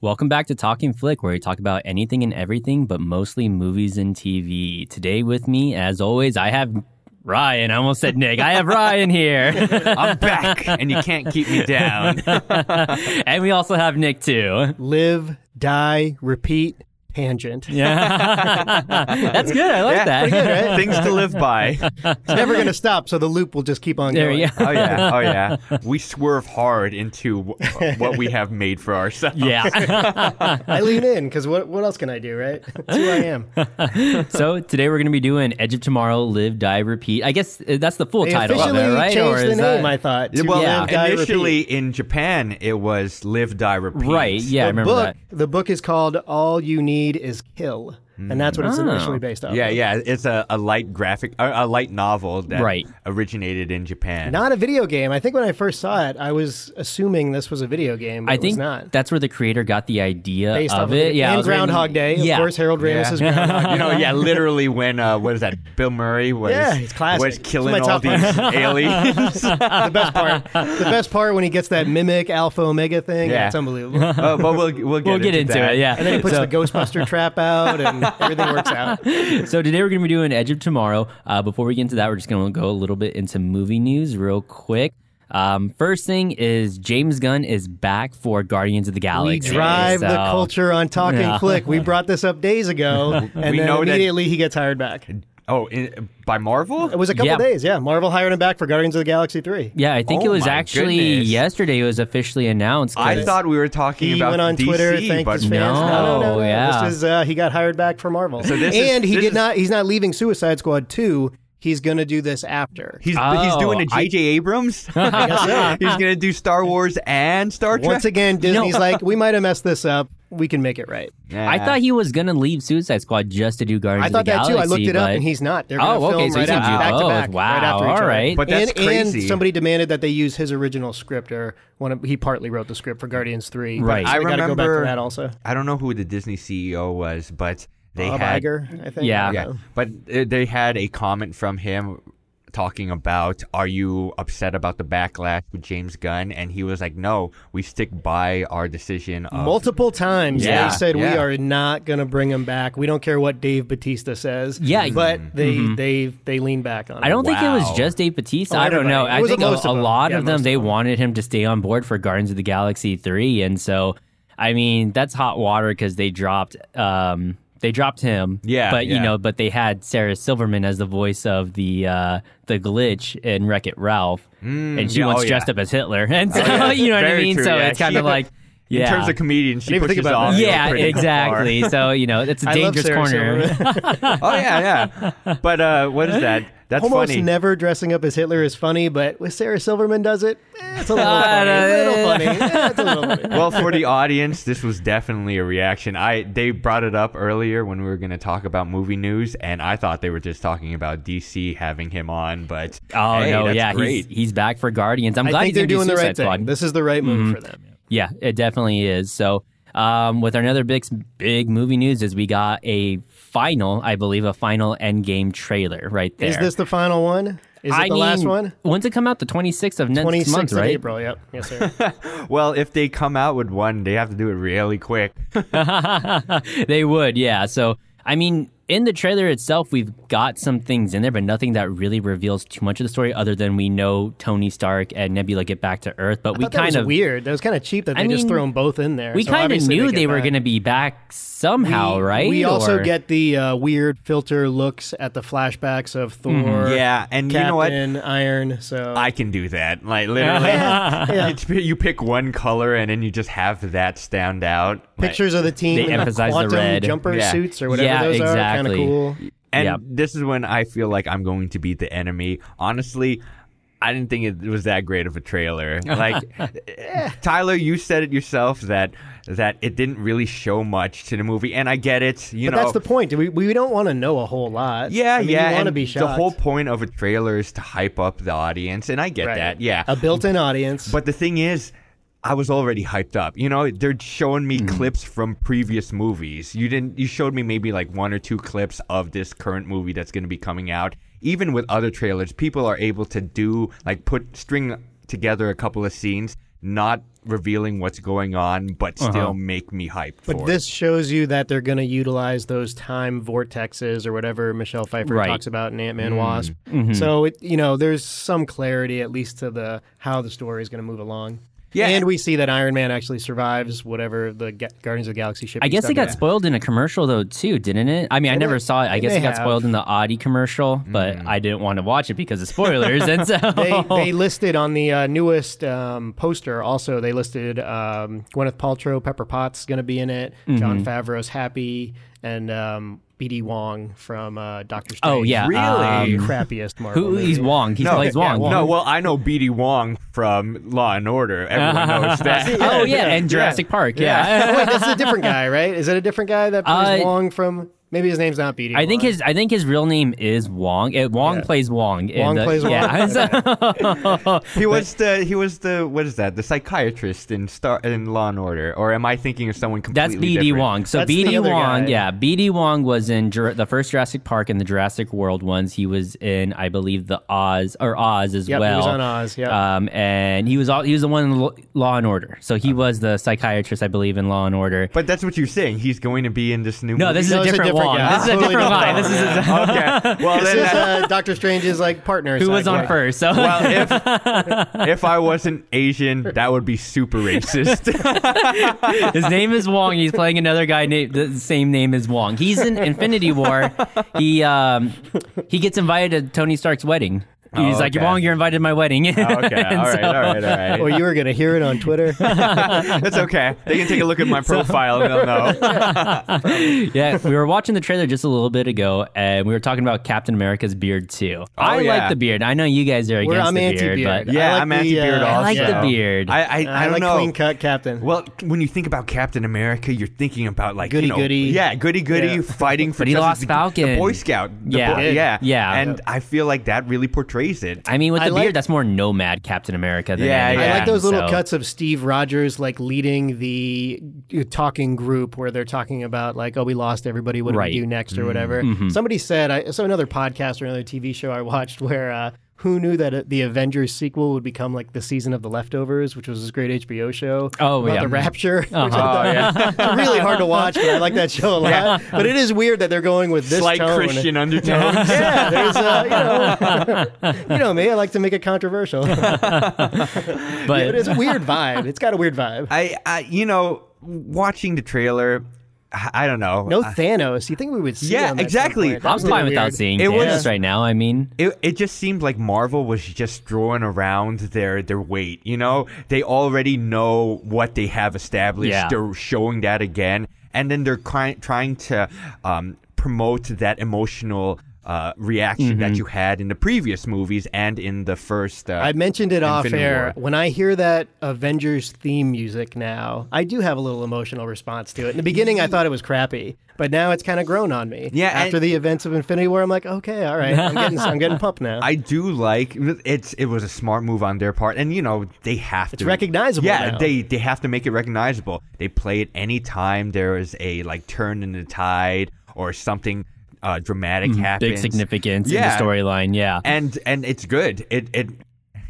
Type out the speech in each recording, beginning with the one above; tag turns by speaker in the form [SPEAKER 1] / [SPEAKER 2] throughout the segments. [SPEAKER 1] Welcome back to Talking Flick, where we talk about anything and everything, but mostly movies and TV. Today with me, as always, I have Ryan. I almost said Nick. I have Ryan here.
[SPEAKER 2] I'm back, and you can't keep me down.
[SPEAKER 1] and we also have Nick too.
[SPEAKER 3] live, die, repeat, tangent.
[SPEAKER 1] Yeah. That's good. I like that.
[SPEAKER 2] Things to live by.
[SPEAKER 3] It's never going to stop, so the loop will just keep on
[SPEAKER 1] There
[SPEAKER 3] going.
[SPEAKER 1] we go.
[SPEAKER 2] Oh yeah, oh yeah. We swerve hard into w- what we have made for ourselves.
[SPEAKER 1] Yeah.
[SPEAKER 3] I lean in because what, what else can I do, right? That's who I am. Oh.
[SPEAKER 1] so today we're going to be doing Edge of Tomorrow, Live, Die, Repeat. I guess uh, that's the full
[SPEAKER 3] They
[SPEAKER 1] title of
[SPEAKER 3] officially
[SPEAKER 1] it, right?
[SPEAKER 3] changed the name,
[SPEAKER 1] that-
[SPEAKER 3] I thought. To
[SPEAKER 2] Well,
[SPEAKER 3] live, die,
[SPEAKER 2] initially
[SPEAKER 3] repeat.
[SPEAKER 2] in Japan, it was live, die, repeat.
[SPEAKER 1] Right. Yeah, I
[SPEAKER 3] the
[SPEAKER 1] remember
[SPEAKER 3] book,
[SPEAKER 1] that.
[SPEAKER 3] the book is called All You Need Is Kill, and that's what it's
[SPEAKER 1] Oh.
[SPEAKER 3] initially based on.
[SPEAKER 2] Yeah, yeah. It's a, a light graphic, a, a light novel that
[SPEAKER 1] Right.
[SPEAKER 2] originated in Japan.
[SPEAKER 3] Not a video game. I think when I first saw it, I was assuming this was a video game. But
[SPEAKER 1] I
[SPEAKER 3] it
[SPEAKER 1] think
[SPEAKER 3] was not.
[SPEAKER 1] that's where the creator got the idea
[SPEAKER 3] based
[SPEAKER 1] of
[SPEAKER 3] off
[SPEAKER 1] it. Yeah, I
[SPEAKER 3] and
[SPEAKER 1] was reading-
[SPEAKER 3] Groundhog Day.
[SPEAKER 1] Yeah,
[SPEAKER 3] Of course, Harold Ramis is Groundhog
[SPEAKER 2] you know, yeah, literally when uh, what is that? Bill Murray was
[SPEAKER 3] Yeah, he's classic.
[SPEAKER 2] was killing
[SPEAKER 3] It's my
[SPEAKER 2] all
[SPEAKER 3] top
[SPEAKER 2] these aliens.
[SPEAKER 3] the best part. The best part when he gets that mimic alpha omega thing.
[SPEAKER 2] Yeah.
[SPEAKER 3] It's unbelievable.
[SPEAKER 2] Uh, but we'll we'll get,
[SPEAKER 1] we'll get into
[SPEAKER 2] that.
[SPEAKER 1] it. Yeah,
[SPEAKER 3] And then he puts
[SPEAKER 1] so,
[SPEAKER 3] the Ghostbuster trap out, and everything works out.
[SPEAKER 1] so today we're going to be doing Edge of Tomorrow. Uh, before we get into that, we're just going to go a little bit into movie news real quick. Um, first thing is James Gunn is back for Guardians of the
[SPEAKER 3] We
[SPEAKER 1] Galaxy.
[SPEAKER 3] drive the
[SPEAKER 1] so-
[SPEAKER 3] culture on talking
[SPEAKER 1] Yeah.
[SPEAKER 3] flick. We brought this up days ago, and
[SPEAKER 2] We
[SPEAKER 3] then
[SPEAKER 2] know that-
[SPEAKER 3] immediately he gets hired back. It
[SPEAKER 2] Oh, in, by Marvel?
[SPEAKER 3] was a couple
[SPEAKER 1] Yeah.
[SPEAKER 3] days, yeah. Marvel hired him back for Guardians of the Galaxy Three.
[SPEAKER 1] Yeah, I think
[SPEAKER 2] Oh
[SPEAKER 1] it was
[SPEAKER 2] my
[SPEAKER 1] actually
[SPEAKER 2] goodness.
[SPEAKER 1] yesterday. It was officially announced. 'cause-
[SPEAKER 2] I thought we were talking
[SPEAKER 3] He
[SPEAKER 2] about
[SPEAKER 3] went on
[SPEAKER 2] DC,
[SPEAKER 3] Twitter, thanked
[SPEAKER 2] but
[SPEAKER 3] his fans. No, no, no,
[SPEAKER 1] No,
[SPEAKER 3] no.
[SPEAKER 1] yeah.
[SPEAKER 3] This is uh, he got hired back for Marvel,
[SPEAKER 2] this is-
[SPEAKER 3] and he
[SPEAKER 2] this
[SPEAKER 3] did
[SPEAKER 2] is-
[SPEAKER 3] not. He's not leaving Suicide Squad two. He's going to do this after.
[SPEAKER 2] He's he's
[SPEAKER 1] Oh,
[SPEAKER 2] doing a
[SPEAKER 1] I-
[SPEAKER 2] J.J. Abrams. he's gonna do Star Wars and Star Trek.
[SPEAKER 3] Once again, Disney's like, we might have messed this up. We can make it right.
[SPEAKER 2] Yeah.
[SPEAKER 1] I thought he was going to leave Suicide Squad just to do Guardians
[SPEAKER 3] I thought
[SPEAKER 1] of the
[SPEAKER 3] that
[SPEAKER 1] Galaxy.
[SPEAKER 3] too. I looked it up,
[SPEAKER 1] but-
[SPEAKER 3] and he's not. They're
[SPEAKER 1] Oh,
[SPEAKER 3] going to
[SPEAKER 1] okay,
[SPEAKER 3] film
[SPEAKER 1] so
[SPEAKER 3] right
[SPEAKER 1] he's
[SPEAKER 3] after,
[SPEAKER 1] gonna do
[SPEAKER 3] back to
[SPEAKER 1] both.
[SPEAKER 3] back,
[SPEAKER 1] Wow,
[SPEAKER 3] right after each
[SPEAKER 1] all
[SPEAKER 3] other.
[SPEAKER 1] right.
[SPEAKER 2] But that's
[SPEAKER 3] and, and
[SPEAKER 2] crazy.
[SPEAKER 3] somebody demanded that they use his original script, or one of, he partly wrote the script for Guardians Three. but
[SPEAKER 1] Right.
[SPEAKER 3] so
[SPEAKER 2] I
[SPEAKER 3] they gotta go back to
[SPEAKER 2] remember-
[SPEAKER 3] that also.
[SPEAKER 2] I don't know who the Disney CEO was, but they
[SPEAKER 3] Bob
[SPEAKER 2] had
[SPEAKER 3] Iger, Oh. I think.
[SPEAKER 1] Yeah.
[SPEAKER 3] I don't
[SPEAKER 2] yeah,
[SPEAKER 3] know.
[SPEAKER 2] but uh, they had a comment from him talking about are you upset about the backlash with James Gunn and he was like no we stick by our decision of
[SPEAKER 3] Multiple times
[SPEAKER 2] Yeah,
[SPEAKER 3] they said
[SPEAKER 2] yeah.
[SPEAKER 3] we are not going to bring him back. We don't care what Dave Batista says.
[SPEAKER 1] Yeah. Mm-hmm.
[SPEAKER 3] but they they they lean back on.
[SPEAKER 1] I don't think it was
[SPEAKER 2] Wow.
[SPEAKER 1] just Dave Batista.
[SPEAKER 3] Oh,
[SPEAKER 1] I don't know.
[SPEAKER 3] everybody. It
[SPEAKER 1] I
[SPEAKER 3] was
[SPEAKER 1] think a,
[SPEAKER 3] most of
[SPEAKER 1] a
[SPEAKER 3] them.
[SPEAKER 1] lot
[SPEAKER 3] Yeah,
[SPEAKER 1] of them
[SPEAKER 3] most
[SPEAKER 1] they wanted him to stay on board for Guardians of the Galaxy three, and so I mean that's hot water because they dropped um they dropped him.
[SPEAKER 2] Yeah,
[SPEAKER 1] but you
[SPEAKER 2] yeah.
[SPEAKER 1] know, but they had Sarah Silverman as the voice of the uh the glitch in Wreck It Ralph, and she
[SPEAKER 2] yeah,
[SPEAKER 1] once
[SPEAKER 2] oh,
[SPEAKER 1] dressed
[SPEAKER 2] yeah.
[SPEAKER 1] up as Hitler, and so
[SPEAKER 2] yeah.
[SPEAKER 1] you know what I
[SPEAKER 2] Very
[SPEAKER 1] mean.
[SPEAKER 2] true,
[SPEAKER 1] so
[SPEAKER 2] yeah.
[SPEAKER 1] it's kind
[SPEAKER 2] She-
[SPEAKER 1] of like yeah.
[SPEAKER 2] in terms of comedians she
[SPEAKER 3] didn't
[SPEAKER 2] pushes
[SPEAKER 3] even think about
[SPEAKER 2] off
[SPEAKER 3] that.
[SPEAKER 1] yeah,
[SPEAKER 2] pretty far.
[SPEAKER 1] exactly. So you know, it's a
[SPEAKER 3] I love
[SPEAKER 1] dangerous
[SPEAKER 3] Sarah
[SPEAKER 1] corner.
[SPEAKER 3] Silverman.
[SPEAKER 2] oh yeah yeah but uh what is that that's
[SPEAKER 3] Almost
[SPEAKER 2] funny
[SPEAKER 3] never dressing up as Hitler is funny, but when Sarah Silverman does it, eh, it's a little
[SPEAKER 1] I
[SPEAKER 3] funny.
[SPEAKER 1] don't-
[SPEAKER 3] A little funny. Eh, it's a little funny.
[SPEAKER 2] well, for the audience, this was definitely a reaction. I they brought it up earlier when we were going to talk about movie news, and I thought they were just talking about DC having him on, but
[SPEAKER 1] Oh
[SPEAKER 2] hey,
[SPEAKER 1] no,
[SPEAKER 2] that's
[SPEAKER 1] yeah,
[SPEAKER 2] great.
[SPEAKER 1] he's he's back for Guardians. I'm
[SPEAKER 3] I
[SPEAKER 1] glad
[SPEAKER 3] think
[SPEAKER 1] he's
[SPEAKER 3] they're
[SPEAKER 1] gonna do
[SPEAKER 3] doing the
[SPEAKER 1] Suicide
[SPEAKER 3] right
[SPEAKER 1] Squad. Mm-hmm.
[SPEAKER 3] thing. This is the right move for them.
[SPEAKER 1] Yeah, it definitely is. So, um, with our another big big movie news is we got a final, I believe, a final Endgame trailer right there.
[SPEAKER 3] Is this the final one? Is it
[SPEAKER 1] I
[SPEAKER 3] the last
[SPEAKER 1] mean,
[SPEAKER 3] one?
[SPEAKER 1] When's it come out? The 26th of next
[SPEAKER 3] 26th
[SPEAKER 1] month,
[SPEAKER 3] of
[SPEAKER 1] right?
[SPEAKER 3] April. Yep. Yes, sir.
[SPEAKER 2] well, if they come out with one, they have to do it really quick.
[SPEAKER 1] they would, yeah. So, I mean, in the trailer itself, we've got some things in there, but nothing that really reveals too much of the story, other than we know Tony Stark and Nebula get back to Earth. But we
[SPEAKER 3] Thought that
[SPEAKER 1] kind
[SPEAKER 3] was
[SPEAKER 1] of
[SPEAKER 3] weird. That was kind of cheap that they
[SPEAKER 1] I
[SPEAKER 3] just
[SPEAKER 1] mean,
[SPEAKER 3] throw them both in there.
[SPEAKER 1] we
[SPEAKER 3] So
[SPEAKER 1] kind of
[SPEAKER 3] obviously
[SPEAKER 1] knew
[SPEAKER 3] get
[SPEAKER 1] they, were
[SPEAKER 3] back.
[SPEAKER 1] going to be back somehow,
[SPEAKER 3] We-
[SPEAKER 1] right?
[SPEAKER 3] We also
[SPEAKER 1] Or-
[SPEAKER 3] get the uh, weird filter looks at the flashbacks of Thor.
[SPEAKER 1] Mm-hmm.
[SPEAKER 2] yeah, and
[SPEAKER 3] Captain,
[SPEAKER 2] you know what?
[SPEAKER 3] Iron. So
[SPEAKER 2] I can do that. Like literally, you, t- you pick one color and then you just have that stand out. Like-
[SPEAKER 3] pictures of the team.
[SPEAKER 1] They
[SPEAKER 3] in
[SPEAKER 1] emphasize the
[SPEAKER 3] quantum
[SPEAKER 1] red.
[SPEAKER 3] jumper
[SPEAKER 2] Yeah.
[SPEAKER 3] suits or whatever
[SPEAKER 1] Yeah,
[SPEAKER 3] those
[SPEAKER 1] exactly.
[SPEAKER 3] are. Kind of cool.
[SPEAKER 2] And
[SPEAKER 1] Yeah.
[SPEAKER 2] this is when I feel like I'm going to beat the enemy. Honestly, I didn't think it was that great of a trailer. Like eh, Tyler, you said it yourself that that it didn't really show much to the movie, and I get it. You
[SPEAKER 3] But
[SPEAKER 2] know,
[SPEAKER 3] that's the point. We, we don't want to know a whole lot.
[SPEAKER 2] yeah,
[SPEAKER 3] I mean,
[SPEAKER 2] yeah.
[SPEAKER 3] You want to
[SPEAKER 2] and
[SPEAKER 3] be
[SPEAKER 2] the
[SPEAKER 3] shocked.
[SPEAKER 2] whole point of a trailer is to hype up the audience, and I get
[SPEAKER 3] Right.
[SPEAKER 2] that. Yeah,
[SPEAKER 3] A built-in audience.
[SPEAKER 2] But the thing is, I was already hyped up. You know, they're showing me clips from previous movies. You didn't. You showed me maybe like one or two clips of this current movie that's going to be coming out. Even with other trailers, people are able to do like put string together a couple of scenes, not revealing what's going on, but still make me hyped
[SPEAKER 3] But
[SPEAKER 2] for
[SPEAKER 3] this shows you that they're going to utilize those time vortexes or whatever Michelle Pfeiffer
[SPEAKER 1] Right. Mm. Mm-hmm.
[SPEAKER 3] talks about in Ant Man Wasp. So it, you know, there's some clarity at least to the how the story is going to move along.
[SPEAKER 2] Yeah.
[SPEAKER 3] and we see that Iron Man actually survives whatever the Ga- Guardians of the Galaxy ship.
[SPEAKER 1] I
[SPEAKER 3] he's
[SPEAKER 1] guess it
[SPEAKER 3] done
[SPEAKER 1] got
[SPEAKER 3] to.
[SPEAKER 1] spoiled in a commercial though too, didn't it? I mean, I never saw it. I guess
[SPEAKER 3] may
[SPEAKER 1] it got
[SPEAKER 3] have. Mm.
[SPEAKER 1] spoiled in the Audi commercial, but I didn't want to watch it because of spoilers, and so
[SPEAKER 3] They, they listed on the uh, newest um, poster. Also, they listed um, Gwyneth Paltrow, Pepper Potts going to be in it. John
[SPEAKER 1] Mm-hmm.
[SPEAKER 3] Favreau's Happy and um, BD Wong from uh, Doctor Strange.
[SPEAKER 1] Oh, yeah,
[SPEAKER 2] Really? um,
[SPEAKER 3] crappiest Marvel.
[SPEAKER 1] who he's
[SPEAKER 3] movie.
[SPEAKER 1] Wong? He plays Wong.
[SPEAKER 2] No, well, I know BD Wong from Law and Order. Everyone knows that.
[SPEAKER 1] oh yeah, and Jurassic Park. Yeah.
[SPEAKER 3] Oh, wait, that's a different guy, right? Is that a different guy that plays
[SPEAKER 1] Uh,
[SPEAKER 3] Wong from? Maybe his name's not BD.
[SPEAKER 1] I think
[SPEAKER 3] Wong.
[SPEAKER 1] his I think his real name is Wong. Uh, Wong plays Wong. in
[SPEAKER 3] Wong
[SPEAKER 1] the-
[SPEAKER 3] plays Wong.
[SPEAKER 1] Yeah.
[SPEAKER 2] He was the he was the what is that? The psychiatrist in Star in Law and Order, or am I thinking of someone
[SPEAKER 1] That's
[SPEAKER 2] completely
[SPEAKER 1] BD
[SPEAKER 2] different?
[SPEAKER 1] Wong. So
[SPEAKER 3] That's the
[SPEAKER 1] BD
[SPEAKER 3] other
[SPEAKER 1] Wong,
[SPEAKER 3] guy.
[SPEAKER 1] yeah, BD Wong was in Jur- the first Jurassic Park and the Jurassic World ones. He was in, I believe, the Oz or Oz as
[SPEAKER 3] Yep, he
[SPEAKER 1] well.
[SPEAKER 3] was on Oz, yep.
[SPEAKER 1] Um, and he was all, he was the one in Lo- Law and Order. So he was the psychiatrist, I believe, in Law and Order.
[SPEAKER 2] But that's what you're saying. He's going to be in this new.
[SPEAKER 1] No,
[SPEAKER 2] movie?
[SPEAKER 1] this is
[SPEAKER 3] No,
[SPEAKER 1] a
[SPEAKER 3] it's a
[SPEAKER 1] different, Wong.
[SPEAKER 3] different guy.
[SPEAKER 1] This is a
[SPEAKER 3] Totally
[SPEAKER 1] different Wong.
[SPEAKER 3] different
[SPEAKER 1] This is
[SPEAKER 3] Wong,
[SPEAKER 1] a,
[SPEAKER 2] okay. Well,
[SPEAKER 3] this
[SPEAKER 2] then
[SPEAKER 3] is
[SPEAKER 2] that-
[SPEAKER 3] uh, Doctor Strange's like partner.
[SPEAKER 1] who was on
[SPEAKER 3] sidekick.
[SPEAKER 1] first. So
[SPEAKER 2] well, if if I wasn't Asian, that would be super racist.
[SPEAKER 1] His name is Wong. He's playing another guy named the same name as Wong. He's in Infinity War. He um he gets invited to Tony Stark's wedding. He's
[SPEAKER 2] Oh,
[SPEAKER 1] like,
[SPEAKER 2] okay.
[SPEAKER 1] Wong, you're invited to my wedding.
[SPEAKER 3] Oh,
[SPEAKER 1] okay,
[SPEAKER 2] okay, all right, all right, all
[SPEAKER 3] Or
[SPEAKER 2] right.
[SPEAKER 3] you were going to hear it on Twitter.
[SPEAKER 2] That's okay. They can take a look at my profile and they'll know.
[SPEAKER 1] yeah, we were watching the trailer just a little bit ago, and we were talking about Captain America's beard too. I like
[SPEAKER 2] yeah.
[SPEAKER 1] the beard. I know you guys are
[SPEAKER 3] Oh, We're,
[SPEAKER 1] against
[SPEAKER 3] I'm
[SPEAKER 1] the
[SPEAKER 3] anti
[SPEAKER 1] beard,
[SPEAKER 3] beard.
[SPEAKER 1] but
[SPEAKER 2] Yeah,
[SPEAKER 3] I like
[SPEAKER 2] I'm
[SPEAKER 3] the,
[SPEAKER 2] anti-beard also.
[SPEAKER 3] uh,
[SPEAKER 1] I like
[SPEAKER 3] yeah.
[SPEAKER 1] the beard.
[SPEAKER 2] I I, I,
[SPEAKER 3] I,
[SPEAKER 2] don't
[SPEAKER 3] like
[SPEAKER 2] know.
[SPEAKER 3] clean cut captain.
[SPEAKER 2] Well, when you think about Captain America, you're thinking about like you know,
[SPEAKER 3] Goody-goody.
[SPEAKER 2] yeah, goody goody,
[SPEAKER 3] Yeah.
[SPEAKER 2] fighting for.
[SPEAKER 1] But he
[SPEAKER 2] justice,
[SPEAKER 1] lost
[SPEAKER 2] the-
[SPEAKER 1] Falcon.
[SPEAKER 2] the Boy Scout. the
[SPEAKER 1] Yeah.
[SPEAKER 2] boy-
[SPEAKER 1] Yeah.
[SPEAKER 2] yeah,
[SPEAKER 1] Yeah.
[SPEAKER 2] And I feel like that really portrays it.
[SPEAKER 1] I mean, with
[SPEAKER 3] I
[SPEAKER 1] the
[SPEAKER 3] like-
[SPEAKER 1] beard, that's more nomad Captain America. Than
[SPEAKER 2] Yeah,
[SPEAKER 1] anything,
[SPEAKER 2] yeah.
[SPEAKER 3] I like those little
[SPEAKER 1] so-
[SPEAKER 3] cuts of Steve Rogers like leading the uh, talking group where they're talking about like, oh, we lost everybody. What do
[SPEAKER 1] Right.
[SPEAKER 3] we do next or whatever?
[SPEAKER 2] Mm-hmm.
[SPEAKER 3] Somebody said I so another podcast or another TV show I watched where. Uh, who knew that uh, the Avengers sequel would become like the season of the leftovers, which was this great HBO show
[SPEAKER 1] Oh,
[SPEAKER 3] about
[SPEAKER 1] yeah.
[SPEAKER 3] the Rapture? which I
[SPEAKER 2] Oh, yeah.
[SPEAKER 3] thought- really hard to watch, but I like that show a lot. But it is weird that they're going with this
[SPEAKER 2] Slight
[SPEAKER 3] tone.
[SPEAKER 2] Christian undertones.
[SPEAKER 3] Yeah, there's uh, you know, you know me. I like to make it controversial.
[SPEAKER 1] But
[SPEAKER 3] But it's a weird vibe. It's got a weird vibe.
[SPEAKER 2] I, I, you know, watching the trailer, I, I don't know.
[SPEAKER 3] No Thanos. You think we would see?
[SPEAKER 2] Yeah,
[SPEAKER 3] him at some
[SPEAKER 2] exactly.
[SPEAKER 3] point. That
[SPEAKER 1] I'm
[SPEAKER 3] was a
[SPEAKER 1] fine
[SPEAKER 3] little
[SPEAKER 1] without
[SPEAKER 3] weird.
[SPEAKER 1] seeing
[SPEAKER 2] It
[SPEAKER 1] it
[SPEAKER 2] was-
[SPEAKER 1] right now. I mean,
[SPEAKER 2] it, it just seemed like Marvel was just throwing around their their weight. You know, they already know what they have established.
[SPEAKER 1] Yeah.
[SPEAKER 2] They're showing that again, and then they're cry- trying to um, promote that emotional uh, reaction that you had in the previous movies and in the first. Uh,
[SPEAKER 3] I mentioned it off
[SPEAKER 2] Infinity
[SPEAKER 3] air.
[SPEAKER 2] War.
[SPEAKER 3] When I hear that Avengers theme music now, I do have a little emotional response to it. In the beginning, I thought it was crappy, but now it's kind of grown on me.
[SPEAKER 2] Yeah,
[SPEAKER 3] After
[SPEAKER 2] and-
[SPEAKER 3] the events of Infinity War, I'm like, okay, all right, I'm getting, I'm getting pumped now.
[SPEAKER 2] I do like it's. It was a smart move on their part, and you know they have to.
[SPEAKER 3] recognizable
[SPEAKER 2] Yeah,
[SPEAKER 3] now.
[SPEAKER 2] they they have to make it recognizable. They play it anytime there is a like turn in the tide or something uh, dramatic happens.
[SPEAKER 1] Mm-hmm. big significance
[SPEAKER 2] Yeah.
[SPEAKER 1] in the storyline. Yeah.
[SPEAKER 2] and and it's good. It it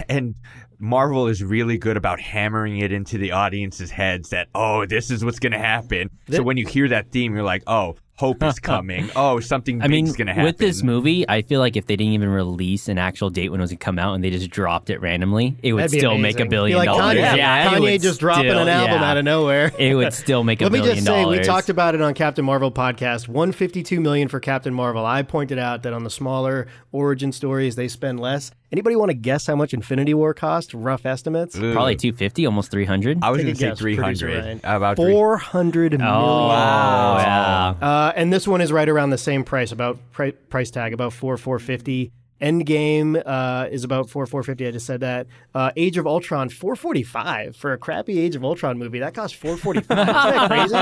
[SPEAKER 2] and Marvel is really good about hammering it into the audience's heads that oh this is what's gonna happen. so when you hear that theme, you're like oh hope is coming. oh something
[SPEAKER 1] I mean,
[SPEAKER 2] big's gonna happen.
[SPEAKER 1] with this movie, I feel like if they didn't even release an actual date when it was going to come out and they just dropped it randomly, it would
[SPEAKER 3] That'd be
[SPEAKER 1] still
[SPEAKER 3] amazing.
[SPEAKER 1] make a
[SPEAKER 3] Be
[SPEAKER 1] billion
[SPEAKER 3] like
[SPEAKER 1] dollars.
[SPEAKER 3] Kanye,
[SPEAKER 1] yeah, it
[SPEAKER 3] Kanye
[SPEAKER 1] would
[SPEAKER 3] just dropping
[SPEAKER 1] still-
[SPEAKER 3] an album
[SPEAKER 1] yeah.
[SPEAKER 3] out of nowhere.
[SPEAKER 1] It would still make a
[SPEAKER 3] Let me
[SPEAKER 1] billion
[SPEAKER 3] just say,
[SPEAKER 1] dollars.
[SPEAKER 3] we talked about it on Captain Marvel podcast. One fifty-two million for Captain Marvel. I pointed out that on the smaller origin stories, they spend less. Anybody want to guess how much Infinity War cost? Rough estimates.
[SPEAKER 2] Ooh.
[SPEAKER 1] probably 250, almost 300.
[SPEAKER 2] I was
[SPEAKER 3] Take a
[SPEAKER 2] gonna say
[SPEAKER 3] guess,
[SPEAKER 2] three hundred.
[SPEAKER 3] producer Ryan.
[SPEAKER 2] About three-
[SPEAKER 3] Four hundred million.
[SPEAKER 1] Oh,
[SPEAKER 2] Oh.
[SPEAKER 1] yeah.
[SPEAKER 3] Uh, and this one is right around the same price, about pri- price tag, about four four fifty. Endgame uh, is about four four fifty. I just said that. Uh, Age of Ultron four forty five for a crappy Age of Ultron movie that cost four forty five. Isn't that crazy?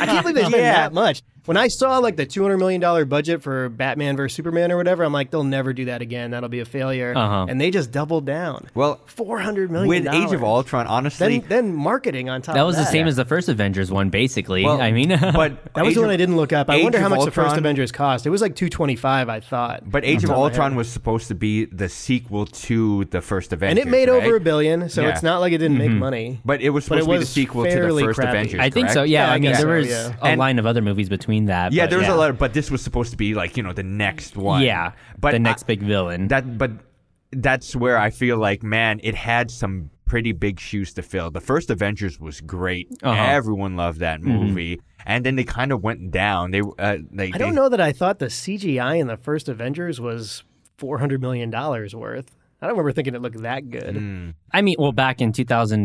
[SPEAKER 3] I can't believe they spent that much. when I saw like the two hundred million dollar budget for Batman versus Superman or whatever, I'm like, they'll never do that again. That'll be a failure.
[SPEAKER 1] Uh-huh.
[SPEAKER 3] And they just doubled down.
[SPEAKER 2] Well,
[SPEAKER 3] four hundred million.
[SPEAKER 2] With Age of Ultron,
[SPEAKER 3] then
[SPEAKER 2] honestly,
[SPEAKER 3] then marketing on top.
[SPEAKER 1] That was
[SPEAKER 3] of
[SPEAKER 1] the same as the first Avengers one, basically.
[SPEAKER 2] well,
[SPEAKER 1] I mean,
[SPEAKER 2] but
[SPEAKER 3] That was
[SPEAKER 2] Age
[SPEAKER 3] the one
[SPEAKER 2] of-
[SPEAKER 3] I didn't look up. I
[SPEAKER 2] Age
[SPEAKER 3] wonder how
[SPEAKER 2] of
[SPEAKER 3] much the first
[SPEAKER 2] Ultron-
[SPEAKER 3] Avengers cost. It was like two twenty five, I thought.
[SPEAKER 2] But Age of Ultron was supposed to be the sequel to the first
[SPEAKER 3] and
[SPEAKER 2] Avengers,
[SPEAKER 3] it made
[SPEAKER 2] right?
[SPEAKER 3] over a billion, so
[SPEAKER 2] Yeah. Mm-hmm.
[SPEAKER 3] it's not like it didn't make money.
[SPEAKER 2] But it was
[SPEAKER 3] But it
[SPEAKER 2] supposed to be the
[SPEAKER 3] was
[SPEAKER 2] sequel to the
[SPEAKER 3] fairly
[SPEAKER 2] first
[SPEAKER 3] crappy.
[SPEAKER 2] Avengers.
[SPEAKER 1] I think so.
[SPEAKER 2] correct?
[SPEAKER 1] Yeah,
[SPEAKER 3] Yeah, I
[SPEAKER 1] I mean,
[SPEAKER 3] guess
[SPEAKER 1] there
[SPEAKER 3] so,
[SPEAKER 1] was
[SPEAKER 3] yeah.
[SPEAKER 1] a
[SPEAKER 2] And-
[SPEAKER 1] line of other movies between that.
[SPEAKER 2] Yeah,
[SPEAKER 1] but
[SPEAKER 2] there was
[SPEAKER 1] yeah.
[SPEAKER 2] a lot of, but this was supposed to be like you know the next one.
[SPEAKER 1] Yeah,
[SPEAKER 2] but
[SPEAKER 1] the
[SPEAKER 2] I-
[SPEAKER 1] next big villain.
[SPEAKER 2] that, but that's where I feel like man, it had some pretty big shoes to fill. The first Avengers was great.
[SPEAKER 1] Uh-huh.
[SPEAKER 2] Everyone loved that
[SPEAKER 3] Mm-hmm.
[SPEAKER 2] movie, and then they kind of went down. They uh, like
[SPEAKER 3] I don't
[SPEAKER 2] they-
[SPEAKER 3] know that I thought the CGI in the first Avengers was four hundred million dollars worth. I don't remember thinking it looked that good.
[SPEAKER 2] Mm.
[SPEAKER 1] I mean, well, back in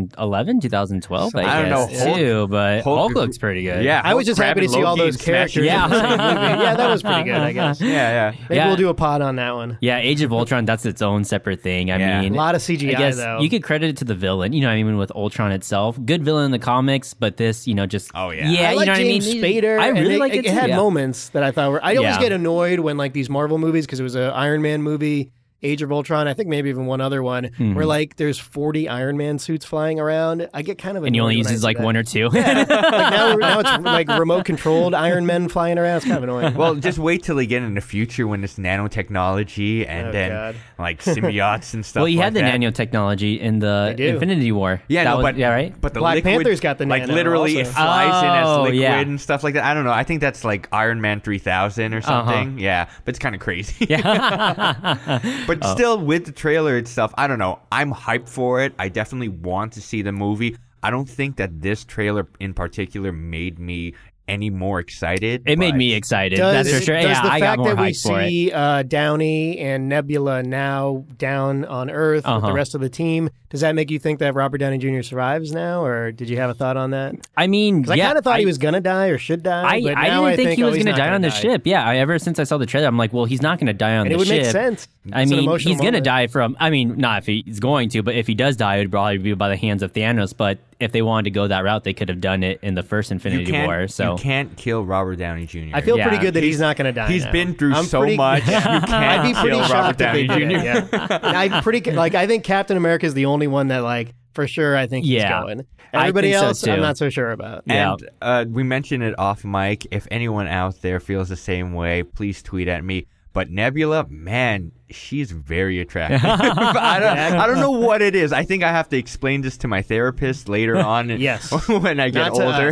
[SPEAKER 1] 2011, 2012, I,
[SPEAKER 2] I don't know,
[SPEAKER 1] guess,
[SPEAKER 2] Hulk-
[SPEAKER 1] too. But
[SPEAKER 2] Hulk-
[SPEAKER 1] Hulk, looks pretty good.
[SPEAKER 2] Yeah,
[SPEAKER 3] I
[SPEAKER 2] Hulk
[SPEAKER 3] was just happy to
[SPEAKER 2] grabbing
[SPEAKER 3] see all
[SPEAKER 2] Loki and
[SPEAKER 3] those
[SPEAKER 2] smashing
[SPEAKER 3] characters. in
[SPEAKER 1] him.
[SPEAKER 3] the same movie. yeah, that was pretty good, I guess. Maybe
[SPEAKER 2] Yeah, yeah.
[SPEAKER 1] Yeah.
[SPEAKER 3] we'll do a pod on that one.
[SPEAKER 1] Yeah, Age of Ultron, that's its own separate thing. I
[SPEAKER 2] Yeah.
[SPEAKER 1] mean,
[SPEAKER 3] A lot of CGI
[SPEAKER 1] I guess
[SPEAKER 3] though.
[SPEAKER 1] you could credit it to the villain. You know, what I mean, with Ultron itself, good villain in the comics, but this, you know, just
[SPEAKER 2] Oh, yeah.
[SPEAKER 1] yeah.
[SPEAKER 3] I like
[SPEAKER 1] you know
[SPEAKER 3] James
[SPEAKER 1] what I mean?
[SPEAKER 3] Spader.
[SPEAKER 1] I
[SPEAKER 3] and
[SPEAKER 1] really
[SPEAKER 3] it,
[SPEAKER 1] like it.
[SPEAKER 3] it.
[SPEAKER 1] too.
[SPEAKER 3] had
[SPEAKER 1] yeah.
[SPEAKER 3] moments that I thought were. I always
[SPEAKER 1] Yeah.
[SPEAKER 3] get annoyed when like these Marvel movies because it was an Iron Man movie, Age of Ultron. I think maybe even one other one
[SPEAKER 1] Hmm.
[SPEAKER 3] where like there's 40 Iron Man suits flying around. I get kind of
[SPEAKER 1] and he
[SPEAKER 3] annoyed
[SPEAKER 1] only
[SPEAKER 3] when I
[SPEAKER 1] uses
[SPEAKER 3] see
[SPEAKER 1] like
[SPEAKER 3] that.
[SPEAKER 1] one or two.
[SPEAKER 3] like now, now it's like remote controlled Iron Men flying around. It's kind of annoying.
[SPEAKER 2] Well, just wait till they get in the future when it's nanotechnology and
[SPEAKER 3] Oh,
[SPEAKER 2] then
[SPEAKER 3] God.
[SPEAKER 2] like symbiotes and stuff.
[SPEAKER 1] well, he
[SPEAKER 2] like
[SPEAKER 1] had the
[SPEAKER 2] that.
[SPEAKER 1] nanotechnology in the
[SPEAKER 3] do.
[SPEAKER 1] Infinity War.
[SPEAKER 2] Yeah,
[SPEAKER 1] that
[SPEAKER 2] no,
[SPEAKER 1] was,
[SPEAKER 2] but
[SPEAKER 1] yeah, right.
[SPEAKER 2] But the
[SPEAKER 3] Black
[SPEAKER 2] liquid-
[SPEAKER 3] Panther's got the
[SPEAKER 2] like
[SPEAKER 3] nano
[SPEAKER 2] literally
[SPEAKER 3] also.
[SPEAKER 2] it flies in as
[SPEAKER 1] Oh,
[SPEAKER 2] liquid
[SPEAKER 1] yeah.
[SPEAKER 2] and stuff like that. I don't know. I think that's like Iron Man three thousand
[SPEAKER 1] Uh-huh.
[SPEAKER 2] or something. Yeah, but it's kind of crazy. but
[SPEAKER 1] Oh.
[SPEAKER 2] still, with the trailer itself, I don't know. I'm hyped for it. I definitely want to see the movie. I don't think that this trailer in particular made me any more excited.
[SPEAKER 1] it made
[SPEAKER 2] but-
[SPEAKER 1] me excited.
[SPEAKER 3] Does,
[SPEAKER 1] that's for sure.
[SPEAKER 3] does
[SPEAKER 1] yeah,
[SPEAKER 3] the
[SPEAKER 1] I got
[SPEAKER 3] fact
[SPEAKER 1] more
[SPEAKER 3] that we
[SPEAKER 1] hype for it.
[SPEAKER 3] see uh, Downey and Nebula now down on Earth with
[SPEAKER 1] Uh-huh.
[SPEAKER 3] the rest of the team, does that make you think that Robert Downey Jr. survives now, or did you have a thought on that?
[SPEAKER 1] I mean,
[SPEAKER 3] Because
[SPEAKER 1] yeah,
[SPEAKER 3] I kind of thought
[SPEAKER 1] I,
[SPEAKER 3] he was gonna die or should die.
[SPEAKER 1] I, I
[SPEAKER 3] but
[SPEAKER 1] didn't
[SPEAKER 3] now
[SPEAKER 1] think, he
[SPEAKER 3] oh,
[SPEAKER 1] was
[SPEAKER 3] he's
[SPEAKER 1] going to
[SPEAKER 3] not
[SPEAKER 1] die on the
[SPEAKER 3] die.
[SPEAKER 1] ship. Yeah, I, ever since I saw the trailer, I'm like, well, he's not going to die on
[SPEAKER 3] and
[SPEAKER 1] the
[SPEAKER 3] it would
[SPEAKER 1] ship.
[SPEAKER 3] make sense.
[SPEAKER 1] I
[SPEAKER 3] It's an
[SPEAKER 1] mean,
[SPEAKER 3] emotional
[SPEAKER 1] he's going to
[SPEAKER 3] moment.
[SPEAKER 1] die from. I mean, not if he's going to, but if he does die, it would probably be by the hands of Thanos. But if they wanted to go that route, they could have done it in the first
[SPEAKER 2] You
[SPEAKER 1] Infinity
[SPEAKER 2] can't,
[SPEAKER 1] War. So
[SPEAKER 2] you can't kill Robert Downey Jr.
[SPEAKER 3] I feel pretty
[SPEAKER 1] Yeah.
[SPEAKER 3] good that he's, not going to die.
[SPEAKER 2] He's
[SPEAKER 3] He's
[SPEAKER 2] been through so much. You can't
[SPEAKER 3] I'd be pretty
[SPEAKER 2] kill
[SPEAKER 3] shocked
[SPEAKER 2] Robert
[SPEAKER 3] if they
[SPEAKER 2] Downey
[SPEAKER 3] did it, Yeah. And I'm pretty like I think Captain America is the only one that like for sure I think he's
[SPEAKER 1] Yeah.
[SPEAKER 3] going.
[SPEAKER 1] I
[SPEAKER 3] Everybody
[SPEAKER 1] think so,
[SPEAKER 3] else I'm
[SPEAKER 1] too.
[SPEAKER 3] not so sure about.
[SPEAKER 1] Yeah.
[SPEAKER 2] And uh, we mentioned it off mic. If anyone out there feels the same way, please tweet at me. But Nebula, man, she's very attractive. I, don't, I don't know what it is. I think I have to explain this to my therapist later on.
[SPEAKER 3] Yes.
[SPEAKER 2] when I get
[SPEAKER 3] Not to
[SPEAKER 2] older.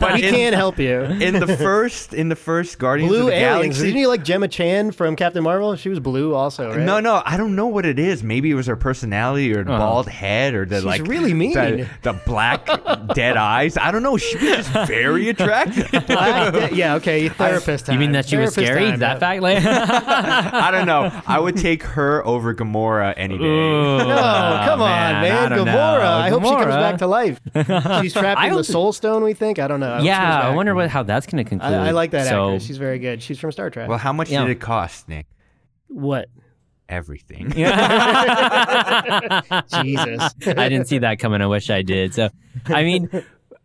[SPEAKER 2] but
[SPEAKER 3] He
[SPEAKER 2] in,
[SPEAKER 3] can't help you.
[SPEAKER 2] in the first in the first Guardians of
[SPEAKER 3] Blue
[SPEAKER 2] the
[SPEAKER 3] aliens.
[SPEAKER 2] Galaxy.
[SPEAKER 3] Didn't you like Gemma Chan from Captain Marvel? She was blue also, right?
[SPEAKER 2] No, no, I don't know what it is. Maybe it was her personality or the bald head or the
[SPEAKER 3] Uh-huh. She's
[SPEAKER 2] like
[SPEAKER 3] really mean.
[SPEAKER 2] the, the black dead eyes. I don't know. She was just very attractive.
[SPEAKER 3] Black- Ah, yeah, okay. Therapist.
[SPEAKER 1] you mean
[SPEAKER 3] time.
[SPEAKER 1] that she was
[SPEAKER 3] Therapist
[SPEAKER 1] scary?
[SPEAKER 3] time,
[SPEAKER 1] that
[SPEAKER 3] yeah.
[SPEAKER 1] fact, like,
[SPEAKER 2] I don't know. I would take her over Gamora any day.
[SPEAKER 3] No, Oh,
[SPEAKER 1] Oh,
[SPEAKER 3] come on, man. Gamora. I hope she comes
[SPEAKER 1] Gamora.
[SPEAKER 3] back to life. She's trapped in the
[SPEAKER 1] hope-
[SPEAKER 3] Soul Stone, we think. I don't know. I hope she comes
[SPEAKER 1] yeah, I
[SPEAKER 3] back.
[SPEAKER 1] wonder what how that's going to conclude.
[SPEAKER 3] I, I like that
[SPEAKER 1] so,
[SPEAKER 3] actress. She's very good. She's from Star Trek.
[SPEAKER 2] Well, how much
[SPEAKER 1] Yeah.
[SPEAKER 2] did it cost, Nick?
[SPEAKER 3] what?
[SPEAKER 2] Everything.
[SPEAKER 3] Jesus.
[SPEAKER 1] I didn't see that coming. I wish I did. So, I mean,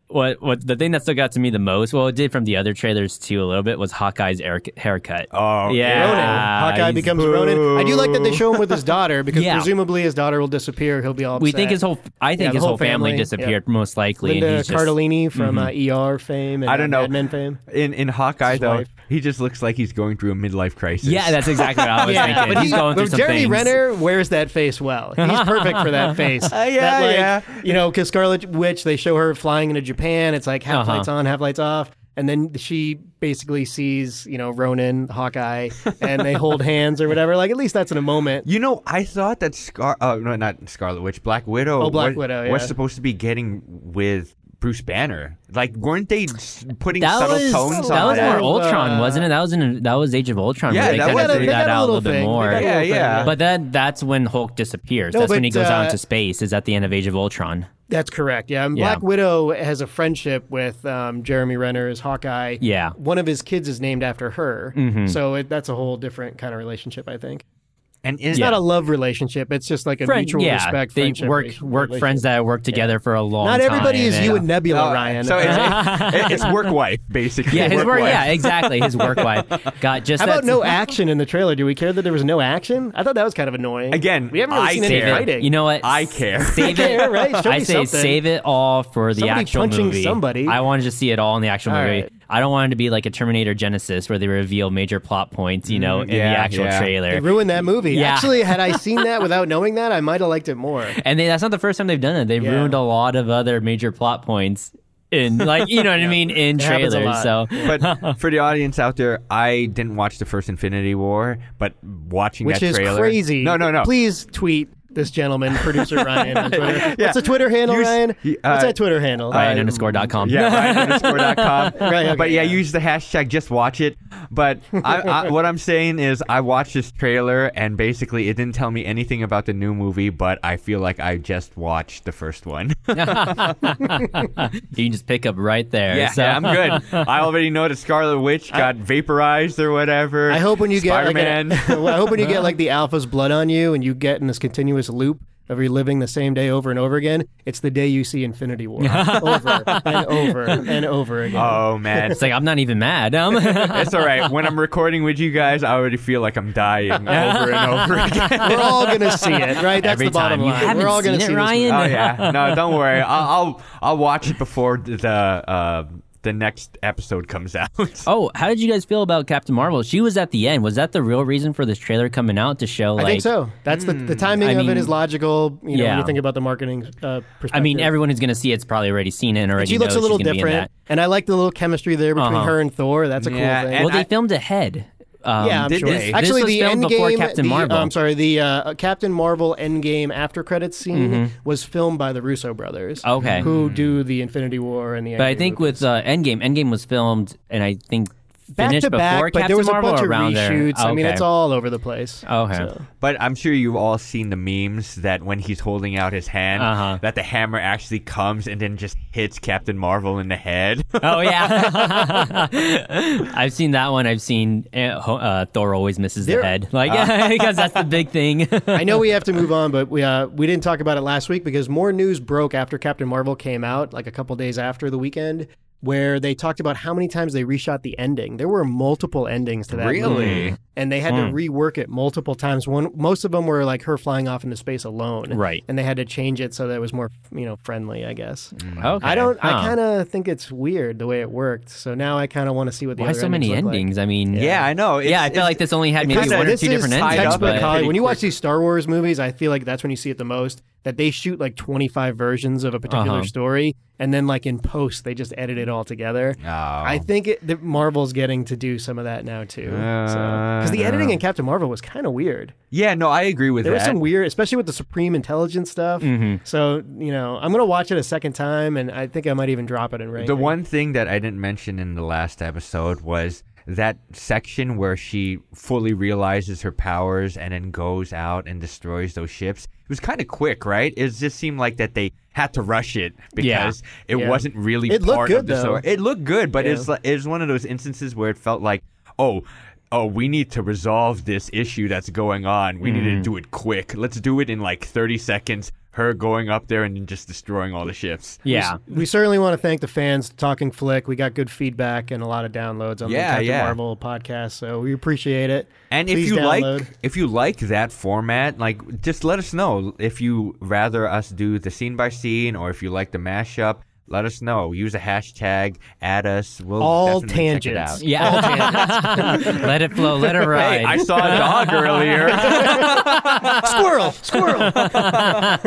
[SPEAKER 1] what what the thing that stuck out to me the most? Well, it did from the other trailers too a little bit was Hawkeye's air, haircut.
[SPEAKER 2] Oh,
[SPEAKER 1] yeah,
[SPEAKER 3] Ronan. Hawkeye
[SPEAKER 1] he's-
[SPEAKER 3] becomes Ronan. I do like that they show him with his daughter because
[SPEAKER 1] Yeah.
[SPEAKER 3] presumably his daughter will disappear. He'll be all upset.
[SPEAKER 1] We think his whole. I
[SPEAKER 3] Yeah,
[SPEAKER 1] think
[SPEAKER 3] the
[SPEAKER 1] his
[SPEAKER 3] whole
[SPEAKER 1] whole family,
[SPEAKER 3] family,
[SPEAKER 1] disappeared most likely. and
[SPEAKER 3] Linda
[SPEAKER 1] he's just- Mm-hmm.
[SPEAKER 3] Cardellini from uh, ER fame and
[SPEAKER 2] I don't
[SPEAKER 3] uh,
[SPEAKER 2] know.
[SPEAKER 3] Mad Men fame.
[SPEAKER 2] In in Hawkeye
[SPEAKER 3] His
[SPEAKER 2] though,
[SPEAKER 3] wife.
[SPEAKER 2] he just looks like he's going through a midlife crisis.
[SPEAKER 1] Oh, yeah, that's exactly what I was thinking.
[SPEAKER 3] but
[SPEAKER 1] he's
[SPEAKER 3] he-
[SPEAKER 1] going through
[SPEAKER 3] but
[SPEAKER 1] some
[SPEAKER 3] Jeremy
[SPEAKER 1] things.
[SPEAKER 3] Renner wears that face well. He's perfect for that face.
[SPEAKER 1] Uh,
[SPEAKER 2] yeah,
[SPEAKER 3] That, like,
[SPEAKER 2] yeah.
[SPEAKER 3] You know, because Scarlet Witch, they show her flying into Japan. It's like half
[SPEAKER 1] Uh-huh.
[SPEAKER 3] lights on, half lights off, and then she basically sees you know Ronan, Hawkeye, and they hold hands or whatever. Like at least that's in a moment.
[SPEAKER 2] You know, I thought that Scar, uh, no, not Scarlet Witch, Black Widow.
[SPEAKER 3] Oh, Black
[SPEAKER 2] was,
[SPEAKER 3] Widow,
[SPEAKER 2] was
[SPEAKER 3] yeah.
[SPEAKER 2] supposed to be getting with Bruce Banner. Like, weren't they s- putting
[SPEAKER 1] That
[SPEAKER 2] subtle
[SPEAKER 1] was
[SPEAKER 2] tones
[SPEAKER 1] that
[SPEAKER 2] on
[SPEAKER 1] was
[SPEAKER 2] that?
[SPEAKER 1] more Ultron,
[SPEAKER 3] Uh,
[SPEAKER 1] wasn't it? That was in that was Age of Ultron.
[SPEAKER 2] Yeah,
[SPEAKER 1] where they
[SPEAKER 2] that
[SPEAKER 1] kind
[SPEAKER 2] was-
[SPEAKER 1] of
[SPEAKER 2] they
[SPEAKER 1] threw
[SPEAKER 3] got
[SPEAKER 1] that
[SPEAKER 3] a
[SPEAKER 1] out a
[SPEAKER 3] little
[SPEAKER 1] little bit
[SPEAKER 3] thing. They
[SPEAKER 1] more.
[SPEAKER 3] got a
[SPEAKER 2] Yeah,
[SPEAKER 3] little thing,
[SPEAKER 2] yeah.
[SPEAKER 1] But that that's when Hulk disappears.
[SPEAKER 3] No,
[SPEAKER 1] that's when
[SPEAKER 3] but,
[SPEAKER 1] he goes out
[SPEAKER 3] uh,
[SPEAKER 1] into space. Is at the end of Age of Ultron.
[SPEAKER 3] That's correct. Yeah, and
[SPEAKER 1] Yeah.
[SPEAKER 3] Black Widow has a friendship with um, Jeremy Renner as Hawkeye.
[SPEAKER 1] Yeah. Mm-hmm.
[SPEAKER 3] one of his kids is named after her, so it, that's a whole different kind of relationship, I think.
[SPEAKER 2] And is
[SPEAKER 3] It's
[SPEAKER 1] Yeah.
[SPEAKER 3] not a love relationship. It's just like a
[SPEAKER 1] Friend-
[SPEAKER 3] mutual
[SPEAKER 1] yeah,
[SPEAKER 3] respect.
[SPEAKER 1] They
[SPEAKER 3] friendship
[SPEAKER 1] work
[SPEAKER 3] re-
[SPEAKER 1] work friends that work together for a long.
[SPEAKER 3] Not everybody
[SPEAKER 1] time, uh,
[SPEAKER 3] is you and Nebula,
[SPEAKER 2] Oh,
[SPEAKER 3] Ryan.
[SPEAKER 2] So it's, it- it's work wife basically.
[SPEAKER 1] yeah, his work.
[SPEAKER 2] wife.
[SPEAKER 1] Yeah, exactly. His work wife got just
[SPEAKER 3] How about
[SPEAKER 1] that-
[SPEAKER 3] no action in the trailer? Do we care that there was no action? I thought that was kind of annoying.
[SPEAKER 2] Again,
[SPEAKER 3] we haven't really
[SPEAKER 2] I
[SPEAKER 3] seen any
[SPEAKER 1] Save
[SPEAKER 2] care.
[SPEAKER 1] it.
[SPEAKER 3] fighting.
[SPEAKER 1] You know what?
[SPEAKER 2] I care.
[SPEAKER 1] Save it.
[SPEAKER 3] care, right? Show
[SPEAKER 1] I
[SPEAKER 3] me
[SPEAKER 1] say
[SPEAKER 3] something.
[SPEAKER 1] save it all for the
[SPEAKER 3] Somebody
[SPEAKER 1] actual
[SPEAKER 3] punching
[SPEAKER 1] movie.
[SPEAKER 3] somebody.
[SPEAKER 1] I wanted to see it all in the actual
[SPEAKER 3] All
[SPEAKER 1] movie.
[SPEAKER 3] right.
[SPEAKER 1] I don't want it to be like a Terminator Genesis where they reveal major plot points,
[SPEAKER 3] Mm,
[SPEAKER 1] you know, in
[SPEAKER 2] yeah,
[SPEAKER 1] the actual
[SPEAKER 2] yeah.
[SPEAKER 1] trailer.
[SPEAKER 3] They ruined that movie.
[SPEAKER 1] Yeah.
[SPEAKER 3] Actually, had I seen that without knowing that, I might have liked it more.
[SPEAKER 1] and they, that's not the first time they've done it. They've
[SPEAKER 3] Yeah.
[SPEAKER 1] ruined a lot of other major plot points in, like, you know what I mean, in
[SPEAKER 3] happens a
[SPEAKER 1] trailers. So
[SPEAKER 3] lot.
[SPEAKER 2] but for the audience out there, I didn't watch the first Infinity War, but watching
[SPEAKER 3] Which
[SPEAKER 2] that
[SPEAKER 3] is
[SPEAKER 2] trailer,
[SPEAKER 3] crazy.
[SPEAKER 2] No, no, no.
[SPEAKER 3] Please tweet this gentleman, producer Ryan, on Twitter.
[SPEAKER 2] Yeah.
[SPEAKER 3] What's the Twitter handle,
[SPEAKER 2] Use-
[SPEAKER 3] Ryan?
[SPEAKER 2] y- uh,
[SPEAKER 3] What's that Twitter handle?
[SPEAKER 1] Ryan underscore dot com.
[SPEAKER 2] Yeah, right. underscore dot com.
[SPEAKER 3] Right, okay,
[SPEAKER 2] but yeah,
[SPEAKER 3] yeah.
[SPEAKER 2] use the hashtag just watch it. But I, I, what I'm saying is, I watched this trailer and basically it didn't tell me anything about the new movie, but I feel like I just watched the first one.
[SPEAKER 1] you can just pick up right there.
[SPEAKER 2] yeah,
[SPEAKER 1] so.
[SPEAKER 2] yeah, I'm good. I already know that Scarlet Witch got vaporized or whatever.
[SPEAKER 3] I hope when you
[SPEAKER 2] Spider-Man.
[SPEAKER 3] get like an- I hope when you get like the alpha's blood on you and you get in this continuous loop of reliving the same day over and over again, it's the day you see Infinity War over and over and over again.
[SPEAKER 2] oh man.
[SPEAKER 1] It's like, I'm not even mad. Um,
[SPEAKER 2] It's all right. When I'm recording with you guys, I already feel like I'm dying over and over again.
[SPEAKER 3] We're all gonna see it, right? That's
[SPEAKER 1] Every
[SPEAKER 3] the bottom
[SPEAKER 1] time. You
[SPEAKER 3] line.
[SPEAKER 1] haven't
[SPEAKER 3] We're all gonna
[SPEAKER 1] seen it,
[SPEAKER 3] see this
[SPEAKER 1] Ryan?
[SPEAKER 3] movie.
[SPEAKER 2] Oh yeah. No, don't worry. I'll I'll, I'll watch it before the uh, the next episode comes out.
[SPEAKER 1] Oh, how did you guys feel about Captain Marvel? She was at the end. Was that the real reason for this trailer coming out to show? Like, hmm,
[SPEAKER 3] I think so. That's the, the timing
[SPEAKER 1] I
[SPEAKER 3] of
[SPEAKER 1] mean-
[SPEAKER 3] it is logical. You know, when
[SPEAKER 1] Yeah.
[SPEAKER 3] you think about the marketing uh, perspective.
[SPEAKER 1] I mean, everyone who's going to see it's probably already seen it and already.
[SPEAKER 3] she looks
[SPEAKER 1] knows
[SPEAKER 3] a little
[SPEAKER 1] she's gonna be in
[SPEAKER 3] different, and I like the little chemistry there between
[SPEAKER 1] Uh-huh.
[SPEAKER 3] her and Thor. That's a cool
[SPEAKER 2] Yeah,
[SPEAKER 3] thing.
[SPEAKER 1] that.
[SPEAKER 2] And
[SPEAKER 1] Well, they
[SPEAKER 2] I-
[SPEAKER 1] filmed ahead. Um,
[SPEAKER 3] Yeah, I'm
[SPEAKER 2] Did
[SPEAKER 3] sure.
[SPEAKER 2] they? This
[SPEAKER 3] Actually,
[SPEAKER 1] was
[SPEAKER 3] the
[SPEAKER 1] filmed
[SPEAKER 3] end
[SPEAKER 1] before
[SPEAKER 3] game.
[SPEAKER 1] Captain
[SPEAKER 3] the, oh,
[SPEAKER 1] Marvel.
[SPEAKER 3] I'm sorry, the uh, Captain Marvel end game after credits scene was filmed by the Russo brothers.
[SPEAKER 1] Mm-hmm. Okay.
[SPEAKER 3] who do the Infinity War and the.
[SPEAKER 1] but I think with uh, Endgame, Endgame was filmed and I think
[SPEAKER 3] back
[SPEAKER 1] finished
[SPEAKER 3] to back,
[SPEAKER 1] before
[SPEAKER 3] but
[SPEAKER 1] Captain
[SPEAKER 3] there was
[SPEAKER 1] Marvel
[SPEAKER 3] a bunch
[SPEAKER 1] or
[SPEAKER 3] of
[SPEAKER 1] around there.
[SPEAKER 3] reshoots. I mean,
[SPEAKER 1] Okay.
[SPEAKER 3] it's all over the place.
[SPEAKER 1] Okay.
[SPEAKER 3] So-
[SPEAKER 2] But I'm sure you've all seen the memes that when he's holding out his hand,
[SPEAKER 1] Uh-huh.
[SPEAKER 2] that the hammer actually comes and then just hits Captain Marvel in the head.
[SPEAKER 1] Oh yeah, I've seen that one. I've seen uh, Ho- uh, Thor always misses the
[SPEAKER 3] There- Uh.
[SPEAKER 1] head, like because that's the big thing.
[SPEAKER 3] I know we have to move on, but we uh, we didn't talk about it last week because more news broke after Captain Marvel came out, like a couple days after the weekend, where they talked about how many times they reshot the ending. There were multiple endings to that, movie,
[SPEAKER 2] Really?
[SPEAKER 3] and they had
[SPEAKER 1] Hmm.
[SPEAKER 3] to rework it multiple times. One, most of them were like her flying off into space alone,
[SPEAKER 1] Right.
[SPEAKER 3] And they had to change it so that it was more you know friendly, I guess.
[SPEAKER 1] okay,
[SPEAKER 3] I don't.
[SPEAKER 1] Mm, huh.
[SPEAKER 3] I kind of think it's weird the way it worked. So now I kind of want to see what the
[SPEAKER 1] Why
[SPEAKER 3] other
[SPEAKER 1] so many
[SPEAKER 3] endings look like.
[SPEAKER 1] endings? I mean,
[SPEAKER 2] yeah, I know. It's,
[SPEAKER 1] yeah. I
[SPEAKER 2] it's-
[SPEAKER 1] feel like this only had maybe
[SPEAKER 2] kinda-
[SPEAKER 1] one or
[SPEAKER 2] this
[SPEAKER 1] two
[SPEAKER 2] is
[SPEAKER 1] differty
[SPEAKER 2] tied
[SPEAKER 1] endings,
[SPEAKER 2] up in
[SPEAKER 1] but
[SPEAKER 3] Textbook Hollywood. When you
[SPEAKER 2] Pretty
[SPEAKER 3] watch these Star Wars movies, I feel like that's when you see it the most. That they shoot like 25 versions of a particular
[SPEAKER 1] Uh-huh.
[SPEAKER 3] story, and then like in post, they just edit it all together.
[SPEAKER 2] Oh.
[SPEAKER 3] I think it, that Marvel's getting to do some of that now too. Because the
[SPEAKER 2] Uh,
[SPEAKER 3] editing in Captain Marvel was kind of weird.
[SPEAKER 2] yeah, no, I agree with
[SPEAKER 3] There
[SPEAKER 2] that.
[SPEAKER 3] was some weird, especially with the Supreme Intelligence stuff. So you know, I'm gonna watch it a second time, and I think I might even drop it in rank.
[SPEAKER 2] The one thing that I didn't mention in the last episode was that section where she fully realizes her powers and then goes out and destroys those ships. It was kind of quick, right? It just seemed like that they had to rush it because it
[SPEAKER 3] Yeah.
[SPEAKER 2] wasn't really
[SPEAKER 3] It looked
[SPEAKER 2] part of
[SPEAKER 3] good,
[SPEAKER 2] the
[SPEAKER 3] though.
[SPEAKER 2] story. It looked good, but
[SPEAKER 3] Yeah.
[SPEAKER 2] it's like, it was one of those instances where it felt like, oh. Oh, we need to resolve this issue that's going on. We need to
[SPEAKER 3] Mm-hmm.
[SPEAKER 2] do it quick. Let's do it in like 30 seconds. Her going up there and just destroying all the ships.
[SPEAKER 1] yeah.
[SPEAKER 3] we certainly want to thank the fans talking flick we got good feedback and a lot of downloads on
[SPEAKER 2] Yeah,
[SPEAKER 3] the Captain
[SPEAKER 2] yeah.
[SPEAKER 3] marvel podcast so we appreciate it
[SPEAKER 2] And
[SPEAKER 3] Please
[SPEAKER 2] if you
[SPEAKER 3] download.
[SPEAKER 2] like if you like that format, like just let us know if you rather us do the scene by scene or if you like the mashup. Let us know. Use a hashtag. Add us. We'll definitely
[SPEAKER 3] all
[SPEAKER 2] check it
[SPEAKER 3] tangents
[SPEAKER 2] out.
[SPEAKER 1] Yeah. let it flow. Let it ride.
[SPEAKER 2] Hey, I saw a dog earlier.
[SPEAKER 3] squirrel squirrel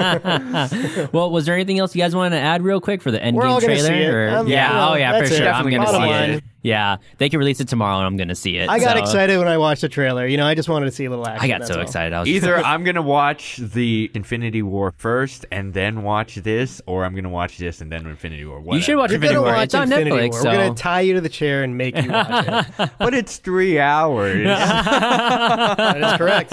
[SPEAKER 1] well, was there anything else you guys wanted to add real quick for the end
[SPEAKER 3] We're
[SPEAKER 1] game
[SPEAKER 3] all gonna
[SPEAKER 1] trailer?
[SPEAKER 3] see it.
[SPEAKER 1] or-
[SPEAKER 3] I'm-
[SPEAKER 1] yeah.
[SPEAKER 3] you know,
[SPEAKER 1] oh yeah, for
[SPEAKER 3] that's it.
[SPEAKER 1] sure.
[SPEAKER 2] Definitely
[SPEAKER 1] I'm
[SPEAKER 2] gonna
[SPEAKER 1] gonna see
[SPEAKER 2] see
[SPEAKER 1] it.
[SPEAKER 3] it.
[SPEAKER 1] Yeah, they can release it tomorrow, and I'm gonna see it.
[SPEAKER 3] i got
[SPEAKER 1] so- uh,
[SPEAKER 3] excited when i watched the trailer you know i just wanted to see a little action
[SPEAKER 1] I got
[SPEAKER 3] that's
[SPEAKER 1] so
[SPEAKER 3] all.
[SPEAKER 1] excited. I was just
[SPEAKER 2] Either I'm gonna watch the Infinity War first and then watch this, or I'm gonna watch this and then Infinity War. Whatever.
[SPEAKER 1] you should watch
[SPEAKER 3] You're
[SPEAKER 1] Infinity
[SPEAKER 3] gonna
[SPEAKER 1] War.
[SPEAKER 3] watch
[SPEAKER 1] It's on
[SPEAKER 3] Infinity
[SPEAKER 1] Netflix.
[SPEAKER 3] War.
[SPEAKER 1] So.
[SPEAKER 3] We're gonna tie you to the chair and make you watch it.
[SPEAKER 2] but it's three hours.
[SPEAKER 3] that is correct.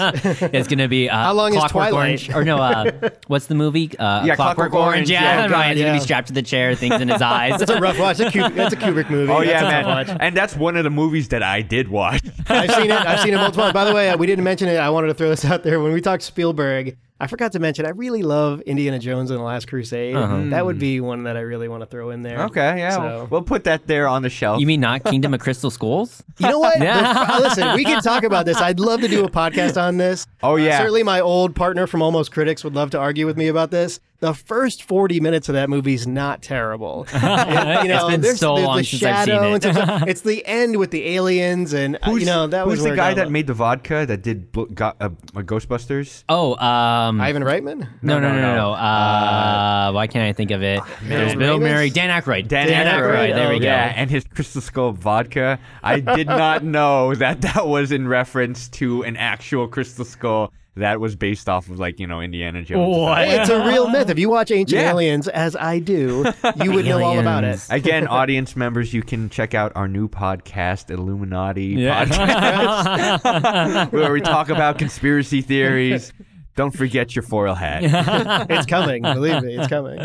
[SPEAKER 1] it's gonna be uh,
[SPEAKER 3] How long is
[SPEAKER 1] Clockwork
[SPEAKER 3] Twilight?
[SPEAKER 1] Orange or no? Uh, what's the movie? Uh,
[SPEAKER 2] Yeah,
[SPEAKER 1] Clockwork,
[SPEAKER 2] Clockwork
[SPEAKER 1] Orange.
[SPEAKER 2] Orange.
[SPEAKER 1] Yeah,
[SPEAKER 2] Yeah,
[SPEAKER 1] Ryan's
[SPEAKER 3] God,
[SPEAKER 1] gonna
[SPEAKER 3] yeah.
[SPEAKER 1] be strapped to the chair, things in his eyes.
[SPEAKER 3] That's a rough watch. That's a Kubrick, that's a Kubrick movie.
[SPEAKER 2] Oh
[SPEAKER 3] That's
[SPEAKER 2] yeah,
[SPEAKER 3] a tough
[SPEAKER 2] man. watch. And that's one of the movies that I did watch.
[SPEAKER 3] I've seen it. I've seen it multiple times. By the way, uh, we didn't mention it. I wanted to throw this out there. When we talked Spielberg, I forgot to mention I really love Indiana Jones and the Last Crusade. That would be one that I really want to throw in there.
[SPEAKER 2] Uh-huh. Hmm. Okay, yeah.
[SPEAKER 3] So-
[SPEAKER 2] We'll put that there on the shelf.
[SPEAKER 1] You mean not Kingdom of Crystal Skulls?
[SPEAKER 3] You know what? The- Listen, we can talk about this. I'd love to do a podcast on this. Uh,
[SPEAKER 2] Oh, yeah.
[SPEAKER 3] certainly, my old partner from Almost Critics would love to argue with me about this. The first 40 minutes of that movie's not terrible. you know,
[SPEAKER 1] been
[SPEAKER 3] there's-
[SPEAKER 1] so
[SPEAKER 3] there's
[SPEAKER 1] long
[SPEAKER 3] the
[SPEAKER 1] since I've seen
[SPEAKER 3] shadow
[SPEAKER 1] it.
[SPEAKER 3] and stuff. it's the end with the aliens, and uh, you know that
[SPEAKER 2] who's
[SPEAKER 3] was
[SPEAKER 2] the
[SPEAKER 3] where it
[SPEAKER 2] guy
[SPEAKER 3] got
[SPEAKER 2] that
[SPEAKER 3] lo-
[SPEAKER 2] made the vodka that did bl- got, uh, uh, Ghostbusters?
[SPEAKER 1] Oh, um,
[SPEAKER 3] Ivan Reitman.
[SPEAKER 1] no, no,
[SPEAKER 2] no,
[SPEAKER 1] no, no,
[SPEAKER 2] no.
[SPEAKER 1] no. Uh, why can't I think of it? There's Bill
[SPEAKER 3] Ramis?
[SPEAKER 1] Murray, Dan Aykroyd,
[SPEAKER 3] Aykroyd,
[SPEAKER 1] There we
[SPEAKER 3] oh,
[SPEAKER 1] go.
[SPEAKER 2] Yeah, and his crystal skull vodka. I did not know that that was in reference to an actual crystal skull that was based off of like you know Indiana Jones.
[SPEAKER 1] What?
[SPEAKER 3] Hey, it's a real myth. If you watch Ancient
[SPEAKER 2] Yeah.
[SPEAKER 3] Aliens, as I do, you would know all about it.
[SPEAKER 1] Aliens.
[SPEAKER 2] Again, audience members, you can check out our new podcast, Illuminati
[SPEAKER 1] Yeah.
[SPEAKER 2] Podcast, where we talk about conspiracy theories. Don't forget your foil hat.
[SPEAKER 3] It's coming. Believe me, it's coming.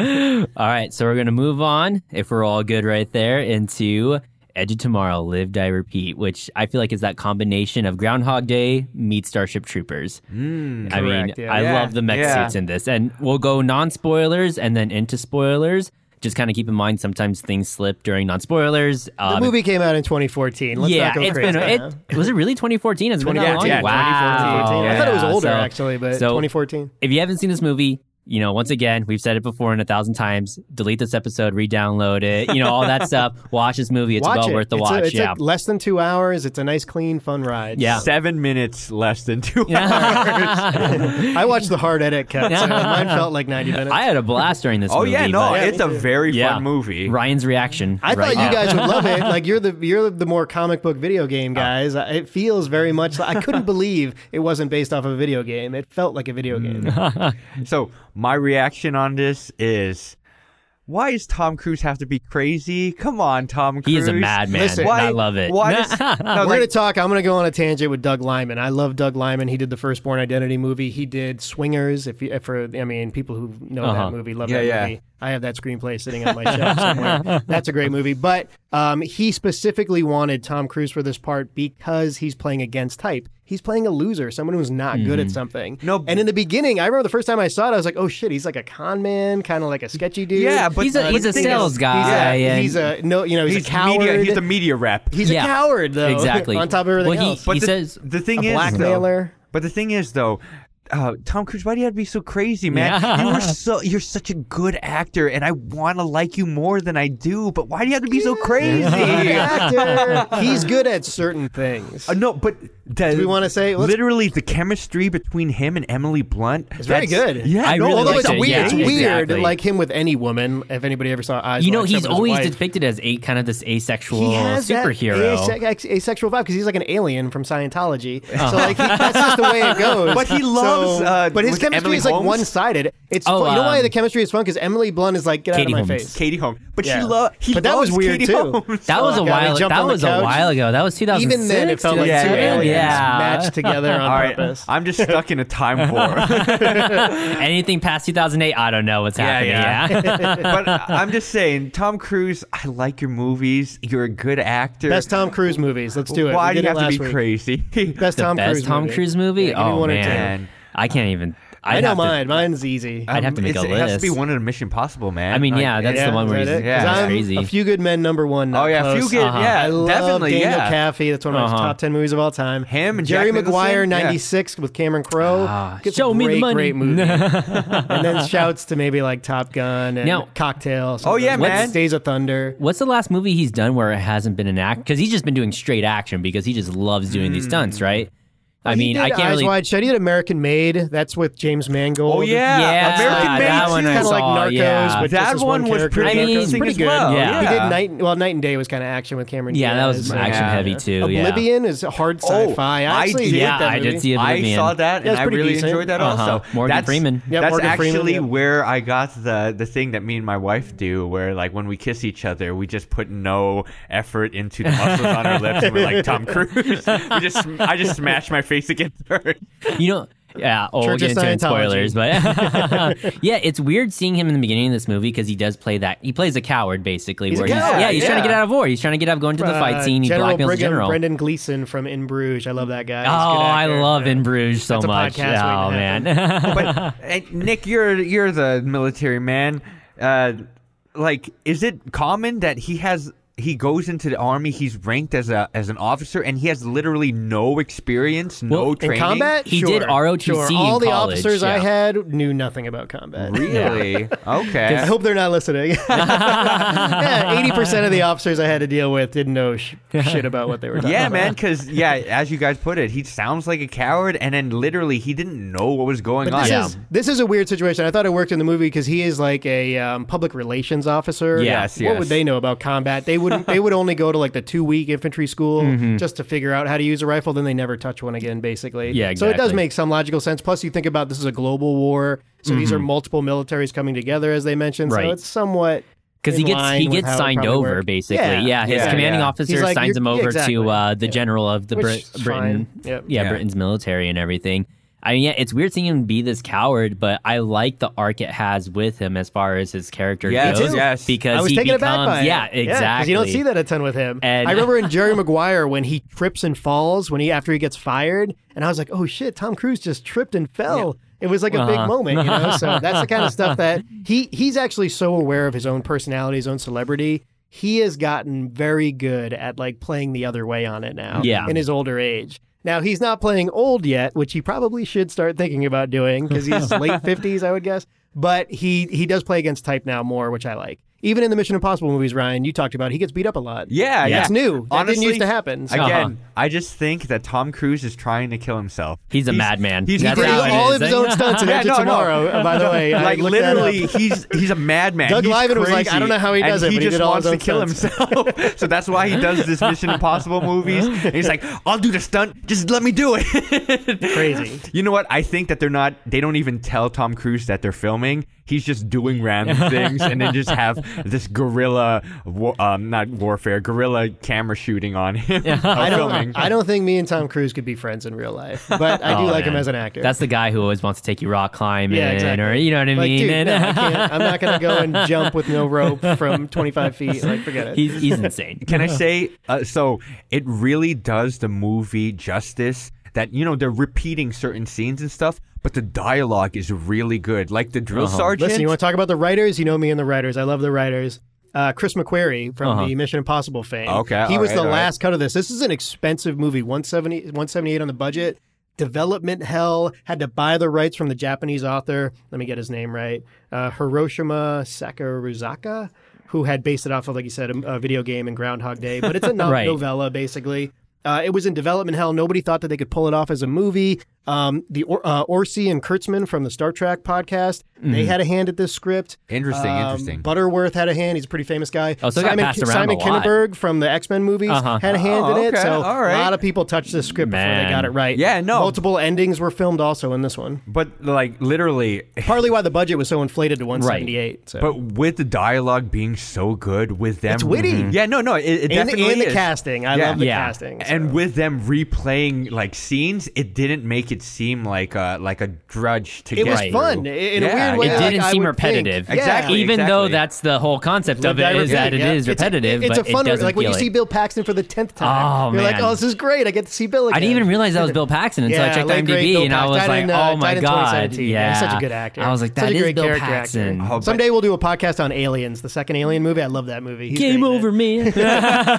[SPEAKER 1] All right, so we're going to move on, if we're all good right there, into Edge of Tomorrow, Live, Die, Repeat, which I feel like is that combination of Groundhog Day meets Starship Troopers. I mean,
[SPEAKER 3] Hmm, Correct, yeah.
[SPEAKER 1] I
[SPEAKER 2] Yeah,
[SPEAKER 1] love the mech
[SPEAKER 2] yeah.
[SPEAKER 1] suits in this. And we'll go non spoilers and then into spoilers. Just kind of keep in mind sometimes things slip during non spoilers.
[SPEAKER 3] The
[SPEAKER 1] Um,
[SPEAKER 3] movie came out in 2014. Let's
[SPEAKER 1] yeah,
[SPEAKER 3] not go
[SPEAKER 1] it's
[SPEAKER 3] crazy.
[SPEAKER 1] been. It, was it really 2014? It's been that long.
[SPEAKER 2] 2014, yeah,
[SPEAKER 1] wow.
[SPEAKER 3] 2014. I thought it was
[SPEAKER 1] Yeah,
[SPEAKER 3] older
[SPEAKER 1] so-
[SPEAKER 3] actually, but
[SPEAKER 1] so
[SPEAKER 3] 2014.
[SPEAKER 1] if you haven't seen this movie, you know, once again, we've said it before and a thousand times. Delete this episode, re-download it, you know, all that stuff. Watch this movie; it's
[SPEAKER 3] watch
[SPEAKER 1] well
[SPEAKER 3] it.
[SPEAKER 1] worth the
[SPEAKER 3] it's
[SPEAKER 1] watch.
[SPEAKER 3] A, it's
[SPEAKER 1] yeah,
[SPEAKER 3] a less than two hours. It's a nice, clean, fun ride.
[SPEAKER 1] Yeah.
[SPEAKER 2] Seven minutes less than two
[SPEAKER 3] I watched the hard edit cut. So mine felt like 90 minutes.
[SPEAKER 1] I
[SPEAKER 3] I,
[SPEAKER 1] had a blast during this.
[SPEAKER 2] Oh
[SPEAKER 1] movie,
[SPEAKER 2] yeah, no,
[SPEAKER 1] but-
[SPEAKER 2] it's a very
[SPEAKER 1] yeah.
[SPEAKER 2] fun movie.
[SPEAKER 1] Ryan's reaction.
[SPEAKER 3] thought
[SPEAKER 1] right
[SPEAKER 3] you
[SPEAKER 1] now.
[SPEAKER 3] guys would love it. Like you're the you're the more comic book video game
[SPEAKER 1] Uh.
[SPEAKER 3] guys. I- It feels very much. Like, I couldn't believe it wasn't based off of a video game. It felt like a video game.
[SPEAKER 2] So my reaction on this is, why does Tom Cruise have to be crazy? Come on, Tom Cruise.
[SPEAKER 1] He is a madman.
[SPEAKER 3] Listen,
[SPEAKER 1] and
[SPEAKER 2] why,
[SPEAKER 1] I love it.
[SPEAKER 2] Why does, no,
[SPEAKER 3] We're
[SPEAKER 2] like,
[SPEAKER 3] gonna talk. I'm gonna go on a tangent with Doug Lyman. I love Doug Lyman. He did the Firstborn Identity movie. He did Swingers. If you, if for I mean, people who know
[SPEAKER 1] Uh-huh.
[SPEAKER 3] that movie love
[SPEAKER 2] Yeah,
[SPEAKER 3] that
[SPEAKER 2] yeah.
[SPEAKER 3] movie. I have that screenplay sitting on my shelf somewhere. That's a great movie. But um, he specifically wanted Tom Cruise for this part because he's playing against type. He's playing a loser, someone who's not good at something.
[SPEAKER 2] Hmm. No.
[SPEAKER 3] And in the beginning, I remember the first time I saw it, I was like, "Oh shit, he's like a con man, kind of like a sketchy dude."
[SPEAKER 2] Yeah, but
[SPEAKER 1] He's a-
[SPEAKER 2] but
[SPEAKER 1] he's
[SPEAKER 2] the
[SPEAKER 1] a
[SPEAKER 2] thing is,
[SPEAKER 1] sales guy.
[SPEAKER 3] He's
[SPEAKER 1] Yeah,
[SPEAKER 3] a,
[SPEAKER 1] yeah.
[SPEAKER 3] he's a no, you know, he's,
[SPEAKER 2] He's,
[SPEAKER 3] a coward.
[SPEAKER 2] media. He's a media rep.
[SPEAKER 3] He's
[SPEAKER 1] Yeah.
[SPEAKER 3] a coward, though.
[SPEAKER 1] Exactly.
[SPEAKER 3] on top of everything
[SPEAKER 1] Well, he-
[SPEAKER 3] else.
[SPEAKER 1] but-
[SPEAKER 2] the,
[SPEAKER 1] says
[SPEAKER 2] the thing
[SPEAKER 3] a
[SPEAKER 2] is
[SPEAKER 3] blackmailer.
[SPEAKER 2] Though, but the thing is though. Uh, Tom Cruise, why do you have to be so crazy, man?
[SPEAKER 1] Yeah.
[SPEAKER 2] You were so you're such a good actor, and I want to like you more than I do. But why do you have to be so crazy?
[SPEAKER 3] actor. He's good at certain things.
[SPEAKER 2] Uh, no, but the,
[SPEAKER 3] we wanna say- let's-
[SPEAKER 2] literally the chemistry between him and Emily Blunt? It's
[SPEAKER 3] very good.
[SPEAKER 2] Yeah,
[SPEAKER 1] I
[SPEAKER 2] no,
[SPEAKER 1] really
[SPEAKER 3] Although
[SPEAKER 1] liked
[SPEAKER 3] it's
[SPEAKER 1] it,
[SPEAKER 3] weird,
[SPEAKER 1] yeah,
[SPEAKER 3] it's weird,
[SPEAKER 1] exactly.
[SPEAKER 3] like him with any woman. If anybody ever saw eyes,
[SPEAKER 1] you know,
[SPEAKER 3] Wide Shut
[SPEAKER 1] he's
[SPEAKER 3] with his
[SPEAKER 1] always
[SPEAKER 3] wife.
[SPEAKER 1] depicted as a kind of this asexual
[SPEAKER 3] he has that
[SPEAKER 1] superhero.
[SPEAKER 3] ase- asexual vibe because he's like an alien from Scientology.
[SPEAKER 1] Uh-huh.
[SPEAKER 3] So like he, that's just the way it goes.
[SPEAKER 2] But he loves,
[SPEAKER 3] So-
[SPEAKER 2] uh,
[SPEAKER 3] but his
[SPEAKER 2] was it
[SPEAKER 3] chemistry
[SPEAKER 2] Emily
[SPEAKER 3] is like
[SPEAKER 2] Holmes?
[SPEAKER 3] one sided. It's
[SPEAKER 1] Oh,
[SPEAKER 3] fun. you know why
[SPEAKER 1] um,
[SPEAKER 3] the chemistry is fun because Emily Blunt is like get
[SPEAKER 1] Katie
[SPEAKER 3] out of my
[SPEAKER 1] Holmes.
[SPEAKER 3] face.
[SPEAKER 2] Katie Holmes, but
[SPEAKER 3] Yeah.
[SPEAKER 2] she loved. He
[SPEAKER 3] But that
[SPEAKER 2] loves
[SPEAKER 3] was weird,
[SPEAKER 2] Katie
[SPEAKER 3] too.
[SPEAKER 2] Holmes.
[SPEAKER 1] That was
[SPEAKER 3] Oh,
[SPEAKER 1] a
[SPEAKER 3] God, he
[SPEAKER 1] while.
[SPEAKER 3] jumped
[SPEAKER 1] That
[SPEAKER 3] on the
[SPEAKER 1] was a
[SPEAKER 3] couch.
[SPEAKER 1] while ago. That was 2006.
[SPEAKER 3] Even then, it felt like
[SPEAKER 2] Yeah,
[SPEAKER 3] two
[SPEAKER 2] yeah,
[SPEAKER 3] aliens
[SPEAKER 1] yeah.
[SPEAKER 3] matched together on
[SPEAKER 2] All right,
[SPEAKER 3] purpose.
[SPEAKER 2] I'm just stuck in a time warp.
[SPEAKER 1] Anything past 2008, I don't know what's happening.
[SPEAKER 2] yeah.
[SPEAKER 1] Yeah.
[SPEAKER 2] but I'm just saying, Tom Cruise, I like your movies. You're a good actor.
[SPEAKER 3] Best Tom Cruise movies. Let's do it.
[SPEAKER 2] Why
[SPEAKER 3] We
[SPEAKER 2] do you
[SPEAKER 3] did it
[SPEAKER 2] have to
[SPEAKER 3] last
[SPEAKER 2] be
[SPEAKER 3] week.
[SPEAKER 2] crazy?
[SPEAKER 3] Best Tom
[SPEAKER 1] Best
[SPEAKER 3] Cruise
[SPEAKER 1] Tom
[SPEAKER 3] movie.
[SPEAKER 1] Cruise movie?
[SPEAKER 3] Yeah, give me
[SPEAKER 1] oh,
[SPEAKER 3] one or two.
[SPEAKER 1] man. I can't even. I'd
[SPEAKER 3] I know
[SPEAKER 1] have to-
[SPEAKER 3] mine. Mine's easy.
[SPEAKER 1] I'd have to make
[SPEAKER 2] It's-
[SPEAKER 1] a
[SPEAKER 2] It has to be
[SPEAKER 1] list.
[SPEAKER 2] one of the Mission Possible, man.
[SPEAKER 1] I mean,
[SPEAKER 2] Like,
[SPEAKER 1] yeah, that's
[SPEAKER 3] Yeah,
[SPEAKER 1] the one where
[SPEAKER 3] is
[SPEAKER 1] he's
[SPEAKER 3] that it? 'Cause
[SPEAKER 2] yeah,
[SPEAKER 1] he's
[SPEAKER 3] I'm
[SPEAKER 1] crazy.
[SPEAKER 3] A Few Good Men number one. not
[SPEAKER 2] Oh, yeah,
[SPEAKER 3] close.
[SPEAKER 2] Few Good- Uh-huh. yeah,
[SPEAKER 3] I love
[SPEAKER 2] definitely,
[SPEAKER 3] Daniel
[SPEAKER 2] yeah.
[SPEAKER 3] Caffey. That's one of my
[SPEAKER 1] Uh-huh.
[SPEAKER 3] top ten movies of all time.
[SPEAKER 2] Him and
[SPEAKER 3] Jerry
[SPEAKER 2] Jack Nicholson?
[SPEAKER 3] Maguire,
[SPEAKER 2] Yeah.
[SPEAKER 3] '96 with Cameron Crowe.
[SPEAKER 1] Ah,
[SPEAKER 3] It's a
[SPEAKER 1] show me the
[SPEAKER 3] great,
[SPEAKER 1] money.
[SPEAKER 3] Great movie. and then shouts to maybe like Top Gun and
[SPEAKER 1] Now-
[SPEAKER 3] Cocktail. some
[SPEAKER 2] Oh,
[SPEAKER 3] of
[SPEAKER 2] yeah,
[SPEAKER 3] those.
[SPEAKER 2] man.
[SPEAKER 3] Days of Thunder.
[SPEAKER 1] What's the last movie he's done where it hasn't been an act? Because he's just been doing straight action because he just loves doing these stunts, right? I
[SPEAKER 3] Hmm. He
[SPEAKER 1] mean,
[SPEAKER 3] did
[SPEAKER 1] I can't
[SPEAKER 3] Eyes
[SPEAKER 1] really.
[SPEAKER 3] Wide Shut. He did American Made. That's with James Mangold.
[SPEAKER 2] Oh yeah,
[SPEAKER 1] Yeah,
[SPEAKER 2] American Made
[SPEAKER 1] Ah, that one I
[SPEAKER 3] Kind of
[SPEAKER 2] too.
[SPEAKER 3] like
[SPEAKER 1] saw,
[SPEAKER 3] Narcos,
[SPEAKER 1] yeah.
[SPEAKER 3] but
[SPEAKER 2] That
[SPEAKER 3] just
[SPEAKER 2] one was
[SPEAKER 3] character.
[SPEAKER 2] pretty
[SPEAKER 1] I mean,
[SPEAKER 2] interesting
[SPEAKER 3] pretty
[SPEAKER 2] as
[SPEAKER 3] good.
[SPEAKER 2] well.
[SPEAKER 1] Yeah.
[SPEAKER 3] He
[SPEAKER 1] Yeah.
[SPEAKER 3] did night. Well, night and day was kind of action with Cameron.
[SPEAKER 1] Yeah, that was
[SPEAKER 3] Diaz. uh,
[SPEAKER 1] action
[SPEAKER 2] Yeah.
[SPEAKER 1] heavy too. yeah.
[SPEAKER 3] Oblivion is hard sci-fi.
[SPEAKER 2] Oh,
[SPEAKER 3] I
[SPEAKER 2] I
[SPEAKER 3] actually
[SPEAKER 2] did.
[SPEAKER 3] hate
[SPEAKER 1] Yeah,
[SPEAKER 3] that
[SPEAKER 1] I
[SPEAKER 3] movie.
[SPEAKER 1] did see
[SPEAKER 2] I
[SPEAKER 1] Oblivion.
[SPEAKER 2] saw that
[SPEAKER 3] Yeah,
[SPEAKER 2] and
[SPEAKER 3] it's
[SPEAKER 2] I
[SPEAKER 3] pretty
[SPEAKER 2] really
[SPEAKER 3] decent.
[SPEAKER 2] enjoyed that
[SPEAKER 1] Uh-huh.
[SPEAKER 2] also.
[SPEAKER 1] Morgan
[SPEAKER 2] that's,
[SPEAKER 1] Freeman.
[SPEAKER 3] Yeah,
[SPEAKER 2] that's
[SPEAKER 3] Morgan Freeman,
[SPEAKER 2] actually
[SPEAKER 3] yeah.
[SPEAKER 2] where I got the the thing that me and my wife do, where like when we kiss each other, we just put no effort into the muscles on our lips, and we're like Tom Cruise. We just, I just smash my face against her.
[SPEAKER 1] You know, Yeah, oh, we'll
[SPEAKER 3] Church of
[SPEAKER 1] get into it in spoilers,
[SPEAKER 3] Scientology.
[SPEAKER 1] but yeah, it's weird seeing him in the beginning of this movie because he does play that. He plays a coward basically.
[SPEAKER 3] He's a
[SPEAKER 1] where
[SPEAKER 3] coward,
[SPEAKER 1] he's, yeah, he's trying to
[SPEAKER 2] yeah.
[SPEAKER 1] get out of war. He's trying to get out of going to the
[SPEAKER 3] Uh,
[SPEAKER 1] fight scene. He
[SPEAKER 3] General
[SPEAKER 1] blackmails the
[SPEAKER 3] Brigham
[SPEAKER 1] general.
[SPEAKER 3] Brendan Gleeson from In Bruges. I love that guy. He's a
[SPEAKER 1] oh,
[SPEAKER 3] good
[SPEAKER 1] I
[SPEAKER 3] actor.
[SPEAKER 1] love In Bruges so
[SPEAKER 3] That's a
[SPEAKER 1] much.
[SPEAKER 3] podcast waiting to
[SPEAKER 1] Oh
[SPEAKER 3] happen.
[SPEAKER 1] man,
[SPEAKER 2] but hey, Nick, you're you're the military man. Uh, like, is it common that he has he goes into the army? He's ranked as a as an officer, and he has literally no experience, no
[SPEAKER 1] Well, in
[SPEAKER 2] training.
[SPEAKER 3] In combat,
[SPEAKER 1] He
[SPEAKER 3] sure.
[SPEAKER 1] did ROTC
[SPEAKER 3] Sure.
[SPEAKER 1] in
[SPEAKER 3] All the
[SPEAKER 1] college,
[SPEAKER 3] officers I
[SPEAKER 1] yeah.
[SPEAKER 3] had knew nothing about combat.
[SPEAKER 2] Really?
[SPEAKER 3] I
[SPEAKER 2] Okay.
[SPEAKER 3] hope they're not listening. yeah, eighty percent of the officers I had to deal with didn't know sh- shit about what they were. Talking
[SPEAKER 2] Yeah,
[SPEAKER 3] about.
[SPEAKER 2] man. Because yeah, as you guys put it, he sounds like a coward, and then literally he didn't know what was going
[SPEAKER 3] But
[SPEAKER 2] on.
[SPEAKER 3] this is this is a weird situation. I thought it worked in the movie because he is like a um, public relations officer.
[SPEAKER 2] Yes,
[SPEAKER 3] what
[SPEAKER 2] yes.
[SPEAKER 3] would they know about combat? They wouldn't. they would only go to like the two week infantry school
[SPEAKER 1] Mm-hmm.
[SPEAKER 3] just to figure out how to use a rifle. Then they never touch one again, basically.
[SPEAKER 1] Yeah,
[SPEAKER 3] So it does
[SPEAKER 1] exactly.
[SPEAKER 3] make some logical sense. Plus, you think about this is a global war, so these are multiple militaries coming together, as they mentioned.
[SPEAKER 1] Mm-hmm. Right.
[SPEAKER 3] So it's somewhat
[SPEAKER 1] because he
[SPEAKER 3] in
[SPEAKER 1] gets
[SPEAKER 3] line
[SPEAKER 1] he
[SPEAKER 3] with
[SPEAKER 1] gets
[SPEAKER 3] how it
[SPEAKER 1] signed
[SPEAKER 3] probably
[SPEAKER 1] over
[SPEAKER 3] worked.
[SPEAKER 1] basically.
[SPEAKER 3] Yeah.
[SPEAKER 1] Yeah, his
[SPEAKER 2] Yeah,
[SPEAKER 1] commanding
[SPEAKER 2] yeah.
[SPEAKER 1] officer
[SPEAKER 3] He's like,
[SPEAKER 1] signs
[SPEAKER 3] "You're-
[SPEAKER 1] him
[SPEAKER 3] yeah,
[SPEAKER 1] over
[SPEAKER 3] exactly."
[SPEAKER 1] to uh, the general of the
[SPEAKER 3] Which
[SPEAKER 1] Brit-
[SPEAKER 3] is
[SPEAKER 1] Britain.
[SPEAKER 3] fine. Yep.
[SPEAKER 1] Yeah,
[SPEAKER 2] Yeah.
[SPEAKER 1] Britain's military and everything. I mean, yeah, it's weird seeing him be this coward, but I like the arc it has with him as far as his character
[SPEAKER 2] Yeah,
[SPEAKER 1] goes.
[SPEAKER 2] too. Yes.
[SPEAKER 1] because
[SPEAKER 3] I was
[SPEAKER 1] he
[SPEAKER 3] taken
[SPEAKER 1] becomes,
[SPEAKER 3] aback by it.
[SPEAKER 1] yeah, exactly.
[SPEAKER 3] 'cause you don't see that a ton with him.
[SPEAKER 1] And-
[SPEAKER 3] I remember in Jerry Maguire when he trips and falls when he after he gets fired, and I was like, oh shit, Tom Cruise just tripped and fell. It was like a big moment, you know. So that's the kind of stuff that he he's actually so aware of his own personality, his own celebrity. He has gotten very good at like playing the other way on it now.
[SPEAKER 1] Yeah.
[SPEAKER 3] In his older age. Now he's not playing old yet, which he probably should start thinking about doing because he's late fifties, I would guess. But he he does play against type now more, which I like. Even in the Mission Impossible movies, Ryan, you talked about, he gets beat up a lot.
[SPEAKER 2] yeah, yeah.
[SPEAKER 3] That's new. That
[SPEAKER 2] Honestly,
[SPEAKER 3] didn't used to happen. So.
[SPEAKER 2] Again,
[SPEAKER 1] Uh-huh.
[SPEAKER 2] I just think that Tom Cruise is trying to kill himself.
[SPEAKER 1] He's a madman.
[SPEAKER 2] He's
[SPEAKER 1] That's
[SPEAKER 3] he did
[SPEAKER 1] how it
[SPEAKER 3] all
[SPEAKER 1] is.
[SPEAKER 3] of his own stunts in
[SPEAKER 2] Yeah,
[SPEAKER 3] Edge of
[SPEAKER 2] no, no.
[SPEAKER 3] Tomorrow. uh, By the way, I
[SPEAKER 2] like
[SPEAKER 3] looked that up.
[SPEAKER 2] literally, he's he's a madman.
[SPEAKER 3] Doug
[SPEAKER 2] He's
[SPEAKER 3] Liman was like,
[SPEAKER 2] crazy,
[SPEAKER 3] "I don't know how he
[SPEAKER 2] and
[SPEAKER 3] does it,
[SPEAKER 2] He
[SPEAKER 3] but he
[SPEAKER 2] just
[SPEAKER 3] did all
[SPEAKER 2] wants
[SPEAKER 3] his
[SPEAKER 2] to
[SPEAKER 3] own
[SPEAKER 2] kill himself, so that's why he does this Mission Impossible movies. And he's like, "I'll do the stunt. Just let me do it."
[SPEAKER 3] crazy.
[SPEAKER 2] You know what? I think that they're not. They don't even tell Tom Cruise that they're filming. He's just doing random things, and then just have this guerrilla, wa- um, not warfare, guerrilla camera shooting on him.
[SPEAKER 3] I
[SPEAKER 2] I
[SPEAKER 3] don't, I don't think me and Tom Cruise could be friends in real life, but I do
[SPEAKER 1] Oh,
[SPEAKER 3] like him
[SPEAKER 1] man.
[SPEAKER 3] as an actor.
[SPEAKER 1] That's the guy who always wants to take you rock climbing,
[SPEAKER 3] Yeah, exactly.
[SPEAKER 1] or you know what I
[SPEAKER 3] like,
[SPEAKER 1] mean.
[SPEAKER 3] dude,
[SPEAKER 1] And-
[SPEAKER 3] no, I can't, I'm not going to go and jump with no rope from 25 feet. Like, forget it.
[SPEAKER 1] he's he's insane.
[SPEAKER 2] Can I say? Uh, so it really does the movie justice that you know they're repeating certain scenes and stuff, but the dialogue is really good. Like the drill sergeant.
[SPEAKER 3] Uh-huh. Listen, you want to talk about the writers? You know me and the writers. I love the writers. Uh, Chris McQuarrie from
[SPEAKER 1] Uh-huh.
[SPEAKER 3] the Mission Impossible fame.
[SPEAKER 2] Okay,
[SPEAKER 3] he was
[SPEAKER 2] alright,
[SPEAKER 3] the
[SPEAKER 2] alright.
[SPEAKER 3] last cut of this. This is an expensive movie. 170, 178 on the budget. Development hell had to buy the rights from the Japanese author. Let me get his name right. Uh, Hiroshima Sakuruzaka, who had based it off of, like you said, a, a video game and Groundhog Day, but it's a no-
[SPEAKER 1] Right.
[SPEAKER 3] novella basically. Uh, it was in development hell. Nobody thought that they could pull it off as a movie. Um, the or- uh, Orsi and Kurtzman from the Star Trek podcast, they
[SPEAKER 1] Mm-hmm.
[SPEAKER 3] had a hand at this script.
[SPEAKER 2] Interesting,
[SPEAKER 3] Um,
[SPEAKER 2] interesting.
[SPEAKER 3] Butterworth had a hand. He's a pretty famous guy.
[SPEAKER 1] Oh, so it got
[SPEAKER 3] Simon,
[SPEAKER 1] passed around
[SPEAKER 3] Simon
[SPEAKER 1] a lot.
[SPEAKER 3] Kinneberg from the X Men movies
[SPEAKER 1] Uh-huh.
[SPEAKER 3] had a hand
[SPEAKER 2] Oh,
[SPEAKER 3] in it.
[SPEAKER 2] okay.
[SPEAKER 3] So
[SPEAKER 2] All right.
[SPEAKER 3] a lot of people touched this script before
[SPEAKER 1] Man.
[SPEAKER 3] they got it right.
[SPEAKER 2] Yeah, no.
[SPEAKER 3] Multiple endings were filmed also in this one.
[SPEAKER 2] but like literally,
[SPEAKER 3] Partly why the budget was so inflated to 178. So.
[SPEAKER 2] but with the dialogue being so good with them, Mm-hmm.
[SPEAKER 3] It's witty. Mhm.
[SPEAKER 2] Yeah, no, no, it, it
[SPEAKER 3] and,
[SPEAKER 2] definitely
[SPEAKER 3] and the
[SPEAKER 2] is.
[SPEAKER 3] casting. I
[SPEAKER 2] Yeah.
[SPEAKER 3] love the
[SPEAKER 1] Yeah.
[SPEAKER 3] casting. so.
[SPEAKER 2] And with them replaying like scenes, it didn't make it seem like a like a drudge to
[SPEAKER 3] it
[SPEAKER 2] get
[SPEAKER 3] was
[SPEAKER 2] through.
[SPEAKER 3] fun I- in
[SPEAKER 2] Yeah,
[SPEAKER 3] a weird way. uh,
[SPEAKER 2] yeah.
[SPEAKER 1] It
[SPEAKER 3] like,
[SPEAKER 1] didn't
[SPEAKER 3] I
[SPEAKER 1] seem
[SPEAKER 3] would
[SPEAKER 1] repetitive.
[SPEAKER 3] Think, Yeah.
[SPEAKER 2] Exactly.
[SPEAKER 1] Even though that's the whole concept of it
[SPEAKER 3] Like, I
[SPEAKER 1] is that
[SPEAKER 3] repeat,
[SPEAKER 1] it is
[SPEAKER 3] yeah. It's-
[SPEAKER 1] repetitive,
[SPEAKER 3] It's,
[SPEAKER 1] but
[SPEAKER 3] a fun.
[SPEAKER 1] it does
[SPEAKER 3] like when you
[SPEAKER 1] appeal
[SPEAKER 3] see
[SPEAKER 1] it.
[SPEAKER 3] Bill Paxton for the tenth time,
[SPEAKER 1] Oh,
[SPEAKER 3] you're like,
[SPEAKER 1] man.
[SPEAKER 3] "Oh, this is great! I get to see Bill again."
[SPEAKER 1] I didn't even realize that was Bill Paxton until I
[SPEAKER 3] Yeah,
[SPEAKER 1] checked
[SPEAKER 3] late great
[SPEAKER 1] IMDb,
[SPEAKER 3] Bill
[SPEAKER 1] and I
[SPEAKER 3] Paxton.
[SPEAKER 1] was
[SPEAKER 3] Died
[SPEAKER 1] like,
[SPEAKER 3] in, uh,
[SPEAKER 1] "Oh my
[SPEAKER 3] died in
[SPEAKER 1] god,
[SPEAKER 3] 2017.
[SPEAKER 1] yeah,
[SPEAKER 3] He's such a good actor.
[SPEAKER 1] I was like,
[SPEAKER 3] Such
[SPEAKER 1] "That
[SPEAKER 3] a
[SPEAKER 1] is
[SPEAKER 3] great
[SPEAKER 1] Bill
[SPEAKER 3] character actor.
[SPEAKER 1] Paxton."
[SPEAKER 2] Oh, but-
[SPEAKER 3] Someday we'll do a podcast on Aliens, the second Alien movie. I love that movie. He's
[SPEAKER 1] Game
[SPEAKER 3] great in it.
[SPEAKER 1] over, man.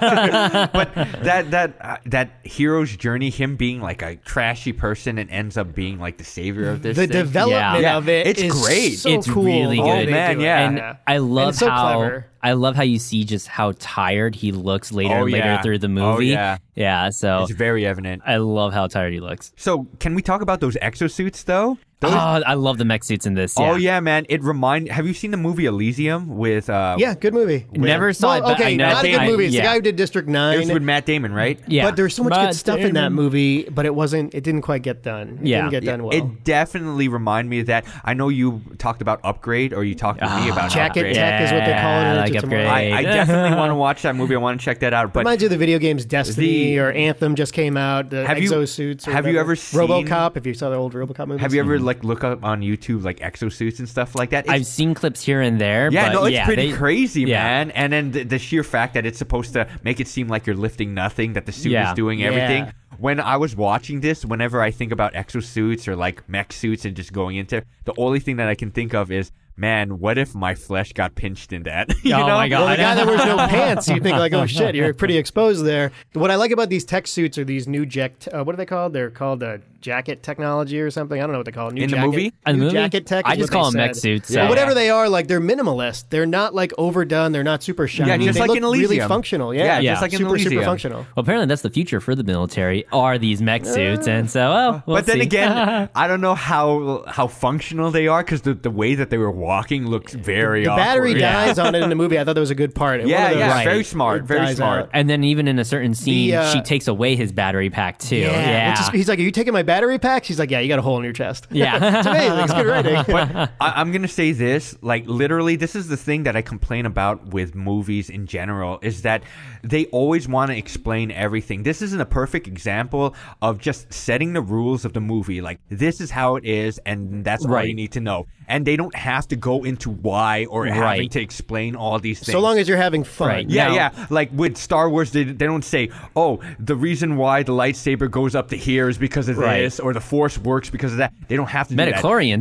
[SPEAKER 2] but that that uh, that hero's journey, him being like a trashy person and ends up being like the savior of this.
[SPEAKER 3] The
[SPEAKER 2] thing.
[SPEAKER 3] development
[SPEAKER 2] Yeah.
[SPEAKER 3] of it
[SPEAKER 2] It's
[SPEAKER 3] is
[SPEAKER 2] great.
[SPEAKER 3] So
[SPEAKER 1] It's
[SPEAKER 3] cool
[SPEAKER 1] really
[SPEAKER 3] the
[SPEAKER 1] good.
[SPEAKER 3] way they
[SPEAKER 2] Oh, man,
[SPEAKER 3] do it.
[SPEAKER 2] yeah.
[SPEAKER 1] and I love
[SPEAKER 3] And so
[SPEAKER 1] how
[SPEAKER 3] clever.
[SPEAKER 1] I love how you see just how tired he looks later
[SPEAKER 2] Oh,
[SPEAKER 1] and later
[SPEAKER 2] yeah.
[SPEAKER 1] through the
[SPEAKER 2] Oh,
[SPEAKER 1] movie.
[SPEAKER 2] yeah.
[SPEAKER 1] yeah. So
[SPEAKER 2] It's very evident.
[SPEAKER 1] I love how tired he looks.
[SPEAKER 2] So, can we talk about those exosuits though?
[SPEAKER 1] Oh, I love the mech suits in this. Yeah.
[SPEAKER 2] Oh yeah, man! It remind. Have you seen the movie Elysium with? Uh,
[SPEAKER 3] Yeah, good movie.
[SPEAKER 1] Never saw it,
[SPEAKER 3] well,
[SPEAKER 1] but
[SPEAKER 3] okay,
[SPEAKER 1] I know.
[SPEAKER 3] not a good
[SPEAKER 1] I-
[SPEAKER 3] movie. It's
[SPEAKER 1] yeah.
[SPEAKER 3] the guy who did District
[SPEAKER 2] It
[SPEAKER 3] Nine.
[SPEAKER 2] was with Matt Damon, right?
[SPEAKER 1] Yeah.
[SPEAKER 3] But there's so much
[SPEAKER 1] Matt
[SPEAKER 3] good stuff in that
[SPEAKER 1] Damon.
[SPEAKER 3] movie, but it wasn't. It didn't quite get done. It
[SPEAKER 1] Yeah.
[SPEAKER 3] didn't get
[SPEAKER 2] Yeah,
[SPEAKER 3] done well.
[SPEAKER 2] It definitely reminded me of that. I know you talked about upgrade, or you talked to
[SPEAKER 3] Ah,
[SPEAKER 2] me about
[SPEAKER 3] Jacket
[SPEAKER 2] upgrade.
[SPEAKER 3] Tech is what they call it in
[SPEAKER 1] Yeah,
[SPEAKER 3] Edge
[SPEAKER 1] like
[SPEAKER 3] of Tomorrow.
[SPEAKER 1] upgrade.
[SPEAKER 2] I, I definitely want to watch that movie. I want to check that out. But
[SPEAKER 3] Reminds you of the video games Destiny
[SPEAKER 2] The-
[SPEAKER 3] or Anthem just came out. The
[SPEAKER 2] Have you-
[SPEAKER 3] exosuits. or
[SPEAKER 2] have you
[SPEAKER 3] whatever.
[SPEAKER 2] ever seen-
[SPEAKER 3] RoboCop? If you saw the old RoboCop movies,
[SPEAKER 2] have you ever like look up on YouTube like exosuits and stuff like that? It's-
[SPEAKER 1] I've seen clips here and there.
[SPEAKER 2] yeah,
[SPEAKER 1] but
[SPEAKER 2] no, it's
[SPEAKER 1] yeah,
[SPEAKER 2] pretty
[SPEAKER 1] they-
[SPEAKER 2] crazy,
[SPEAKER 1] yeah.
[SPEAKER 2] man. And then the, the sheer fact that it's supposed to make it seem like you're lifting nothing, that the suit
[SPEAKER 1] Yeah.
[SPEAKER 2] is doing
[SPEAKER 3] Yeah.
[SPEAKER 2] everything. When I was watching this, whenever I think about exosuits or like mech suits and just going into, the only thing that I can think of is, man, what if my flesh got pinched in that? you
[SPEAKER 1] Oh
[SPEAKER 2] know?
[SPEAKER 1] my God.
[SPEAKER 3] Well, the guy that wears no pants, you think like, oh shit, you're pretty exposed there. What I like about these tech suits are these new jack. Uh, what are they called? They're called uh, jacket technology or something. I don't know what they call it. New
[SPEAKER 2] In the
[SPEAKER 3] jacket,
[SPEAKER 2] movie?
[SPEAKER 1] In the
[SPEAKER 3] new
[SPEAKER 1] movie?
[SPEAKER 3] jacket tech.
[SPEAKER 1] I
[SPEAKER 3] is
[SPEAKER 1] just
[SPEAKER 3] what
[SPEAKER 1] call
[SPEAKER 3] they
[SPEAKER 1] them mech
[SPEAKER 3] said.
[SPEAKER 1] suits,
[SPEAKER 3] Well,
[SPEAKER 1] so-
[SPEAKER 3] whatever they are, like they're minimalist. They're not like overdone. They're not super shiny.
[SPEAKER 2] Yeah, just
[SPEAKER 3] they
[SPEAKER 2] like
[SPEAKER 3] look
[SPEAKER 2] in
[SPEAKER 3] really
[SPEAKER 2] Elysium.
[SPEAKER 3] functional. Yeah,
[SPEAKER 2] Yeah, just
[SPEAKER 1] like
[SPEAKER 2] in
[SPEAKER 3] super super
[SPEAKER 2] Elysium.
[SPEAKER 3] functional.
[SPEAKER 1] Well, apparently that's the future for the military are these mech suits, and so oh, we'll
[SPEAKER 2] but then
[SPEAKER 1] see.
[SPEAKER 2] again, I don't know how how functional they are because the, the way that they were walking looked very
[SPEAKER 3] The
[SPEAKER 2] awkward.
[SPEAKER 3] battery dies on it in the movie. I thought that was a good part. In one
[SPEAKER 2] Yeah,
[SPEAKER 3] of those,
[SPEAKER 2] yeah,
[SPEAKER 1] Right.
[SPEAKER 2] very smart,
[SPEAKER 3] it
[SPEAKER 2] very
[SPEAKER 3] dies
[SPEAKER 2] smart.
[SPEAKER 3] out.
[SPEAKER 1] and then even in a certain scene,
[SPEAKER 3] uh,
[SPEAKER 1] she takes away his battery pack too.
[SPEAKER 3] Yeah.
[SPEAKER 1] Yeah,
[SPEAKER 3] Which is- he's like, Are you taking my battery packs? He's like, Yeah, you got a hole in your chest.
[SPEAKER 1] Yeah.
[SPEAKER 3] it's amazing. It's good writing.
[SPEAKER 2] but I, I'm gonna say this, like literally, this is the thing that I complain about with movies in general is that they always want to explain everything. This isn't a perfect example of just setting the rules of the movie. Like this is how it is, and that's all you
[SPEAKER 1] Right.
[SPEAKER 2] need to know. And they don't have to go into why or having
[SPEAKER 1] Right.
[SPEAKER 2] to explain all these things.
[SPEAKER 3] so long as you're having fun.
[SPEAKER 1] Right.
[SPEAKER 2] Yeah,
[SPEAKER 1] Now-
[SPEAKER 2] yeah. Like with Star Wars, they, they don't say, "Oh, the reason why the lightsaber goes up to here is because of
[SPEAKER 1] Right.
[SPEAKER 2] this, or the Force works because of that." They don't have to. do that.
[SPEAKER 1] Metachlorians.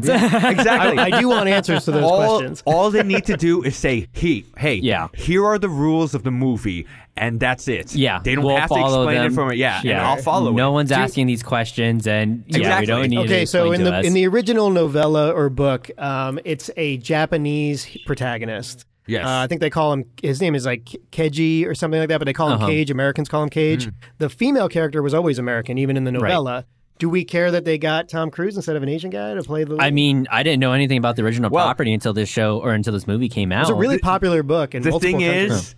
[SPEAKER 2] Exactly.
[SPEAKER 3] I, I do want answers to those
[SPEAKER 2] all,
[SPEAKER 3] questions.
[SPEAKER 2] all they need to do is say, "He, hey,
[SPEAKER 1] Yeah.
[SPEAKER 2] Here are the rules of the movie, and that's it.
[SPEAKER 1] Yeah,
[SPEAKER 2] They don't
[SPEAKER 1] we'll
[SPEAKER 2] have to
[SPEAKER 1] follow
[SPEAKER 2] explain
[SPEAKER 1] them.
[SPEAKER 2] it for me. Yeah, and I'll follow
[SPEAKER 1] No
[SPEAKER 2] it.
[SPEAKER 1] one's asking these questions, and yeah, we
[SPEAKER 2] Exactly.
[SPEAKER 1] don't need to
[SPEAKER 3] Okay, so
[SPEAKER 1] explain
[SPEAKER 3] in
[SPEAKER 1] to
[SPEAKER 3] the
[SPEAKER 1] us.
[SPEAKER 3] in the original novella or book, um, it's a Japanese protagonist.
[SPEAKER 2] Yes.
[SPEAKER 3] Uh, I think they call him. His name is like Keiji or something like that, but they
[SPEAKER 2] Uh-huh.
[SPEAKER 3] call him Cage. Americans call him Cage.
[SPEAKER 2] Mm.
[SPEAKER 3] The female character was always American, even in the novella. Do we care that they got Tom Cruise instead of an Asian guy to play the?
[SPEAKER 1] I mean, I didn't know anything about the original
[SPEAKER 2] Well-
[SPEAKER 1] property until this show or until this movie came out.
[SPEAKER 3] it's a really popular book. And
[SPEAKER 2] the
[SPEAKER 3] multiple
[SPEAKER 2] thing
[SPEAKER 3] countries.
[SPEAKER 2] is,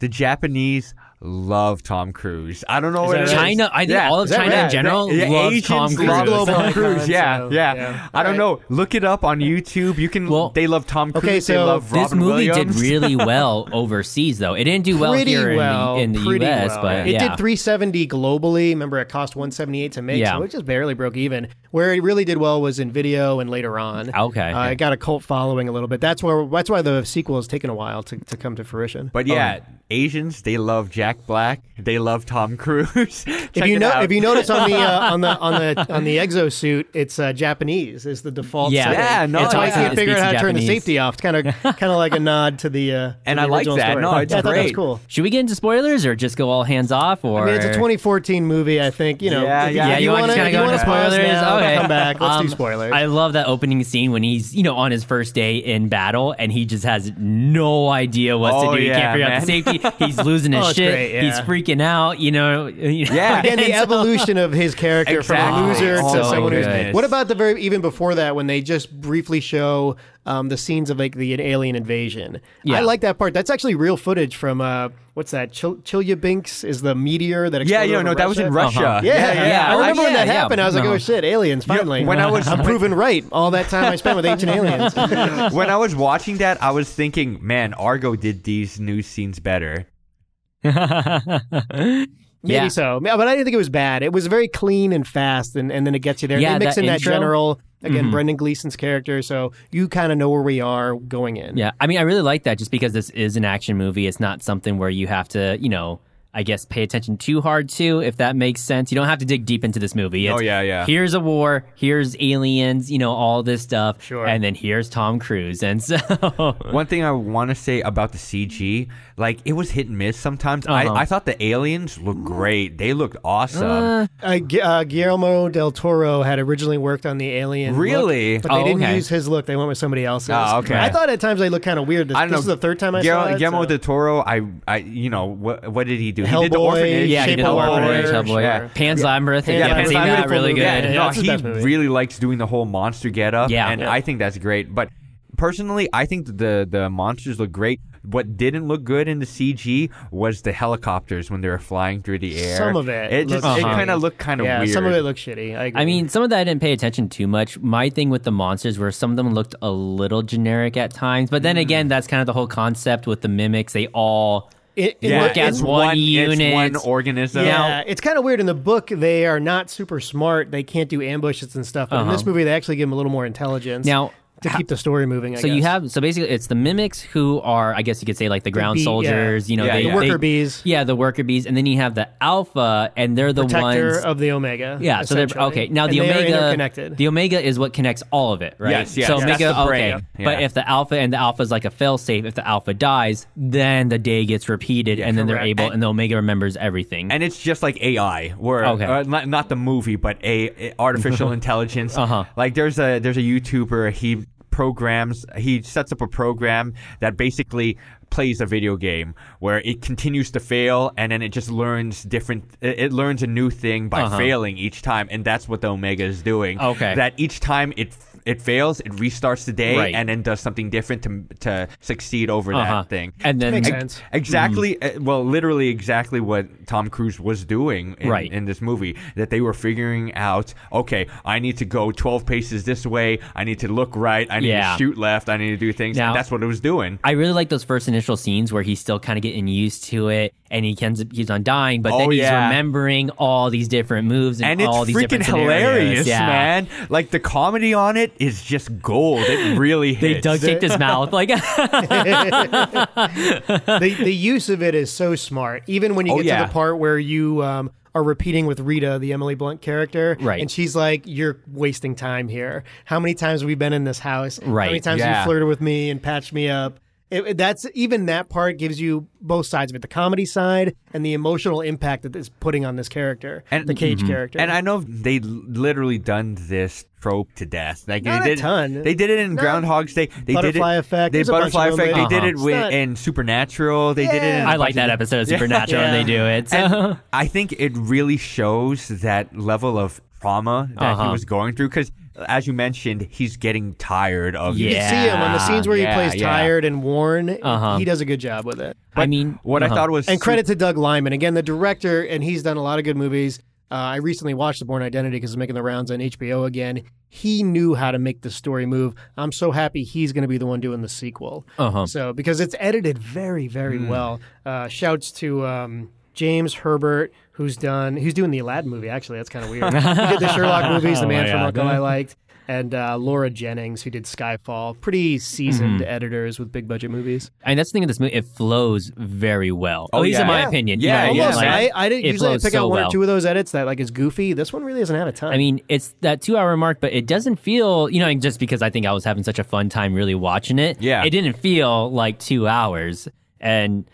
[SPEAKER 2] the Japanese love Tom Cruise. I don't know what
[SPEAKER 3] that
[SPEAKER 2] it is.
[SPEAKER 3] right?
[SPEAKER 1] China, I think
[SPEAKER 2] Yeah.
[SPEAKER 1] all of
[SPEAKER 2] Is that
[SPEAKER 1] China in
[SPEAKER 2] right?
[SPEAKER 1] general
[SPEAKER 2] Yeah,
[SPEAKER 1] loves
[SPEAKER 2] Asians
[SPEAKER 1] Tom Cruise.
[SPEAKER 2] love
[SPEAKER 3] Global
[SPEAKER 2] Tom
[SPEAKER 3] icon,
[SPEAKER 2] Cruise, yeah,
[SPEAKER 3] so,
[SPEAKER 2] yeah.
[SPEAKER 3] yeah.
[SPEAKER 2] I don't know. Look it up on YouTube. You can.
[SPEAKER 1] Well,
[SPEAKER 2] they love Tom Cruise.
[SPEAKER 3] okay,
[SPEAKER 2] they
[SPEAKER 3] so
[SPEAKER 2] love
[SPEAKER 1] This
[SPEAKER 2] Robin
[SPEAKER 1] movie
[SPEAKER 2] Williams.
[SPEAKER 1] did really well overseas, though. It didn't do well
[SPEAKER 3] pretty
[SPEAKER 1] here
[SPEAKER 3] well
[SPEAKER 1] in the, in the
[SPEAKER 3] pretty
[SPEAKER 1] U.S.,
[SPEAKER 3] well.
[SPEAKER 1] but
[SPEAKER 3] it
[SPEAKER 1] yeah.
[SPEAKER 3] did 370 globally. Remember, it cost 178 to make,
[SPEAKER 1] Yeah.
[SPEAKER 3] so it just barely broke even. Where it really did well was in video and later on.
[SPEAKER 1] Okay.
[SPEAKER 3] uh, it got a cult following a little bit. That's where that's why the sequel has taken a while to, to come to fruition.
[SPEAKER 2] But yeah,
[SPEAKER 1] Oh.
[SPEAKER 2] Asians they love Jack Black. They love Tom Cruise. Check
[SPEAKER 3] if you
[SPEAKER 2] it
[SPEAKER 3] know,
[SPEAKER 2] out.
[SPEAKER 3] if you notice on the uh, on the on the on the exosuit, it's uh, Japanese is the default.
[SPEAKER 1] Yeah.
[SPEAKER 3] setting.
[SPEAKER 2] Yeah, no,
[SPEAKER 3] that's why I
[SPEAKER 2] yeah.
[SPEAKER 3] can't
[SPEAKER 1] It
[SPEAKER 3] figure out
[SPEAKER 1] speaks
[SPEAKER 3] how to turn the
[SPEAKER 1] Japanese.
[SPEAKER 3] safety off. It's kind of kind of like a nod to the. Uh, to
[SPEAKER 2] And
[SPEAKER 3] the
[SPEAKER 2] I like
[SPEAKER 3] original
[SPEAKER 2] that.
[SPEAKER 3] Story.
[SPEAKER 2] No, it's
[SPEAKER 3] yeah, I thought that was
[SPEAKER 2] great.
[SPEAKER 3] cool.
[SPEAKER 1] Should we get into spoilers or just go all hands off? Or
[SPEAKER 3] I mean, it's a 2014 movie. I think you know.
[SPEAKER 2] Yeah,
[SPEAKER 3] if
[SPEAKER 2] yeah.
[SPEAKER 3] if
[SPEAKER 1] Yeah, you, want
[SPEAKER 3] wanna-
[SPEAKER 1] to kind
[SPEAKER 3] if
[SPEAKER 1] of go
[SPEAKER 3] wanna
[SPEAKER 1] into
[SPEAKER 3] pause
[SPEAKER 1] spoilers?
[SPEAKER 3] now,
[SPEAKER 1] okay,
[SPEAKER 3] come back. Let's
[SPEAKER 1] Um,
[SPEAKER 3] do spoilers.
[SPEAKER 1] I love that opening scene when he's you know on his first day in battle and he just has no idea what
[SPEAKER 2] Oh,
[SPEAKER 1] to do. he
[SPEAKER 2] yeah,
[SPEAKER 1] can't figure out the safety. He's losing his
[SPEAKER 3] Oh, it's
[SPEAKER 1] shit.
[SPEAKER 3] great, yeah.
[SPEAKER 1] He's freaking out. You know.
[SPEAKER 2] Yeah.
[SPEAKER 3] Again, the evolution of his character from
[SPEAKER 2] Exactly.
[SPEAKER 3] a loser
[SPEAKER 2] Oh
[SPEAKER 3] to
[SPEAKER 2] my
[SPEAKER 3] someone who's.
[SPEAKER 2] goodness.
[SPEAKER 3] What about the very even before that when they just briefly show um, the scenes of like the alien invasion?
[SPEAKER 1] Yeah.
[SPEAKER 3] I like that part. That's actually real footage from uh, what's that? Chil- Chilyabinks is the meteor that
[SPEAKER 2] yeah,
[SPEAKER 3] exploded
[SPEAKER 2] yeah,
[SPEAKER 3] over
[SPEAKER 2] no, that was in
[SPEAKER 3] Russia? Oh.
[SPEAKER 2] Russia.
[SPEAKER 1] Uh-huh.
[SPEAKER 3] Yeah, yeah, I remember when that
[SPEAKER 1] yeah,
[SPEAKER 3] happened. I was like,
[SPEAKER 1] no.
[SPEAKER 3] "Oh shit, aliens! Finally,
[SPEAKER 2] when I was-
[SPEAKER 3] I'm proven right. All that time I spent with ancient aliens.
[SPEAKER 2] when I was watching that, I was thinking, man, Argo did these news scenes better.
[SPEAKER 1] yeah.
[SPEAKER 3] Maybe so. Ma- But I didn't think it was bad. It was very clean and fast, and, and then it gets you there.
[SPEAKER 1] Yeah,
[SPEAKER 3] they mix
[SPEAKER 1] that
[SPEAKER 3] in that
[SPEAKER 1] intro.
[SPEAKER 3] general,
[SPEAKER 2] Mm-hmm.
[SPEAKER 3] again, Brendan Gleason's character, so you kind of know where we are going in.
[SPEAKER 1] Yeah, I mean, I really like that just because this is an action movie. It's not something where you have to, you know, I guess pay attention too hard to, if that makes sense. You don't have to dig deep into this movie. It's,
[SPEAKER 2] Oh, yeah, yeah.
[SPEAKER 1] Here's a war. Here's aliens. You know, all this stuff.
[SPEAKER 3] Sure.
[SPEAKER 1] And then here's Tom Cruise, and so
[SPEAKER 2] One thing I want to say about the CG, like it was hit and miss sometimes.
[SPEAKER 1] Uh-huh.
[SPEAKER 2] I, I thought the aliens
[SPEAKER 3] Mm.
[SPEAKER 2] looked great. They looked awesome.
[SPEAKER 3] Uh, Gu- uh, Guillermo del Toro had originally worked on the alien. look,
[SPEAKER 2] Really?
[SPEAKER 3] but they
[SPEAKER 1] Oh,
[SPEAKER 3] didn't
[SPEAKER 1] okay.
[SPEAKER 3] use his look. They went with somebody else's.
[SPEAKER 2] Oh, okay.
[SPEAKER 3] I thought at times they looked kind of weird. This,
[SPEAKER 2] I don't
[SPEAKER 3] this
[SPEAKER 2] know.
[SPEAKER 3] is the third time I
[SPEAKER 2] Guillermo,
[SPEAKER 3] saw it.
[SPEAKER 2] Guillermo
[SPEAKER 3] so-
[SPEAKER 2] del Toro. I, I, you know, what, what did he do? do. He did the
[SPEAKER 3] Hellboy,
[SPEAKER 2] orphanage.
[SPEAKER 1] Yeah, he
[SPEAKER 3] Shape
[SPEAKER 1] did
[SPEAKER 3] of
[SPEAKER 1] Orphanage,
[SPEAKER 3] Water,
[SPEAKER 1] Hellboy.
[SPEAKER 2] Yeah.
[SPEAKER 1] Pan's Labyrinth.
[SPEAKER 3] Pan's
[SPEAKER 1] Yeah,
[SPEAKER 3] Labyrinth.
[SPEAKER 1] seen that
[SPEAKER 3] Beautiful
[SPEAKER 1] really
[SPEAKER 3] movie.
[SPEAKER 1] good.
[SPEAKER 3] Yeah,
[SPEAKER 2] no,
[SPEAKER 3] that's his
[SPEAKER 2] he
[SPEAKER 3] best movie.
[SPEAKER 2] really likes doing the whole monster getup.
[SPEAKER 1] Yeah.
[SPEAKER 2] and
[SPEAKER 1] Yeah.
[SPEAKER 2] I think that's great. But personally, I think that the the monsters look great. What didn't look good in the CG was the helicopters when they were flying through the air.
[SPEAKER 3] Some of it
[SPEAKER 2] it just
[SPEAKER 3] looks
[SPEAKER 2] it
[SPEAKER 1] shitty.
[SPEAKER 2] kind of looked kind of
[SPEAKER 3] yeah,
[SPEAKER 2] weird.
[SPEAKER 3] some of it looks shitty. I, agree.
[SPEAKER 1] I mean, some of that I didn't pay attention too much. My thing with the monsters were some of them looked a little generic at times, but
[SPEAKER 3] Mm.
[SPEAKER 1] then again, that's kind of the whole concept with the mimics. They all
[SPEAKER 3] it, it
[SPEAKER 2] yeah,
[SPEAKER 1] look as
[SPEAKER 2] it's
[SPEAKER 1] one unit.
[SPEAKER 2] it's one organism.
[SPEAKER 3] yeah, it's kind of weird. In the book, they are not super smart. They can't do ambushes and stuff. But in this movie, they actually give them a little more intelligence
[SPEAKER 1] Uh-huh. Now,
[SPEAKER 3] to keep the story moving. I
[SPEAKER 1] so you
[SPEAKER 3] guess.
[SPEAKER 1] have so basically it's the mimics who are I guess you could say like the ground
[SPEAKER 3] bee- yeah.
[SPEAKER 1] soldiers. You know,
[SPEAKER 2] Yeah,
[SPEAKER 1] they,
[SPEAKER 2] the
[SPEAKER 1] they-
[SPEAKER 3] worker bees.
[SPEAKER 1] Yeah, the worker bees, and then you have the alpha, and they're the
[SPEAKER 3] protector
[SPEAKER 1] ones.
[SPEAKER 3] of the Omega.
[SPEAKER 1] yeah, so they're
[SPEAKER 3] essentially.
[SPEAKER 1] okay. Now
[SPEAKER 3] And
[SPEAKER 1] the
[SPEAKER 3] they are
[SPEAKER 1] omega,
[SPEAKER 3] interconnected.
[SPEAKER 1] the omega is what connects all of it, right?
[SPEAKER 2] Yes, yes,
[SPEAKER 1] So
[SPEAKER 2] that's
[SPEAKER 1] omega,
[SPEAKER 2] the
[SPEAKER 1] okay.
[SPEAKER 2] brain. Yeah.
[SPEAKER 1] But if the alpha and the alpha is like a failsafe, if the alpha dies, then the day gets repeated, and then
[SPEAKER 2] correct.
[SPEAKER 1] they're able,
[SPEAKER 2] And-
[SPEAKER 1] and, the omega remembers everything.
[SPEAKER 2] and it's just like AI, where
[SPEAKER 1] Okay.
[SPEAKER 2] uh, not, not the movie, but a, a artificial intelligence.
[SPEAKER 1] Uh-huh.
[SPEAKER 2] Like there's a there's a YouTuber he programs he sets up a program that basically plays a video game where it continues to fail and then it just learns different it, it learns a new thing by failing each time and that's what the omega is doing
[SPEAKER 1] Uh-huh. Okay.
[SPEAKER 2] that each time it it fails it restarts the day
[SPEAKER 1] Right.
[SPEAKER 2] and then does something different to to succeed over
[SPEAKER 1] Uh-huh.
[SPEAKER 2] that thing
[SPEAKER 1] and then
[SPEAKER 3] Makes
[SPEAKER 1] I-
[SPEAKER 3] sense.
[SPEAKER 2] Exactly.
[SPEAKER 1] Hmm.
[SPEAKER 2] uh, Well, literally exactly what Tom Cruise was doing in,
[SPEAKER 1] Right.
[SPEAKER 2] in this movie. That they were figuring out. Okay, I need to go twelve paces this way. I need to look right. I need
[SPEAKER 1] Yeah.
[SPEAKER 2] to shoot left. I need to do things.
[SPEAKER 1] Now-
[SPEAKER 2] and that's what it was doing.
[SPEAKER 1] I really like those first initial scenes where he's still kind of getting used to it, and he keeps keeps on dying, but
[SPEAKER 2] Oh,
[SPEAKER 1] then he's
[SPEAKER 2] yeah.
[SPEAKER 1] remembering all these different moves and,
[SPEAKER 2] And it's
[SPEAKER 1] all these
[SPEAKER 2] freaking
[SPEAKER 1] different scenarios.
[SPEAKER 2] hilarious,
[SPEAKER 1] yeah.
[SPEAKER 2] man! Like the comedy on it is just gold. It really
[SPEAKER 1] They
[SPEAKER 2] hits.
[SPEAKER 1] duct taped his mouth like.
[SPEAKER 3] the, the use of it is so smart. Even when you
[SPEAKER 2] Oh,
[SPEAKER 3] get
[SPEAKER 2] yeah.
[SPEAKER 3] to the part where you um, are repeating with Rita, the Emily Blunt character,
[SPEAKER 1] Right.
[SPEAKER 3] And she's like, "You're wasting time here. How many times have we been in this house?
[SPEAKER 1] Right,
[SPEAKER 3] How many times have
[SPEAKER 2] yeah.
[SPEAKER 3] you flirted with me and patched me up?" It, it- that's even that part gives you both sides of it: the comedy side and the emotional impact that it's putting on this character,
[SPEAKER 2] And- mm-hmm.
[SPEAKER 3] the Cage character.
[SPEAKER 2] And I know they l- literally done this trope to death. Like
[SPEAKER 3] Not
[SPEAKER 2] they
[SPEAKER 3] a
[SPEAKER 2] did,
[SPEAKER 3] ton.
[SPEAKER 2] They did it in Groundhog's Day. They
[SPEAKER 3] Butterfly
[SPEAKER 2] did it,
[SPEAKER 3] Effect.
[SPEAKER 2] They
[SPEAKER 3] There's a bunch of
[SPEAKER 2] butterfly
[SPEAKER 3] them,
[SPEAKER 2] effect.
[SPEAKER 3] but-
[SPEAKER 2] They did it
[SPEAKER 3] Uh-huh.
[SPEAKER 2] with
[SPEAKER 3] It's not-
[SPEAKER 2] in Supernatural. They did it. In
[SPEAKER 1] I
[SPEAKER 2] a bunch
[SPEAKER 1] like
[SPEAKER 2] of
[SPEAKER 1] that
[SPEAKER 2] different-
[SPEAKER 1] episode of Supernatural when they do it. So.
[SPEAKER 2] And I think it really shows that level of trauma that he
[SPEAKER 1] Uh-huh.
[SPEAKER 2] was going through because, as you mentioned, he's getting tired of
[SPEAKER 1] Yeah.
[SPEAKER 3] you can see him on the scenes where
[SPEAKER 2] Yeah,
[SPEAKER 3] he plays
[SPEAKER 2] yeah.
[SPEAKER 3] tired and worn.
[SPEAKER 1] Uh-huh.
[SPEAKER 3] He does a good job with it.
[SPEAKER 1] I mean,
[SPEAKER 2] What I
[SPEAKER 1] uh-huh.
[SPEAKER 2] thought was
[SPEAKER 3] And credit to Doug Lyman again, the director, and he's done a lot of good movies. Uh, I recently watched The Born Identity because it's making the rounds on HBO again. He knew how to make the story move. I'm so happy he's going to be the one doing the sequel.
[SPEAKER 1] Uh-huh. Mm.
[SPEAKER 3] So because it's edited very, very well. Uh, shouts to um, James Herbert, who's done, who's doing the Aladdin movie. Actually, that's kind of weird. he did the Sherlock movies, The Man
[SPEAKER 1] Oh, my
[SPEAKER 3] from
[SPEAKER 1] God.
[SPEAKER 3] Uncle I liked, and uh, Laura Jennings, who did Skyfall. Pretty seasoned
[SPEAKER 1] Mm-hmm.
[SPEAKER 3] editors with big budget movies.
[SPEAKER 1] I mean, that's the thing of this movie. It flows very well. At least in
[SPEAKER 2] Oh, yeah.
[SPEAKER 1] my
[SPEAKER 2] Yeah.
[SPEAKER 1] opinion.
[SPEAKER 2] Yeah,
[SPEAKER 1] you know,
[SPEAKER 2] yeah.
[SPEAKER 3] Almost.
[SPEAKER 1] like,
[SPEAKER 3] I, I didn't
[SPEAKER 1] it
[SPEAKER 3] usually I
[SPEAKER 1] flows
[SPEAKER 3] pick
[SPEAKER 1] so
[SPEAKER 3] out one
[SPEAKER 1] well.
[SPEAKER 3] or two of those edits that like is goofy. This one really doesn't have a ton.
[SPEAKER 1] I mean, it's that two hour mark, but it doesn't feel, you know, and just because I think I was having such a fun time really watching it.
[SPEAKER 2] Yeah.
[SPEAKER 1] It didn't feel like two hours. And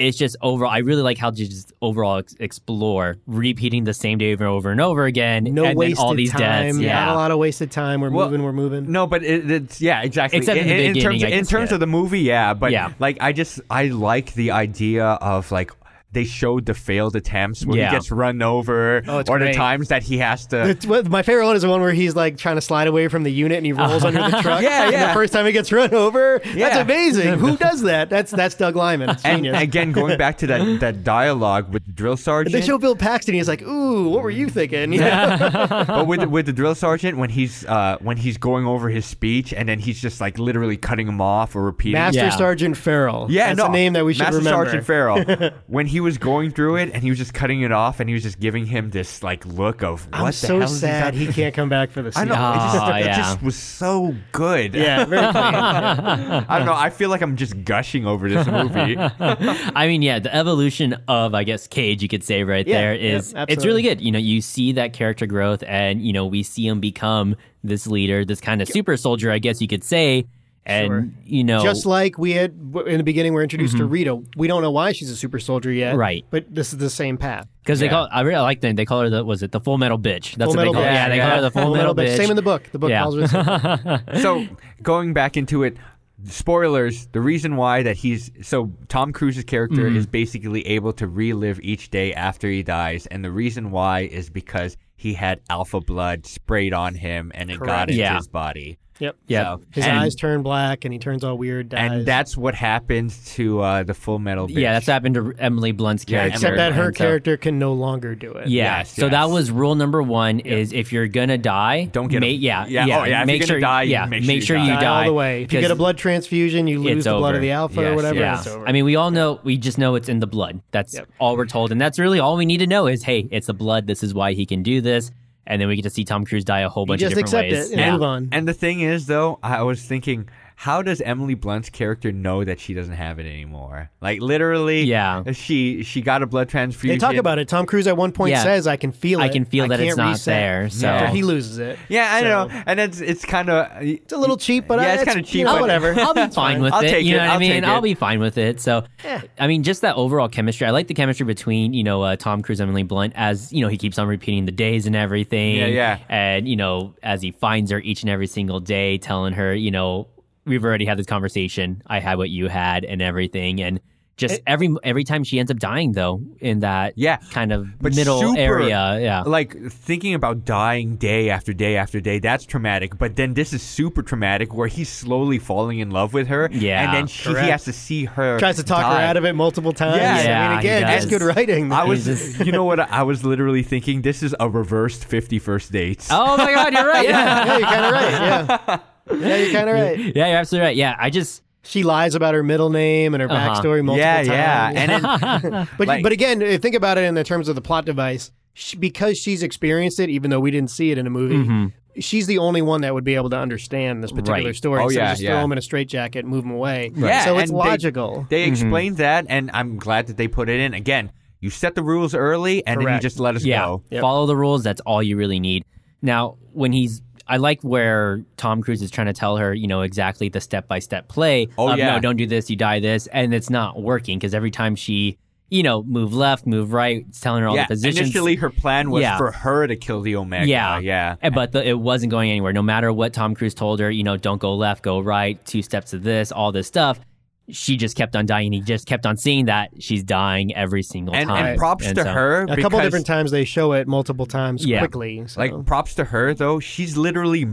[SPEAKER 1] it's just overall, I really like how to just overall ex- explore repeating the same day over and over and over again.
[SPEAKER 3] no
[SPEAKER 1] and then
[SPEAKER 3] wasted
[SPEAKER 1] all these
[SPEAKER 3] time.
[SPEAKER 1] deaths. Yeah.
[SPEAKER 3] Not a lot of wasted time. We're
[SPEAKER 2] Well,
[SPEAKER 3] moving. We're moving.
[SPEAKER 2] No, but it, it's yeah, exactly.
[SPEAKER 1] Except in the beginning,
[SPEAKER 2] terms,
[SPEAKER 1] I
[SPEAKER 2] in
[SPEAKER 1] guess,
[SPEAKER 2] terms
[SPEAKER 1] yeah.
[SPEAKER 2] of the movie, yeah. But
[SPEAKER 1] Yeah.
[SPEAKER 2] like, I just I like the idea of like they showed the failed attempts when
[SPEAKER 1] Yeah.
[SPEAKER 2] he gets run over,
[SPEAKER 3] Oh, it's
[SPEAKER 2] or the
[SPEAKER 3] great.
[SPEAKER 2] times that he has to.
[SPEAKER 3] It's- well, my favorite one is the one where he's like trying to slide away from the unit and he rolls under the truck.
[SPEAKER 2] Yeah,
[SPEAKER 3] And
[SPEAKER 2] yeah.
[SPEAKER 3] the first time he gets run over, that's
[SPEAKER 2] Yeah.
[SPEAKER 3] amazing. Who does that? That's that's Doug Lyman. It's
[SPEAKER 2] And
[SPEAKER 3] genius.
[SPEAKER 2] again, going back to that that dialogue with the drill sergeant,
[SPEAKER 3] they show Bill Paxton. He's like, "Ooh, what were you thinking?" You know?
[SPEAKER 2] but with with the drill sergeant when he's uh, when he's going over his speech and then he's just like literally cutting him off or repeating.
[SPEAKER 3] Master
[SPEAKER 1] Yeah.
[SPEAKER 3] Sergeant Farrell.
[SPEAKER 2] yeah,
[SPEAKER 3] that's
[SPEAKER 2] no,
[SPEAKER 3] a name that we should
[SPEAKER 2] Master
[SPEAKER 3] remember.
[SPEAKER 2] Sergeant Farrell. when he was going through it and he was just cutting it off and he was just giving him this like look of what
[SPEAKER 3] I'm
[SPEAKER 2] the hell
[SPEAKER 3] so
[SPEAKER 2] is he
[SPEAKER 3] sad
[SPEAKER 2] talking-"
[SPEAKER 3] he can't come back for the
[SPEAKER 2] I
[SPEAKER 3] sequel.
[SPEAKER 2] know it, just,
[SPEAKER 1] Ah,
[SPEAKER 2] it
[SPEAKER 1] yeah.
[SPEAKER 2] just was so good.
[SPEAKER 3] Yeah, very funny.
[SPEAKER 2] I don't know. I feel like I'm just gushing over this movie.
[SPEAKER 1] I mean, yeah, the evolution of I guess Cage, you could say right
[SPEAKER 3] Yeah,
[SPEAKER 1] there is
[SPEAKER 3] yeah,
[SPEAKER 1] it's really
[SPEAKER 3] absolutely.
[SPEAKER 1] good. You know, you see that character growth, and you know we see him become this leader, this kind of super soldier, I guess you could say. And
[SPEAKER 3] Sure.
[SPEAKER 1] you know,
[SPEAKER 3] Just like we had in the beginning, we're introduced to Rita. We don't know why she's a super soldier yet,
[SPEAKER 1] Mm-hmm. Right.
[SPEAKER 3] But this is the same path.
[SPEAKER 1] because they
[SPEAKER 2] yeah.
[SPEAKER 1] call I really like them. They call her the was it the Full Metal Bitch? That's
[SPEAKER 3] Full
[SPEAKER 1] what they
[SPEAKER 3] Metal
[SPEAKER 1] call. her.
[SPEAKER 3] Bitch.
[SPEAKER 1] Yeah, they
[SPEAKER 2] Yeah,
[SPEAKER 1] call her the Full, Metal, Bitch.
[SPEAKER 3] Same in the book. The book
[SPEAKER 1] Yeah.
[SPEAKER 3] calls her.
[SPEAKER 2] so going back into it, spoilers the reason why that he's so tom cruise's character is basically able to relive each day after he dies and the reason why is because he had alpha blood sprayed on him and it got
[SPEAKER 3] Correct.
[SPEAKER 2] into
[SPEAKER 1] Yeah.
[SPEAKER 2] his body
[SPEAKER 3] Yep.
[SPEAKER 1] Yep.
[SPEAKER 2] So-
[SPEAKER 3] His
[SPEAKER 2] and,
[SPEAKER 3] eyes turn black and he turns all weird. Dies.
[SPEAKER 2] and that's what happens to uh, the full metal bitch.
[SPEAKER 1] Yeah, that's happened to Emily Blunt's
[SPEAKER 2] Yeah,
[SPEAKER 1] character.
[SPEAKER 2] Emily
[SPEAKER 3] except that her
[SPEAKER 1] And so-
[SPEAKER 3] character can no longer do it.
[SPEAKER 1] Yeah.
[SPEAKER 2] Yes,
[SPEAKER 1] so that
[SPEAKER 2] yes.
[SPEAKER 1] was rule number one: is if you're gonna die,
[SPEAKER 2] Don't get
[SPEAKER 1] ma-
[SPEAKER 2] a-
[SPEAKER 1] yeah,
[SPEAKER 2] yeah, oh, yeah, if
[SPEAKER 1] make
[SPEAKER 2] you're
[SPEAKER 1] sure
[SPEAKER 2] gonna die,
[SPEAKER 1] yeah,
[SPEAKER 2] make
[SPEAKER 1] make,
[SPEAKER 2] sure you
[SPEAKER 1] sure you
[SPEAKER 2] die.
[SPEAKER 1] die,
[SPEAKER 3] Die all the way. If you get a
[SPEAKER 1] because
[SPEAKER 3] blood transfusion, you lose
[SPEAKER 1] it's
[SPEAKER 3] the blood
[SPEAKER 1] over.
[SPEAKER 3] of the alpha
[SPEAKER 2] Yes,
[SPEAKER 3] or whatever.
[SPEAKER 1] Yeah.
[SPEAKER 3] It's over.
[SPEAKER 1] I mean, we all know. We just know it's in the blood. That's
[SPEAKER 3] Yep.
[SPEAKER 1] all we're told, and that's really all we need to know is, hey, it's the blood. This is why he can do this, and then we get to see Tom Cruise die a whole bunch
[SPEAKER 3] just
[SPEAKER 1] of different
[SPEAKER 3] accept
[SPEAKER 1] ways.
[SPEAKER 3] it and
[SPEAKER 1] Yeah.
[SPEAKER 3] move on.
[SPEAKER 2] and the thing is though i was thinking how does emily blunt's character know that she doesn't have it anymore like literally
[SPEAKER 1] Yeah.
[SPEAKER 2] she she got a blood transfusion
[SPEAKER 3] they talk about it. Tom Cruise at one point
[SPEAKER 1] Yeah.
[SPEAKER 3] says, "I can feel it.
[SPEAKER 1] I can feel that it's
[SPEAKER 3] can't
[SPEAKER 1] not
[SPEAKER 3] reset."
[SPEAKER 1] there, so-
[SPEAKER 3] After he loses it.
[SPEAKER 2] yeah i
[SPEAKER 3] So-
[SPEAKER 2] know and it's it's kind of
[SPEAKER 3] It's a little cheap, but
[SPEAKER 2] Yeah,
[SPEAKER 3] I,
[SPEAKER 2] it's
[SPEAKER 3] that's-
[SPEAKER 2] kinda cheap,
[SPEAKER 3] you know,
[SPEAKER 2] but-
[SPEAKER 3] whatever.
[SPEAKER 1] I'll be fine with
[SPEAKER 2] I'll
[SPEAKER 1] it.
[SPEAKER 2] take
[SPEAKER 1] you
[SPEAKER 2] it.
[SPEAKER 1] know what
[SPEAKER 2] I'll
[SPEAKER 1] I mean?
[SPEAKER 2] take it.
[SPEAKER 1] I'll be fine with it. So,
[SPEAKER 3] Yeah.
[SPEAKER 1] I mean, just that overall chemistry. I like the chemistry between you know uh, Tom Cruise and Emily Blunt as you know he keeps on repeating the days and everything.
[SPEAKER 2] Yeah, yeah.
[SPEAKER 1] And you know as he finds her each and every single day, telling her you know we've already had this conversation. I had what you had and everything. And just every every time she ends up dying though in that
[SPEAKER 2] Yeah,
[SPEAKER 1] kind of
[SPEAKER 2] but
[SPEAKER 1] middle
[SPEAKER 2] super-
[SPEAKER 1] area. Yeah.
[SPEAKER 2] like thinking about dying day after day after day that's traumatic but then this is super traumatic where he's slowly falling in love with her
[SPEAKER 1] Yeah,
[SPEAKER 2] and then she, he
[SPEAKER 3] correct.
[SPEAKER 2] has to see her
[SPEAKER 3] Tries to talk her out of it multiple times.
[SPEAKER 2] Yeah.
[SPEAKER 3] I
[SPEAKER 1] Yeah,
[SPEAKER 3] mean,
[SPEAKER 1] he
[SPEAKER 3] again,
[SPEAKER 1] does.
[SPEAKER 3] just good writing.
[SPEAKER 2] I was,
[SPEAKER 1] He's just-
[SPEAKER 2] you know what? I was literally thinking this is a reversed 50 first dates.
[SPEAKER 1] Oh my God, you're right.
[SPEAKER 3] yeah,
[SPEAKER 1] yeah.
[SPEAKER 3] yeah, you're kind of right. Yeah, yeah, you're kind of right.
[SPEAKER 1] yeah, you're absolutely right. Yeah, I just
[SPEAKER 3] She lies about her middle name and her
[SPEAKER 1] Uh-huh.
[SPEAKER 3] backstory multiple
[SPEAKER 2] yeah,
[SPEAKER 3] times.
[SPEAKER 2] yeah, and then
[SPEAKER 3] but
[SPEAKER 2] like-
[SPEAKER 3] but again, eh, think about it in the terms of the plot device. She, because she's experienced it, even though we didn't see it in a movie, she's the only one that would be able to understand this particular
[SPEAKER 1] Right.
[SPEAKER 3] story.
[SPEAKER 2] Mm-hmm. Oh,
[SPEAKER 3] so
[SPEAKER 2] yeah,
[SPEAKER 3] just
[SPEAKER 2] yeah.
[SPEAKER 3] throw him in a straitjacket and move him away.
[SPEAKER 2] Yeah,
[SPEAKER 3] so it's
[SPEAKER 2] and they-
[SPEAKER 3] logical.
[SPEAKER 1] Mm-hmm.
[SPEAKER 2] They explained that, and I'm glad that they put it in. Again, you set the rules early, and then you
[SPEAKER 3] Correct.
[SPEAKER 2] just let us
[SPEAKER 1] Yeah.
[SPEAKER 2] know.
[SPEAKER 3] Yep.
[SPEAKER 1] Follow the rules. That's all you really need. Now, when he's, I like where Tom Cruise is trying to tell her, you know, exactly the step by step play.
[SPEAKER 2] Oh,
[SPEAKER 1] of,
[SPEAKER 2] yeah.
[SPEAKER 1] No, don't do this. You die this. And it's not working because every time she, you know, move left, move right, it's telling her all
[SPEAKER 2] yeah.
[SPEAKER 1] the positions.
[SPEAKER 2] Initially, her plan was
[SPEAKER 1] Yeah.
[SPEAKER 2] for her to kill the Omega.
[SPEAKER 1] Yeah.
[SPEAKER 2] yeah.
[SPEAKER 1] And- But the, it wasn't going anywhere. No matter what Tom Cruise told her, you know, don't go left, go right, two steps to this, all this stuff. She just kept on dying. He just kept on seeing that she's dying every single
[SPEAKER 2] And,
[SPEAKER 1] time.
[SPEAKER 2] and props
[SPEAKER 1] And
[SPEAKER 2] to
[SPEAKER 1] so-
[SPEAKER 2] her.
[SPEAKER 3] A couple
[SPEAKER 2] because,
[SPEAKER 3] different times they show it multiple times
[SPEAKER 1] Yeah.
[SPEAKER 3] quickly. So.
[SPEAKER 2] Like props to her though. She's literally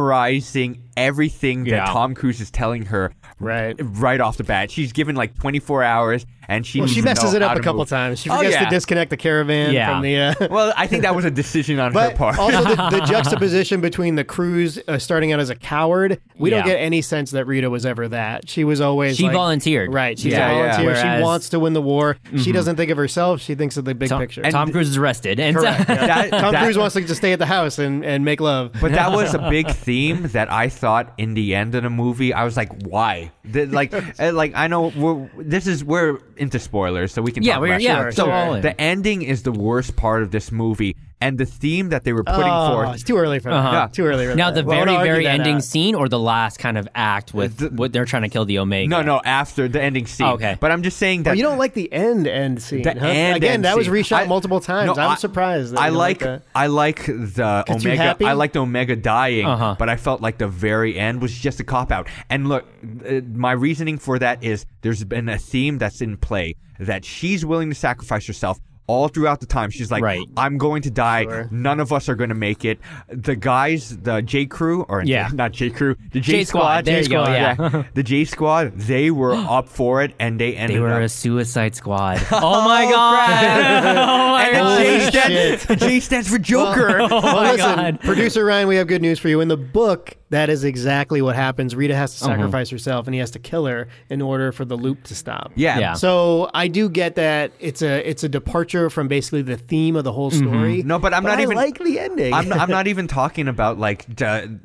[SPEAKER 2] memorizing everything that
[SPEAKER 1] Yeah.
[SPEAKER 2] Tom Cruise is telling her
[SPEAKER 3] right.
[SPEAKER 2] right off the bat. She's given like 24 hours, and she
[SPEAKER 3] Well,
[SPEAKER 2] needs
[SPEAKER 3] she
[SPEAKER 2] to
[SPEAKER 3] messes
[SPEAKER 2] know
[SPEAKER 3] it
[SPEAKER 2] how
[SPEAKER 3] up a
[SPEAKER 2] to
[SPEAKER 3] couple
[SPEAKER 2] move.
[SPEAKER 3] times. She
[SPEAKER 2] Oh,
[SPEAKER 3] forgets
[SPEAKER 2] yeah.
[SPEAKER 3] to disconnect the caravan
[SPEAKER 1] Yeah.
[SPEAKER 3] from the. Uh,
[SPEAKER 2] Well, I think that was a decision on her
[SPEAKER 3] But
[SPEAKER 2] part.
[SPEAKER 3] also the, the juxtaposition between the Cruz uh, starting out as a coward, we don't
[SPEAKER 1] Yeah.
[SPEAKER 3] get any sense that Rita was ever that. She was always
[SPEAKER 1] She
[SPEAKER 3] like-
[SPEAKER 1] volunteered.
[SPEAKER 3] right? She's
[SPEAKER 2] Yeah, Mm-hmm.
[SPEAKER 3] a
[SPEAKER 2] yeah.
[SPEAKER 3] volunteer.
[SPEAKER 1] Whereas-
[SPEAKER 3] she wants to win the war. She doesn't think of herself. She thinks of the big
[SPEAKER 1] Tom,
[SPEAKER 3] picture.
[SPEAKER 1] Tom Cruise is arrested. And
[SPEAKER 3] Correct, yeah.
[SPEAKER 2] That-
[SPEAKER 3] Tom
[SPEAKER 2] that-
[SPEAKER 3] Cruise wants to just stay at the house and, and make love.
[SPEAKER 2] But that was a big theme that I thought in the end of the movie. I was like, why? Th- like, eh, like I know we're, this is we're into spoilers, so we can
[SPEAKER 1] Yeah,
[SPEAKER 2] talk
[SPEAKER 1] we're-
[SPEAKER 2] about
[SPEAKER 1] yeah,
[SPEAKER 2] it.
[SPEAKER 1] so
[SPEAKER 2] So
[SPEAKER 1] all in.
[SPEAKER 2] the ending is the worst part of this movie, and the theme that they were putting
[SPEAKER 3] Oh,
[SPEAKER 2] forth. Uh-huh.
[SPEAKER 3] it's too early for that.
[SPEAKER 2] Yeah.
[SPEAKER 3] Too early. For
[SPEAKER 1] Now
[SPEAKER 3] that.
[SPEAKER 1] the
[SPEAKER 3] Well, I
[SPEAKER 1] very
[SPEAKER 3] wanna argue
[SPEAKER 1] very
[SPEAKER 3] that uh,
[SPEAKER 1] ending
[SPEAKER 3] out.
[SPEAKER 1] scene or the last kind of act with what they're trying to kill the Omega.
[SPEAKER 2] No, no, after the ending scene.
[SPEAKER 1] Okay.
[SPEAKER 2] but I'm just saying that
[SPEAKER 3] Oh, you don't like the end end scene.
[SPEAKER 2] the
[SPEAKER 3] huh?
[SPEAKER 2] end
[SPEAKER 3] Again,
[SPEAKER 2] end
[SPEAKER 3] that was
[SPEAKER 2] scene.
[SPEAKER 3] reshot
[SPEAKER 2] I-
[SPEAKER 3] multiple times.
[SPEAKER 2] No,
[SPEAKER 3] I'm
[SPEAKER 2] I-
[SPEAKER 3] surprised. That
[SPEAKER 2] I
[SPEAKER 3] you don't
[SPEAKER 2] like
[SPEAKER 3] that.
[SPEAKER 2] I like the
[SPEAKER 3] 'Cause you
[SPEAKER 2] Omega.
[SPEAKER 3] happy?
[SPEAKER 2] I like the Omega dying,
[SPEAKER 1] Uh-huh.
[SPEAKER 2] but I felt like the very end was just a cop out. And look, uh, my reasoning for that is there's been a theme that's in play that she's willing to sacrifice herself. All throughout the time, she's like,
[SPEAKER 1] Right.
[SPEAKER 2] "I'm going to die.
[SPEAKER 3] Sure.
[SPEAKER 2] None of us are going to make it." The guys, the J Crew, or
[SPEAKER 1] Yeah.
[SPEAKER 2] not J Crew, the J,
[SPEAKER 1] J Squad, there you go, yeah.
[SPEAKER 2] the J Squad, they were up for it, and they ended
[SPEAKER 1] They were
[SPEAKER 2] up
[SPEAKER 1] a suicide squad. oh my god. oh my god.
[SPEAKER 2] and then
[SPEAKER 3] Holy
[SPEAKER 2] J stands, J stands for Joker.
[SPEAKER 1] Oh
[SPEAKER 3] well,
[SPEAKER 1] my
[SPEAKER 3] listen,
[SPEAKER 1] god.
[SPEAKER 3] producer Ryan, we have good news for you. In the book, that is exactly what happens. Rita has to
[SPEAKER 2] Uh-huh.
[SPEAKER 3] sacrifice herself, and he has to kill her in order for the loop to stop.
[SPEAKER 2] Yeah.
[SPEAKER 1] Yeah.
[SPEAKER 3] So I do get that it's a it's a departure from basically the theme of the whole story.
[SPEAKER 2] Mm-hmm. No, but I'm not
[SPEAKER 3] I
[SPEAKER 2] even-
[SPEAKER 3] like the ending.
[SPEAKER 2] I'm, I'm not even talking about like the,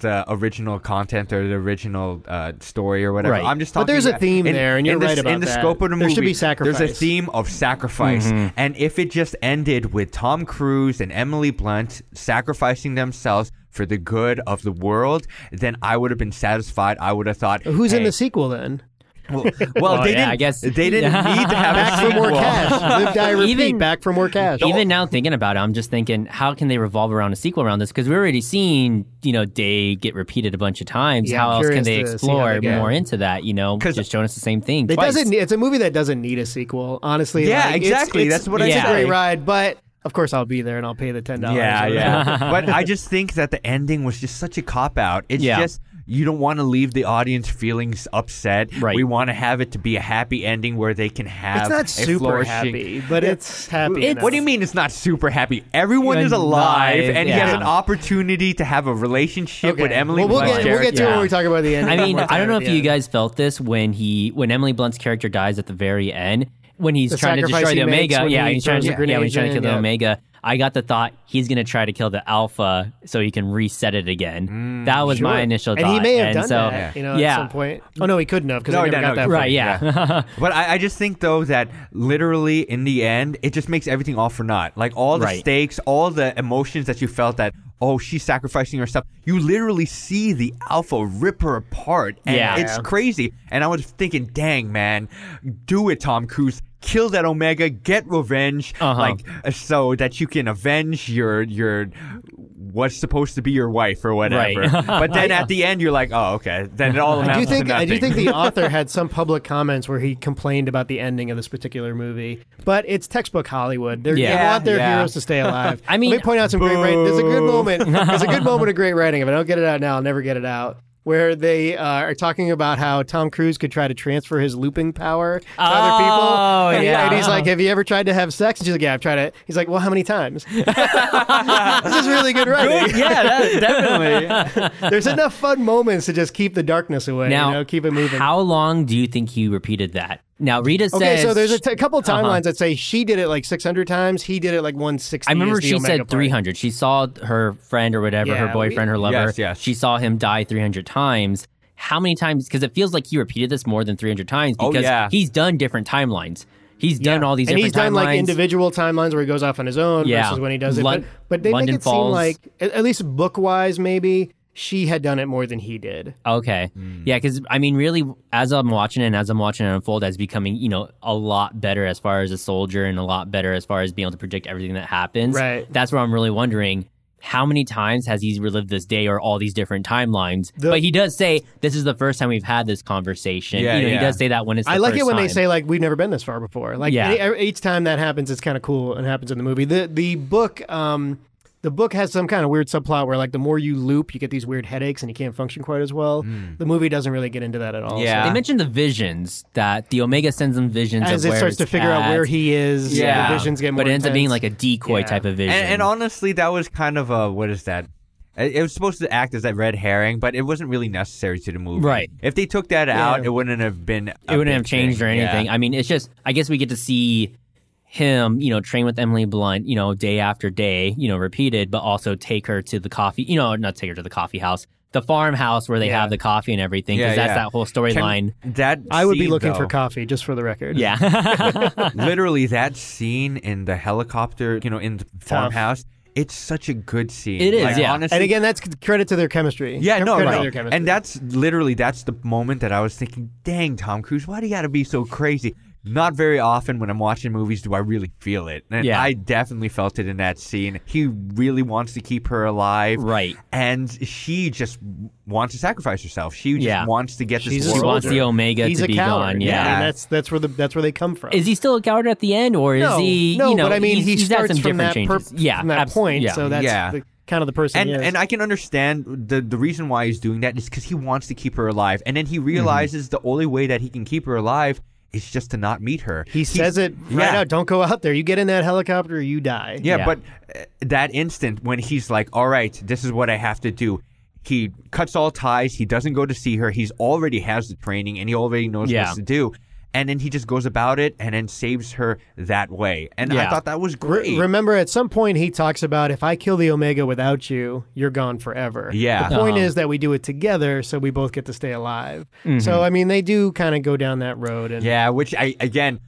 [SPEAKER 2] the original content or the original uh, story or whatever.
[SPEAKER 1] Right.
[SPEAKER 2] I'm just
[SPEAKER 3] But
[SPEAKER 2] talking.
[SPEAKER 3] there's a
[SPEAKER 2] about-
[SPEAKER 3] theme there, and you're
[SPEAKER 2] in the,
[SPEAKER 3] right about
[SPEAKER 2] In the
[SPEAKER 3] that.
[SPEAKER 2] scope of the movie,
[SPEAKER 3] There should be
[SPEAKER 2] There's a
[SPEAKER 3] sacrifice. Mm-hmm.
[SPEAKER 2] theme of sacrifice, and if it just ended with Tom Cruise and Emily Blunt sacrificing themselves for the good of the world, then I would have been satisfied. I would have thought,
[SPEAKER 3] Who's in
[SPEAKER 2] hey,
[SPEAKER 3] the sequel then?
[SPEAKER 2] Well, well,
[SPEAKER 1] Well,
[SPEAKER 2] they
[SPEAKER 1] yeah,
[SPEAKER 2] didn't.
[SPEAKER 1] I guess-
[SPEAKER 2] they didn't need to have
[SPEAKER 3] Back
[SPEAKER 2] a
[SPEAKER 3] for more
[SPEAKER 2] sequel.
[SPEAKER 3] cash. Live, die, repeat.
[SPEAKER 1] Even-
[SPEAKER 3] back for more cash.
[SPEAKER 1] Even now, thinking about it, I'm just thinking, how can they revolve around a sequel around this? Because we're already seeing, you know, day get repeated a bunch of times.
[SPEAKER 3] Yeah,
[SPEAKER 1] how
[SPEAKER 3] I'm
[SPEAKER 1] else can
[SPEAKER 3] curious
[SPEAKER 1] they
[SPEAKER 3] to see how
[SPEAKER 1] explore
[SPEAKER 3] they go.
[SPEAKER 1] more into that? You know,
[SPEAKER 2] 'Cause-
[SPEAKER 1] just showing us the same thing.
[SPEAKER 3] It
[SPEAKER 1] twice.
[SPEAKER 3] doesn't. need- It's a movie that doesn't need a sequel, honestly.
[SPEAKER 2] Yeah,
[SPEAKER 3] Like, it's-
[SPEAKER 2] exactly.
[SPEAKER 3] it's-
[SPEAKER 2] That's what
[SPEAKER 1] I
[SPEAKER 3] It's
[SPEAKER 1] said.
[SPEAKER 3] a great ride, but of course I'll be there and I'll pay the ten dollars.
[SPEAKER 2] Yeah, yeah. but I just think that the ending was just such a cop out. It's
[SPEAKER 1] Yeah.
[SPEAKER 2] just you don't want to leave the audience feeling s- upset.
[SPEAKER 1] Right.
[SPEAKER 2] We want to have it to be a happy ending where they can have.
[SPEAKER 3] It's not
[SPEAKER 2] a
[SPEAKER 3] super
[SPEAKER 2] flourishing-
[SPEAKER 3] happy, but it's happy.
[SPEAKER 1] It's-
[SPEAKER 3] enough.
[SPEAKER 2] What do you mean it's not super happy? Everyone is alive,
[SPEAKER 1] Alive,
[SPEAKER 2] and he has
[SPEAKER 1] yeah.
[SPEAKER 2] an opportunity to have a relationship
[SPEAKER 3] Okay.
[SPEAKER 2] with Emily
[SPEAKER 3] Well, we'll
[SPEAKER 2] Blunt's
[SPEAKER 3] get, we'll get to it when
[SPEAKER 1] Yeah.
[SPEAKER 3] we talk about the end.
[SPEAKER 1] I mean,
[SPEAKER 3] We're
[SPEAKER 1] I don't know
[SPEAKER 3] tired
[SPEAKER 1] if
[SPEAKER 3] at
[SPEAKER 1] you
[SPEAKER 3] the end.
[SPEAKER 1] guys felt this when he when Emily Blunt's character dies at the very end when he's
[SPEAKER 3] The
[SPEAKER 1] trying to
[SPEAKER 3] sacrifice
[SPEAKER 1] destroy the
[SPEAKER 3] he makes
[SPEAKER 1] Omega.
[SPEAKER 3] when
[SPEAKER 1] Yeah,
[SPEAKER 3] he
[SPEAKER 1] he's trying
[SPEAKER 3] throws
[SPEAKER 1] to
[SPEAKER 3] the
[SPEAKER 1] yeah, when he's trying to kill
[SPEAKER 3] grenades
[SPEAKER 1] the
[SPEAKER 3] in, yeah.
[SPEAKER 1] Omega. I got the thought he's going to try to kill the Alpha so he can reset it again. that was my
[SPEAKER 3] Mm, Sure.
[SPEAKER 1] initial
[SPEAKER 3] and
[SPEAKER 1] thought.
[SPEAKER 3] he may have
[SPEAKER 1] and
[SPEAKER 3] done
[SPEAKER 1] so,
[SPEAKER 3] that, you know,
[SPEAKER 1] yeah.
[SPEAKER 3] at some point. Oh no, he couldn't have because
[SPEAKER 2] No,
[SPEAKER 3] I
[SPEAKER 2] he
[SPEAKER 3] never got
[SPEAKER 2] didn't, no,
[SPEAKER 3] that.
[SPEAKER 2] he
[SPEAKER 3] far.
[SPEAKER 1] Right, yeah.
[SPEAKER 2] But I, I just think though that literally in the end, it just makes everything all for naught. Like all the
[SPEAKER 1] Right.
[SPEAKER 2] stakes, all the emotions that you felt that oh she's sacrificing herself. You literally see the alpha rip her apart, and
[SPEAKER 1] Yeah.
[SPEAKER 2] it's
[SPEAKER 3] Yeah.
[SPEAKER 2] crazy. And I was thinking, dang man, do it, Tom Cruise. Kill that Omega, get revenge,
[SPEAKER 1] Uh-huh.
[SPEAKER 2] like uh, so that you can avenge your your what's supposed to be your wife or whatever.
[SPEAKER 1] Right.
[SPEAKER 2] but then at the end, you're like, oh okay, then it all amounts
[SPEAKER 3] I do
[SPEAKER 2] to
[SPEAKER 3] think I do
[SPEAKER 2] nothing.
[SPEAKER 3] think the author had some public comments where he complained about the ending of this particular movie, but it's textbook Hollywood. They're,
[SPEAKER 1] Yeah.
[SPEAKER 3] They want their
[SPEAKER 2] Yeah.
[SPEAKER 3] heroes to stay alive.
[SPEAKER 1] I mean-
[SPEAKER 3] let me point out some great. Write- there's a good moment. There's a good moment of great writing. If I don't get it out now, I'll never get it out. Where they uh, are talking about how Tom Cruise could try to transfer his looping power to other
[SPEAKER 1] Oh,
[SPEAKER 3] people, and, he-
[SPEAKER 1] yeah.
[SPEAKER 3] and he's like, "Have you ever tried to have sex?" And she's like, "Yeah, I've tried it." He's like, "Well, how many times?" this is really good writing.
[SPEAKER 2] yeah, that, definitely.
[SPEAKER 3] There's enough fun moments to just keep the darkness away.
[SPEAKER 1] now
[SPEAKER 3] you know, keep it moving.
[SPEAKER 1] How long do you think he repeated that? Now Rita says uh-huh.
[SPEAKER 3] Okay, so there's a, t- a couple timelines that say she did it like 600 times. He did it like 160.
[SPEAKER 1] I remember
[SPEAKER 3] is the
[SPEAKER 1] she
[SPEAKER 3] Omega
[SPEAKER 1] said
[SPEAKER 3] part.
[SPEAKER 1] 300. She saw her friend or whatever,
[SPEAKER 3] Yeah,
[SPEAKER 1] her
[SPEAKER 3] we-
[SPEAKER 1] boyfriend, her lover.
[SPEAKER 2] Yes, yes.
[SPEAKER 1] She saw him die 300 times. How many times? Because it feels like he repeated this more than 300 times
[SPEAKER 2] Oh,
[SPEAKER 1] because
[SPEAKER 2] yeah.
[SPEAKER 1] he's done different timelines. He's done all these
[SPEAKER 3] And he's
[SPEAKER 1] different
[SPEAKER 3] done
[SPEAKER 1] timelines.
[SPEAKER 3] like individual timelines where he goes off on his own
[SPEAKER 1] Yeah.
[SPEAKER 3] versus when he does it.
[SPEAKER 1] Lon-
[SPEAKER 3] but, but they
[SPEAKER 1] London
[SPEAKER 3] make it
[SPEAKER 1] Falls.
[SPEAKER 3] seem like, at, at least book wise, maybe she had done it more than he did.
[SPEAKER 1] Okay.
[SPEAKER 3] Mm.
[SPEAKER 1] Yeah, because I mean, really, as I'm watching it and as I'm watching it unfold, as becoming, you know, a lot better as far as a soldier and a lot better as far as being able to predict everything that happens.
[SPEAKER 3] Right.
[SPEAKER 1] That's where I'm really wondering how many times has he relived this day or all these different timelines?
[SPEAKER 3] The-
[SPEAKER 1] but he does say this is the first time we've had this conversation.
[SPEAKER 2] Yeah,
[SPEAKER 1] you know,
[SPEAKER 2] yeah.
[SPEAKER 1] he does say that when it's. The
[SPEAKER 3] I like
[SPEAKER 1] first
[SPEAKER 3] it when they
[SPEAKER 1] time.
[SPEAKER 3] say like we've never been this far before. Like
[SPEAKER 1] Yeah.
[SPEAKER 3] e- each time that happens, it's kind of cool and happens in the movie. The the book um the book has some kind of weird subplot where like the more you loop, you get these weird headaches and you can't function quite as well.
[SPEAKER 1] Hmm.
[SPEAKER 3] The movie doesn't really get into that at all. so-
[SPEAKER 2] Yeah.
[SPEAKER 1] They mentioned the visions that the Omega sends them visions
[SPEAKER 3] as
[SPEAKER 1] of
[SPEAKER 3] it
[SPEAKER 1] where
[SPEAKER 3] starts to
[SPEAKER 1] it's
[SPEAKER 3] figure out
[SPEAKER 1] at.
[SPEAKER 3] where he is.
[SPEAKER 2] Yeah.
[SPEAKER 3] the visions get more.
[SPEAKER 1] but it ends up being
[SPEAKER 3] intense.
[SPEAKER 1] like a decoy
[SPEAKER 3] Yeah.
[SPEAKER 1] type of vision.
[SPEAKER 2] And, and honestly, that was kind of a what is that? It it was supposed to act as that red herring, but it wasn't really necessary to the movie.
[SPEAKER 1] Right.
[SPEAKER 2] If they took that out,
[SPEAKER 3] Yeah.
[SPEAKER 2] it wouldn't have been.
[SPEAKER 1] it wouldn't have changed or anything. I mean, it's just I guess we get to see him, you know, train with Emily Blunt, you know, day after day, you know, repeated, but also take her to the coffee, you know, not take her to the coffee house, the farmhouse where they
[SPEAKER 3] Yeah.
[SPEAKER 1] have the coffee and everything,
[SPEAKER 2] Yeah,
[SPEAKER 1] because that's
[SPEAKER 2] yeah.
[SPEAKER 1] that whole storyline.
[SPEAKER 2] That
[SPEAKER 3] I would be
[SPEAKER 2] scene,
[SPEAKER 3] looking for
[SPEAKER 2] though,
[SPEAKER 3] coffee, just for the record.
[SPEAKER 1] Yeah,
[SPEAKER 2] literally that scene in the helicopter, you know, in the farmhouse. It's such a good scene.
[SPEAKER 1] It is,
[SPEAKER 2] Like,
[SPEAKER 1] yeah.
[SPEAKER 2] Honestly,
[SPEAKER 3] And again, that's c- credit to their chemistry.
[SPEAKER 2] Yeah,
[SPEAKER 3] Credit
[SPEAKER 2] no,
[SPEAKER 3] to
[SPEAKER 2] right.
[SPEAKER 3] their chemistry.
[SPEAKER 2] And that's literally that's the moment that I was thinking, dang, Tom Cruise, why do you got to be so crazy? Not very often when I'm watching movies do I really feel it. And
[SPEAKER 1] Yeah.
[SPEAKER 2] I definitely felt it in that scene. He really wants to keep her alive.
[SPEAKER 1] Right.
[SPEAKER 2] And she just wants to sacrifice herself. She just
[SPEAKER 1] Yeah.
[SPEAKER 2] wants to get this
[SPEAKER 3] She's
[SPEAKER 1] she
[SPEAKER 3] a
[SPEAKER 2] world.
[SPEAKER 1] wants the
[SPEAKER 3] soldier.
[SPEAKER 1] Omega
[SPEAKER 3] he's
[SPEAKER 1] to
[SPEAKER 3] a
[SPEAKER 1] be
[SPEAKER 3] coward.
[SPEAKER 1] gone. Yeah.
[SPEAKER 3] and that's that's where the that's where they come from.
[SPEAKER 1] Is he still a coward at the end, or is
[SPEAKER 3] no,
[SPEAKER 1] he?
[SPEAKER 3] no,
[SPEAKER 1] you know,
[SPEAKER 3] but I mean,
[SPEAKER 1] he's,
[SPEAKER 3] he
[SPEAKER 1] he's had
[SPEAKER 3] starts
[SPEAKER 1] some
[SPEAKER 3] from that,
[SPEAKER 1] different
[SPEAKER 3] per-
[SPEAKER 1] changes. yeah,
[SPEAKER 3] from that
[SPEAKER 1] abs-
[SPEAKER 3] point.
[SPEAKER 1] yeah.
[SPEAKER 3] So that's
[SPEAKER 2] Yeah.
[SPEAKER 3] the, kind of the person.
[SPEAKER 2] and
[SPEAKER 3] he is.
[SPEAKER 2] and I can understand the the reason why he's doing that is because he wants to keep her alive, and then
[SPEAKER 3] Mm-hmm.
[SPEAKER 2] he realizes the only way that he can keep her alive is just to not meet her.
[SPEAKER 3] he says it right
[SPEAKER 2] yeah.
[SPEAKER 3] out. Don't go out there. You get in that helicopter, you die.
[SPEAKER 2] Yeah,
[SPEAKER 1] Yeah.
[SPEAKER 2] but uh, that instant when he's like, "All right, this is what I have to do." He cuts all ties. He doesn't go to see her. He's already has the training and he already knows
[SPEAKER 1] Yeah.
[SPEAKER 2] what to do. And then he just goes about it and then saves her that way. And I
[SPEAKER 1] Yeah.
[SPEAKER 2] thought that was
[SPEAKER 3] Re-
[SPEAKER 2] great.
[SPEAKER 3] Remember, at some point he talks about if I kill the Omega without you, you're gone forever.
[SPEAKER 2] Yeah.
[SPEAKER 3] The point
[SPEAKER 1] Uh-huh.
[SPEAKER 3] is that we do it together, so we both get to stay alive. So I mean, they do kind of go down that road, and
[SPEAKER 2] yeah, which I again,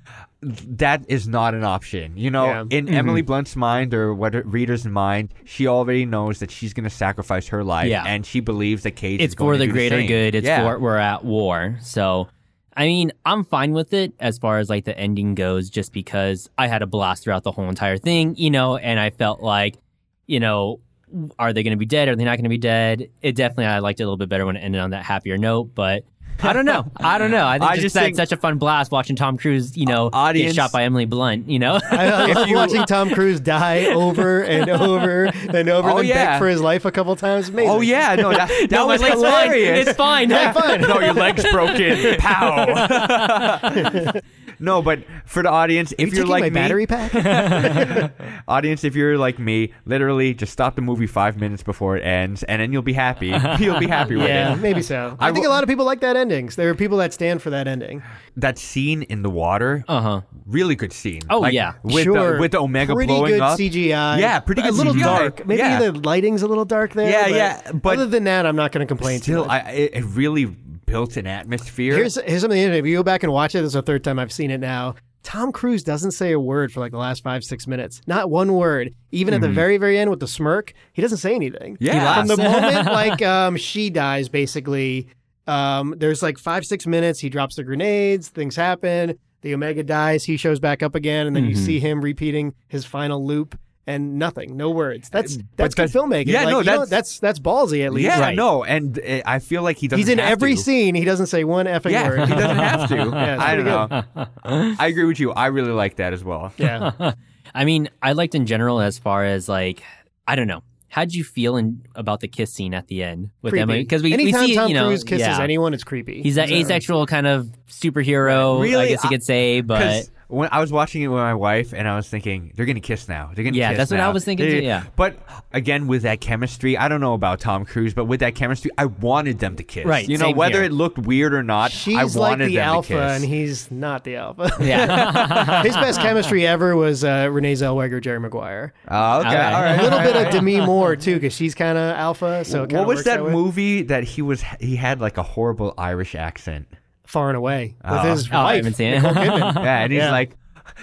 [SPEAKER 2] that is not an option. You know,
[SPEAKER 3] Yeah.
[SPEAKER 2] in
[SPEAKER 1] Mm-hmm.
[SPEAKER 2] Emily Blunt's mind or what reader's mind, she already knows that she's going to sacrifice her life,
[SPEAKER 1] Yeah.
[SPEAKER 2] and she believes that Cage.
[SPEAKER 1] it's
[SPEAKER 2] is going
[SPEAKER 1] for
[SPEAKER 2] to
[SPEAKER 1] the
[SPEAKER 2] do
[SPEAKER 1] greater
[SPEAKER 2] same.
[SPEAKER 1] good. It's
[SPEAKER 2] Yeah.
[SPEAKER 1] for we're at war. So I mean, I'm fine with it as far as like the ending goes, just because I had a blast throughout the whole entire thing, you know, and I felt like, you know, are they going to be dead? Are they not going to be dead? It definitely, I liked it a little bit better when it ended on that happier note, but. I don't know. I don't know. I, think
[SPEAKER 2] I
[SPEAKER 1] just,
[SPEAKER 2] just
[SPEAKER 1] had
[SPEAKER 2] think-
[SPEAKER 1] such a fun blast watching Tom Cruise, you know,
[SPEAKER 2] audience-
[SPEAKER 1] get shot by Emily Blunt, you know?
[SPEAKER 3] I love watching Tom Cruise die over and over and over,
[SPEAKER 2] Oh,
[SPEAKER 3] then
[SPEAKER 2] yeah.
[SPEAKER 3] beg for his life a couple times. Amazing.
[SPEAKER 2] Oh yeah, no, that, that
[SPEAKER 1] No,
[SPEAKER 2] was
[SPEAKER 1] it's fine.
[SPEAKER 2] hilarious.
[SPEAKER 1] It's fine. Have fun.
[SPEAKER 2] no, your leg's broken. Pow. no, but for the audience, if
[SPEAKER 3] you
[SPEAKER 2] you're
[SPEAKER 3] taking
[SPEAKER 2] like
[SPEAKER 3] my
[SPEAKER 2] me,
[SPEAKER 3] battery pack.
[SPEAKER 2] audience, if you're like me, literally just stop the movie five minutes before it ends, and then you'll be happy. You'll be happy with
[SPEAKER 3] yeah,
[SPEAKER 2] it.
[SPEAKER 3] maybe so. I,
[SPEAKER 2] I
[SPEAKER 3] think
[SPEAKER 2] will-
[SPEAKER 3] a lot of people like that ending. There are people that stand for that ending.
[SPEAKER 2] That scene in the water,
[SPEAKER 1] Uh huh.
[SPEAKER 2] really good scene.
[SPEAKER 1] Oh,
[SPEAKER 2] Like,
[SPEAKER 1] yeah.
[SPEAKER 2] with
[SPEAKER 3] sure,
[SPEAKER 2] the, with the omega
[SPEAKER 3] pretty
[SPEAKER 2] blowing
[SPEAKER 3] good
[SPEAKER 2] up.
[SPEAKER 3] CGI.
[SPEAKER 2] Yeah, pretty
[SPEAKER 3] A
[SPEAKER 2] good
[SPEAKER 3] little
[SPEAKER 2] CGI.
[SPEAKER 3] dark. Maybe
[SPEAKER 2] Yeah.
[SPEAKER 3] the lighting's a little dark there.
[SPEAKER 2] Yeah,
[SPEAKER 3] but
[SPEAKER 2] yeah, but-
[SPEAKER 3] other than that, I'm not going to complain. too
[SPEAKER 2] Still,
[SPEAKER 3] much.
[SPEAKER 2] I, it it really built an atmosphere.
[SPEAKER 3] Here's here's something interesting. If you go back and watch it, this is the third time I've seen it now. Tom Cruise doesn't say a word for like the last five six minutes. Not one word. Even at the very very end with the smirk, he doesn't say anything.
[SPEAKER 2] Mm-hmm. Yeah. He laughs.
[SPEAKER 3] From the moment like um, she dies, basically, um, there's like five six minutes. He drops the grenades. Things happen. The Omega dies. He shows back up again, and then
[SPEAKER 2] Mm-hmm.
[SPEAKER 3] you see him repeating his final loop. And nothing, no words. That's that's good
[SPEAKER 2] that's-
[SPEAKER 3] filmmaking.
[SPEAKER 2] yeah,
[SPEAKER 3] Like,
[SPEAKER 2] no,
[SPEAKER 3] you know,
[SPEAKER 2] that's-
[SPEAKER 3] that's that's ballsy at least.
[SPEAKER 2] yeah,
[SPEAKER 1] Right.
[SPEAKER 2] no, and uh, I feel like he doesn't.
[SPEAKER 3] He's in
[SPEAKER 2] have
[SPEAKER 3] every
[SPEAKER 2] to.
[SPEAKER 3] scene. He doesn't say one effing
[SPEAKER 2] Yeah,
[SPEAKER 3] word.
[SPEAKER 2] he doesn't have to.
[SPEAKER 3] Yeah, it's
[SPEAKER 2] I don't
[SPEAKER 3] pretty
[SPEAKER 2] know. I agree with you. I really like that as well.
[SPEAKER 3] Yeah.
[SPEAKER 1] I mean, I liked in general as far as like, I don't know. How'd you feel in, about the kiss scene at the end with
[SPEAKER 3] creepy.
[SPEAKER 1] Emily? Because we, we
[SPEAKER 3] anytime
[SPEAKER 1] see,
[SPEAKER 3] Tom
[SPEAKER 1] you know,
[SPEAKER 3] Cruise kisses
[SPEAKER 1] yeah.
[SPEAKER 3] anyone, it's creepy.
[SPEAKER 1] he's that
[SPEAKER 3] So-
[SPEAKER 1] asexual kind of superhero,
[SPEAKER 2] Really,
[SPEAKER 1] I guess you
[SPEAKER 2] I-
[SPEAKER 1] could say, but
[SPEAKER 2] Because when I was watching it with my wife, and I was thinking they're gonna kiss now. They're gonna
[SPEAKER 1] Yeah,
[SPEAKER 2] kiss
[SPEAKER 1] that's what I
[SPEAKER 2] now.
[SPEAKER 1] was thinking
[SPEAKER 2] They-
[SPEAKER 1] too, yeah.
[SPEAKER 2] but again, with that chemistry, I don't know about Tom Cruise, but with that chemistry, I wanted them to kiss.
[SPEAKER 1] Right,
[SPEAKER 2] You know,
[SPEAKER 1] same
[SPEAKER 2] whether
[SPEAKER 1] here.
[SPEAKER 2] it looked weird or not,
[SPEAKER 3] She's
[SPEAKER 2] I wanted
[SPEAKER 3] like the
[SPEAKER 2] them
[SPEAKER 3] alpha,
[SPEAKER 2] to kiss.
[SPEAKER 3] and he's not the alpha.
[SPEAKER 1] yeah.
[SPEAKER 3] His best chemistry ever was uh, Renee Zellweger, Jerry Maguire.
[SPEAKER 2] oh, okay, all
[SPEAKER 1] right.
[SPEAKER 2] right.
[SPEAKER 3] A
[SPEAKER 2] all
[SPEAKER 3] little
[SPEAKER 2] right,
[SPEAKER 3] bit
[SPEAKER 2] all
[SPEAKER 3] of
[SPEAKER 2] right.
[SPEAKER 3] Demi Moore too, because she's kind of alpha. So it kinda
[SPEAKER 2] What was
[SPEAKER 3] works
[SPEAKER 2] that
[SPEAKER 3] way.
[SPEAKER 2] movie that he was? He had like a horrible Irish accent.
[SPEAKER 3] Far and away with
[SPEAKER 2] Oh.
[SPEAKER 3] his
[SPEAKER 1] Oh,
[SPEAKER 3] wife.
[SPEAKER 1] I haven't seen it.
[SPEAKER 3] Nicole Kidman.
[SPEAKER 2] Yeah, and he's
[SPEAKER 3] Yeah.
[SPEAKER 2] like,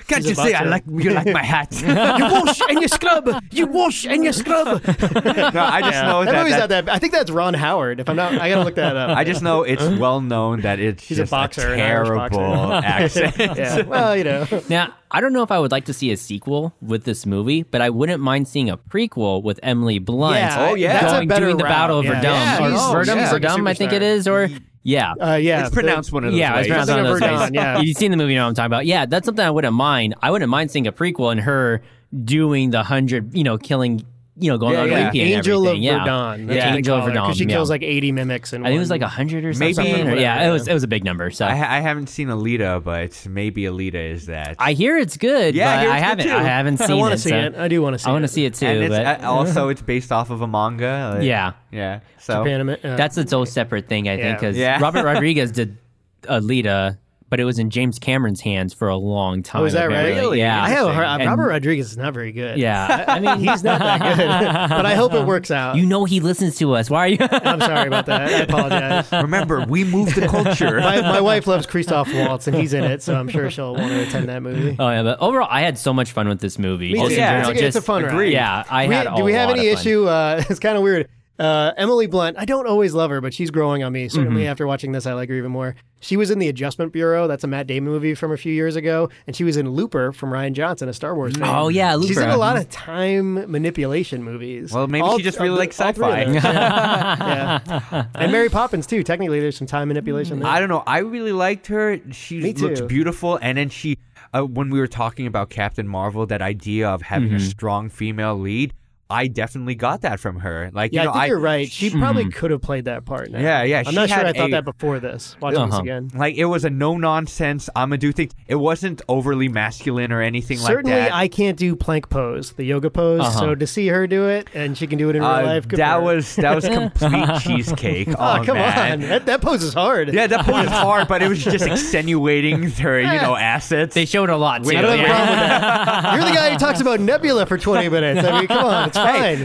[SPEAKER 2] can't
[SPEAKER 3] He's a
[SPEAKER 2] you say I
[SPEAKER 3] boxer.
[SPEAKER 2] like you like my hat?
[SPEAKER 3] you wash and you scrub. You wash and you scrub.
[SPEAKER 2] no, I just know
[SPEAKER 3] that
[SPEAKER 2] that.
[SPEAKER 3] movie's
[SPEAKER 2] that-
[SPEAKER 3] not that. I think that's Ron Howard. If I'm not, I gotta look that up.
[SPEAKER 2] I just know it's well known that it's
[SPEAKER 3] a
[SPEAKER 2] just
[SPEAKER 3] boxer, an Irish boxer.
[SPEAKER 2] terrible accent.
[SPEAKER 3] yeah. Well, you know.
[SPEAKER 1] now, I don't know if I would like to see a sequel with this movie, but I wouldn't mind seeing a prequel with Emily Blunt.
[SPEAKER 3] Yeah,
[SPEAKER 2] Oh, yeah.
[SPEAKER 3] that's a
[SPEAKER 1] Going,
[SPEAKER 3] better
[SPEAKER 1] doing the
[SPEAKER 3] route.
[SPEAKER 1] Battle of
[SPEAKER 3] Yeah.
[SPEAKER 1] Verdun.
[SPEAKER 3] Yeah,
[SPEAKER 1] or
[SPEAKER 3] she's-
[SPEAKER 1] Verdun,
[SPEAKER 2] she's like
[SPEAKER 3] a
[SPEAKER 1] Verdun, I think it
[SPEAKER 3] superstar.
[SPEAKER 1] is, or yeah.
[SPEAKER 3] Uh, yeah,
[SPEAKER 2] It's pronounced one of those
[SPEAKER 1] Yeah,
[SPEAKER 2] ways.
[SPEAKER 1] it's pronounced
[SPEAKER 3] Something
[SPEAKER 1] one of
[SPEAKER 3] I've
[SPEAKER 1] those
[SPEAKER 3] heard
[SPEAKER 1] ways.
[SPEAKER 3] done, yeah.
[SPEAKER 1] You've seen the movie, you know what I'm talking about. Yeah, that's something I wouldn't mind. I wouldn't mind seeing a prequel and her doing the hundred, you know, killing, you know, going
[SPEAKER 2] Yeah,
[SPEAKER 1] on
[SPEAKER 2] yeah.
[SPEAKER 1] yeah. repeat and
[SPEAKER 3] Angel of
[SPEAKER 1] everything. yeah.
[SPEAKER 3] Verdun. That's
[SPEAKER 1] Yeah,
[SPEAKER 3] what they
[SPEAKER 1] Angel of
[SPEAKER 3] call her, 'cause
[SPEAKER 1] Verdun.
[SPEAKER 3] She kills
[SPEAKER 1] yeah.
[SPEAKER 3] like 80 mimics in
[SPEAKER 1] I think it
[SPEAKER 3] one-
[SPEAKER 1] was like hundred or
[SPEAKER 2] Maybe-
[SPEAKER 1] something. or- yeah, it was it was a big number. So
[SPEAKER 2] I,
[SPEAKER 1] I,
[SPEAKER 2] I haven't seen Alita, but maybe Alita is that.
[SPEAKER 1] hear it's good.
[SPEAKER 2] Yeah, I
[SPEAKER 1] but
[SPEAKER 2] hear
[SPEAKER 1] I
[SPEAKER 2] it's good
[SPEAKER 1] haven't.
[SPEAKER 2] too.
[SPEAKER 1] I haven't
[SPEAKER 3] I
[SPEAKER 1] seen
[SPEAKER 3] want
[SPEAKER 1] it.
[SPEAKER 3] to see
[SPEAKER 1] so
[SPEAKER 3] it. I do want to see
[SPEAKER 1] I want
[SPEAKER 3] it.
[SPEAKER 1] to see it too.
[SPEAKER 2] and it's,
[SPEAKER 1] but
[SPEAKER 2] uh, also it's based off of a manga. like-
[SPEAKER 1] Yeah.
[SPEAKER 2] yeah. So
[SPEAKER 3] Japan, uh,
[SPEAKER 1] that's its own separate thing, I think,
[SPEAKER 3] Yeah.
[SPEAKER 1] because
[SPEAKER 2] Yeah.
[SPEAKER 1] Robert Rodriguez did Alita, but it was in James Cameron's hands for a long time.
[SPEAKER 3] Oh, is that right?
[SPEAKER 1] apparently.
[SPEAKER 2] Really?
[SPEAKER 1] Yeah.
[SPEAKER 3] I haven't heard.
[SPEAKER 1] And-
[SPEAKER 3] Robert Rodriguez is not very good.
[SPEAKER 1] Yeah, I I mean,
[SPEAKER 3] he's not that good. but I hope it works out.
[SPEAKER 1] You know he listens to us. Why are you?
[SPEAKER 3] I'm sorry about that. I apologize.
[SPEAKER 2] remember, we moved the culture.
[SPEAKER 3] My, my wife loves Christoph Waltz, and he's in it, so I'm sure she'll want to attend that movie.
[SPEAKER 1] oh yeah, but overall, I had so much fun with this movie.
[SPEAKER 3] Me
[SPEAKER 1] Just
[SPEAKER 3] too.
[SPEAKER 1] in
[SPEAKER 2] yeah,
[SPEAKER 1] general,
[SPEAKER 3] it's, a, it's a
[SPEAKER 1] just-
[SPEAKER 3] fun ride.
[SPEAKER 1] Yeah, I
[SPEAKER 3] We-
[SPEAKER 1] had.
[SPEAKER 3] do
[SPEAKER 1] a
[SPEAKER 3] we have
[SPEAKER 1] lot
[SPEAKER 3] any
[SPEAKER 1] of fun.
[SPEAKER 3] issue? Uh, it's kind of weird. Uh, Emily Blunt. I don't always love her, but she's growing on me.
[SPEAKER 2] Mm-hmm.
[SPEAKER 3] Certainly, after watching this, I like her even more. She was in The Adjustment Bureau. That's a Matt Damon movie from a few years ago, and she was in Looper from Ryan Johnson, a Star Wars. Film.
[SPEAKER 1] Oh yeah, Looper.
[SPEAKER 3] She's in a lot of time manipulation movies.
[SPEAKER 2] Well, maybe she just really
[SPEAKER 3] all
[SPEAKER 2] likes
[SPEAKER 3] all three of
[SPEAKER 2] sci-fi.
[SPEAKER 3] those, Yeah. Yeah. And Mary Poppins too. Technically, there's some time manipulation there.
[SPEAKER 2] I don't know. I really liked her. She
[SPEAKER 3] Me
[SPEAKER 2] looked
[SPEAKER 3] too.
[SPEAKER 2] beautiful, and then she, uh, when we were talking about Captain Marvel, that idea of having a strong female lead, I definitely got that from her. Like,
[SPEAKER 3] yeah,
[SPEAKER 2] you know,
[SPEAKER 3] I think
[SPEAKER 2] I, hmm.
[SPEAKER 3] you're right. She probably could have played that part. Now.
[SPEAKER 2] Yeah, yeah,
[SPEAKER 3] I'm
[SPEAKER 2] she
[SPEAKER 3] not sure
[SPEAKER 2] had
[SPEAKER 3] I thought
[SPEAKER 2] a-
[SPEAKER 3] that before this. Watching this
[SPEAKER 1] Uh-huh.
[SPEAKER 3] again.
[SPEAKER 2] Like it was a no nonsense. I'ma do things. It wasn't overly masculine or anything
[SPEAKER 3] Certainly,
[SPEAKER 2] like that.
[SPEAKER 3] I can't do plank pose, the yoga pose. So to see her do it, and she can do it in real
[SPEAKER 2] Uh-huh. Uh,
[SPEAKER 3] life. good for
[SPEAKER 2] that
[SPEAKER 3] her.
[SPEAKER 2] was that was complete cheesecake. Oh,
[SPEAKER 3] Oh, come
[SPEAKER 2] man.
[SPEAKER 3] on, that, that pose is hard.
[SPEAKER 2] Yeah, that point is hard, but it was just extenuating their you know assets.
[SPEAKER 1] They showed a lot. Too.
[SPEAKER 3] I don't have a
[SPEAKER 1] yeah.
[SPEAKER 3] problem with that. You're the guy who talks about Nebula for 20 minutes. I mean, come on, it's fine.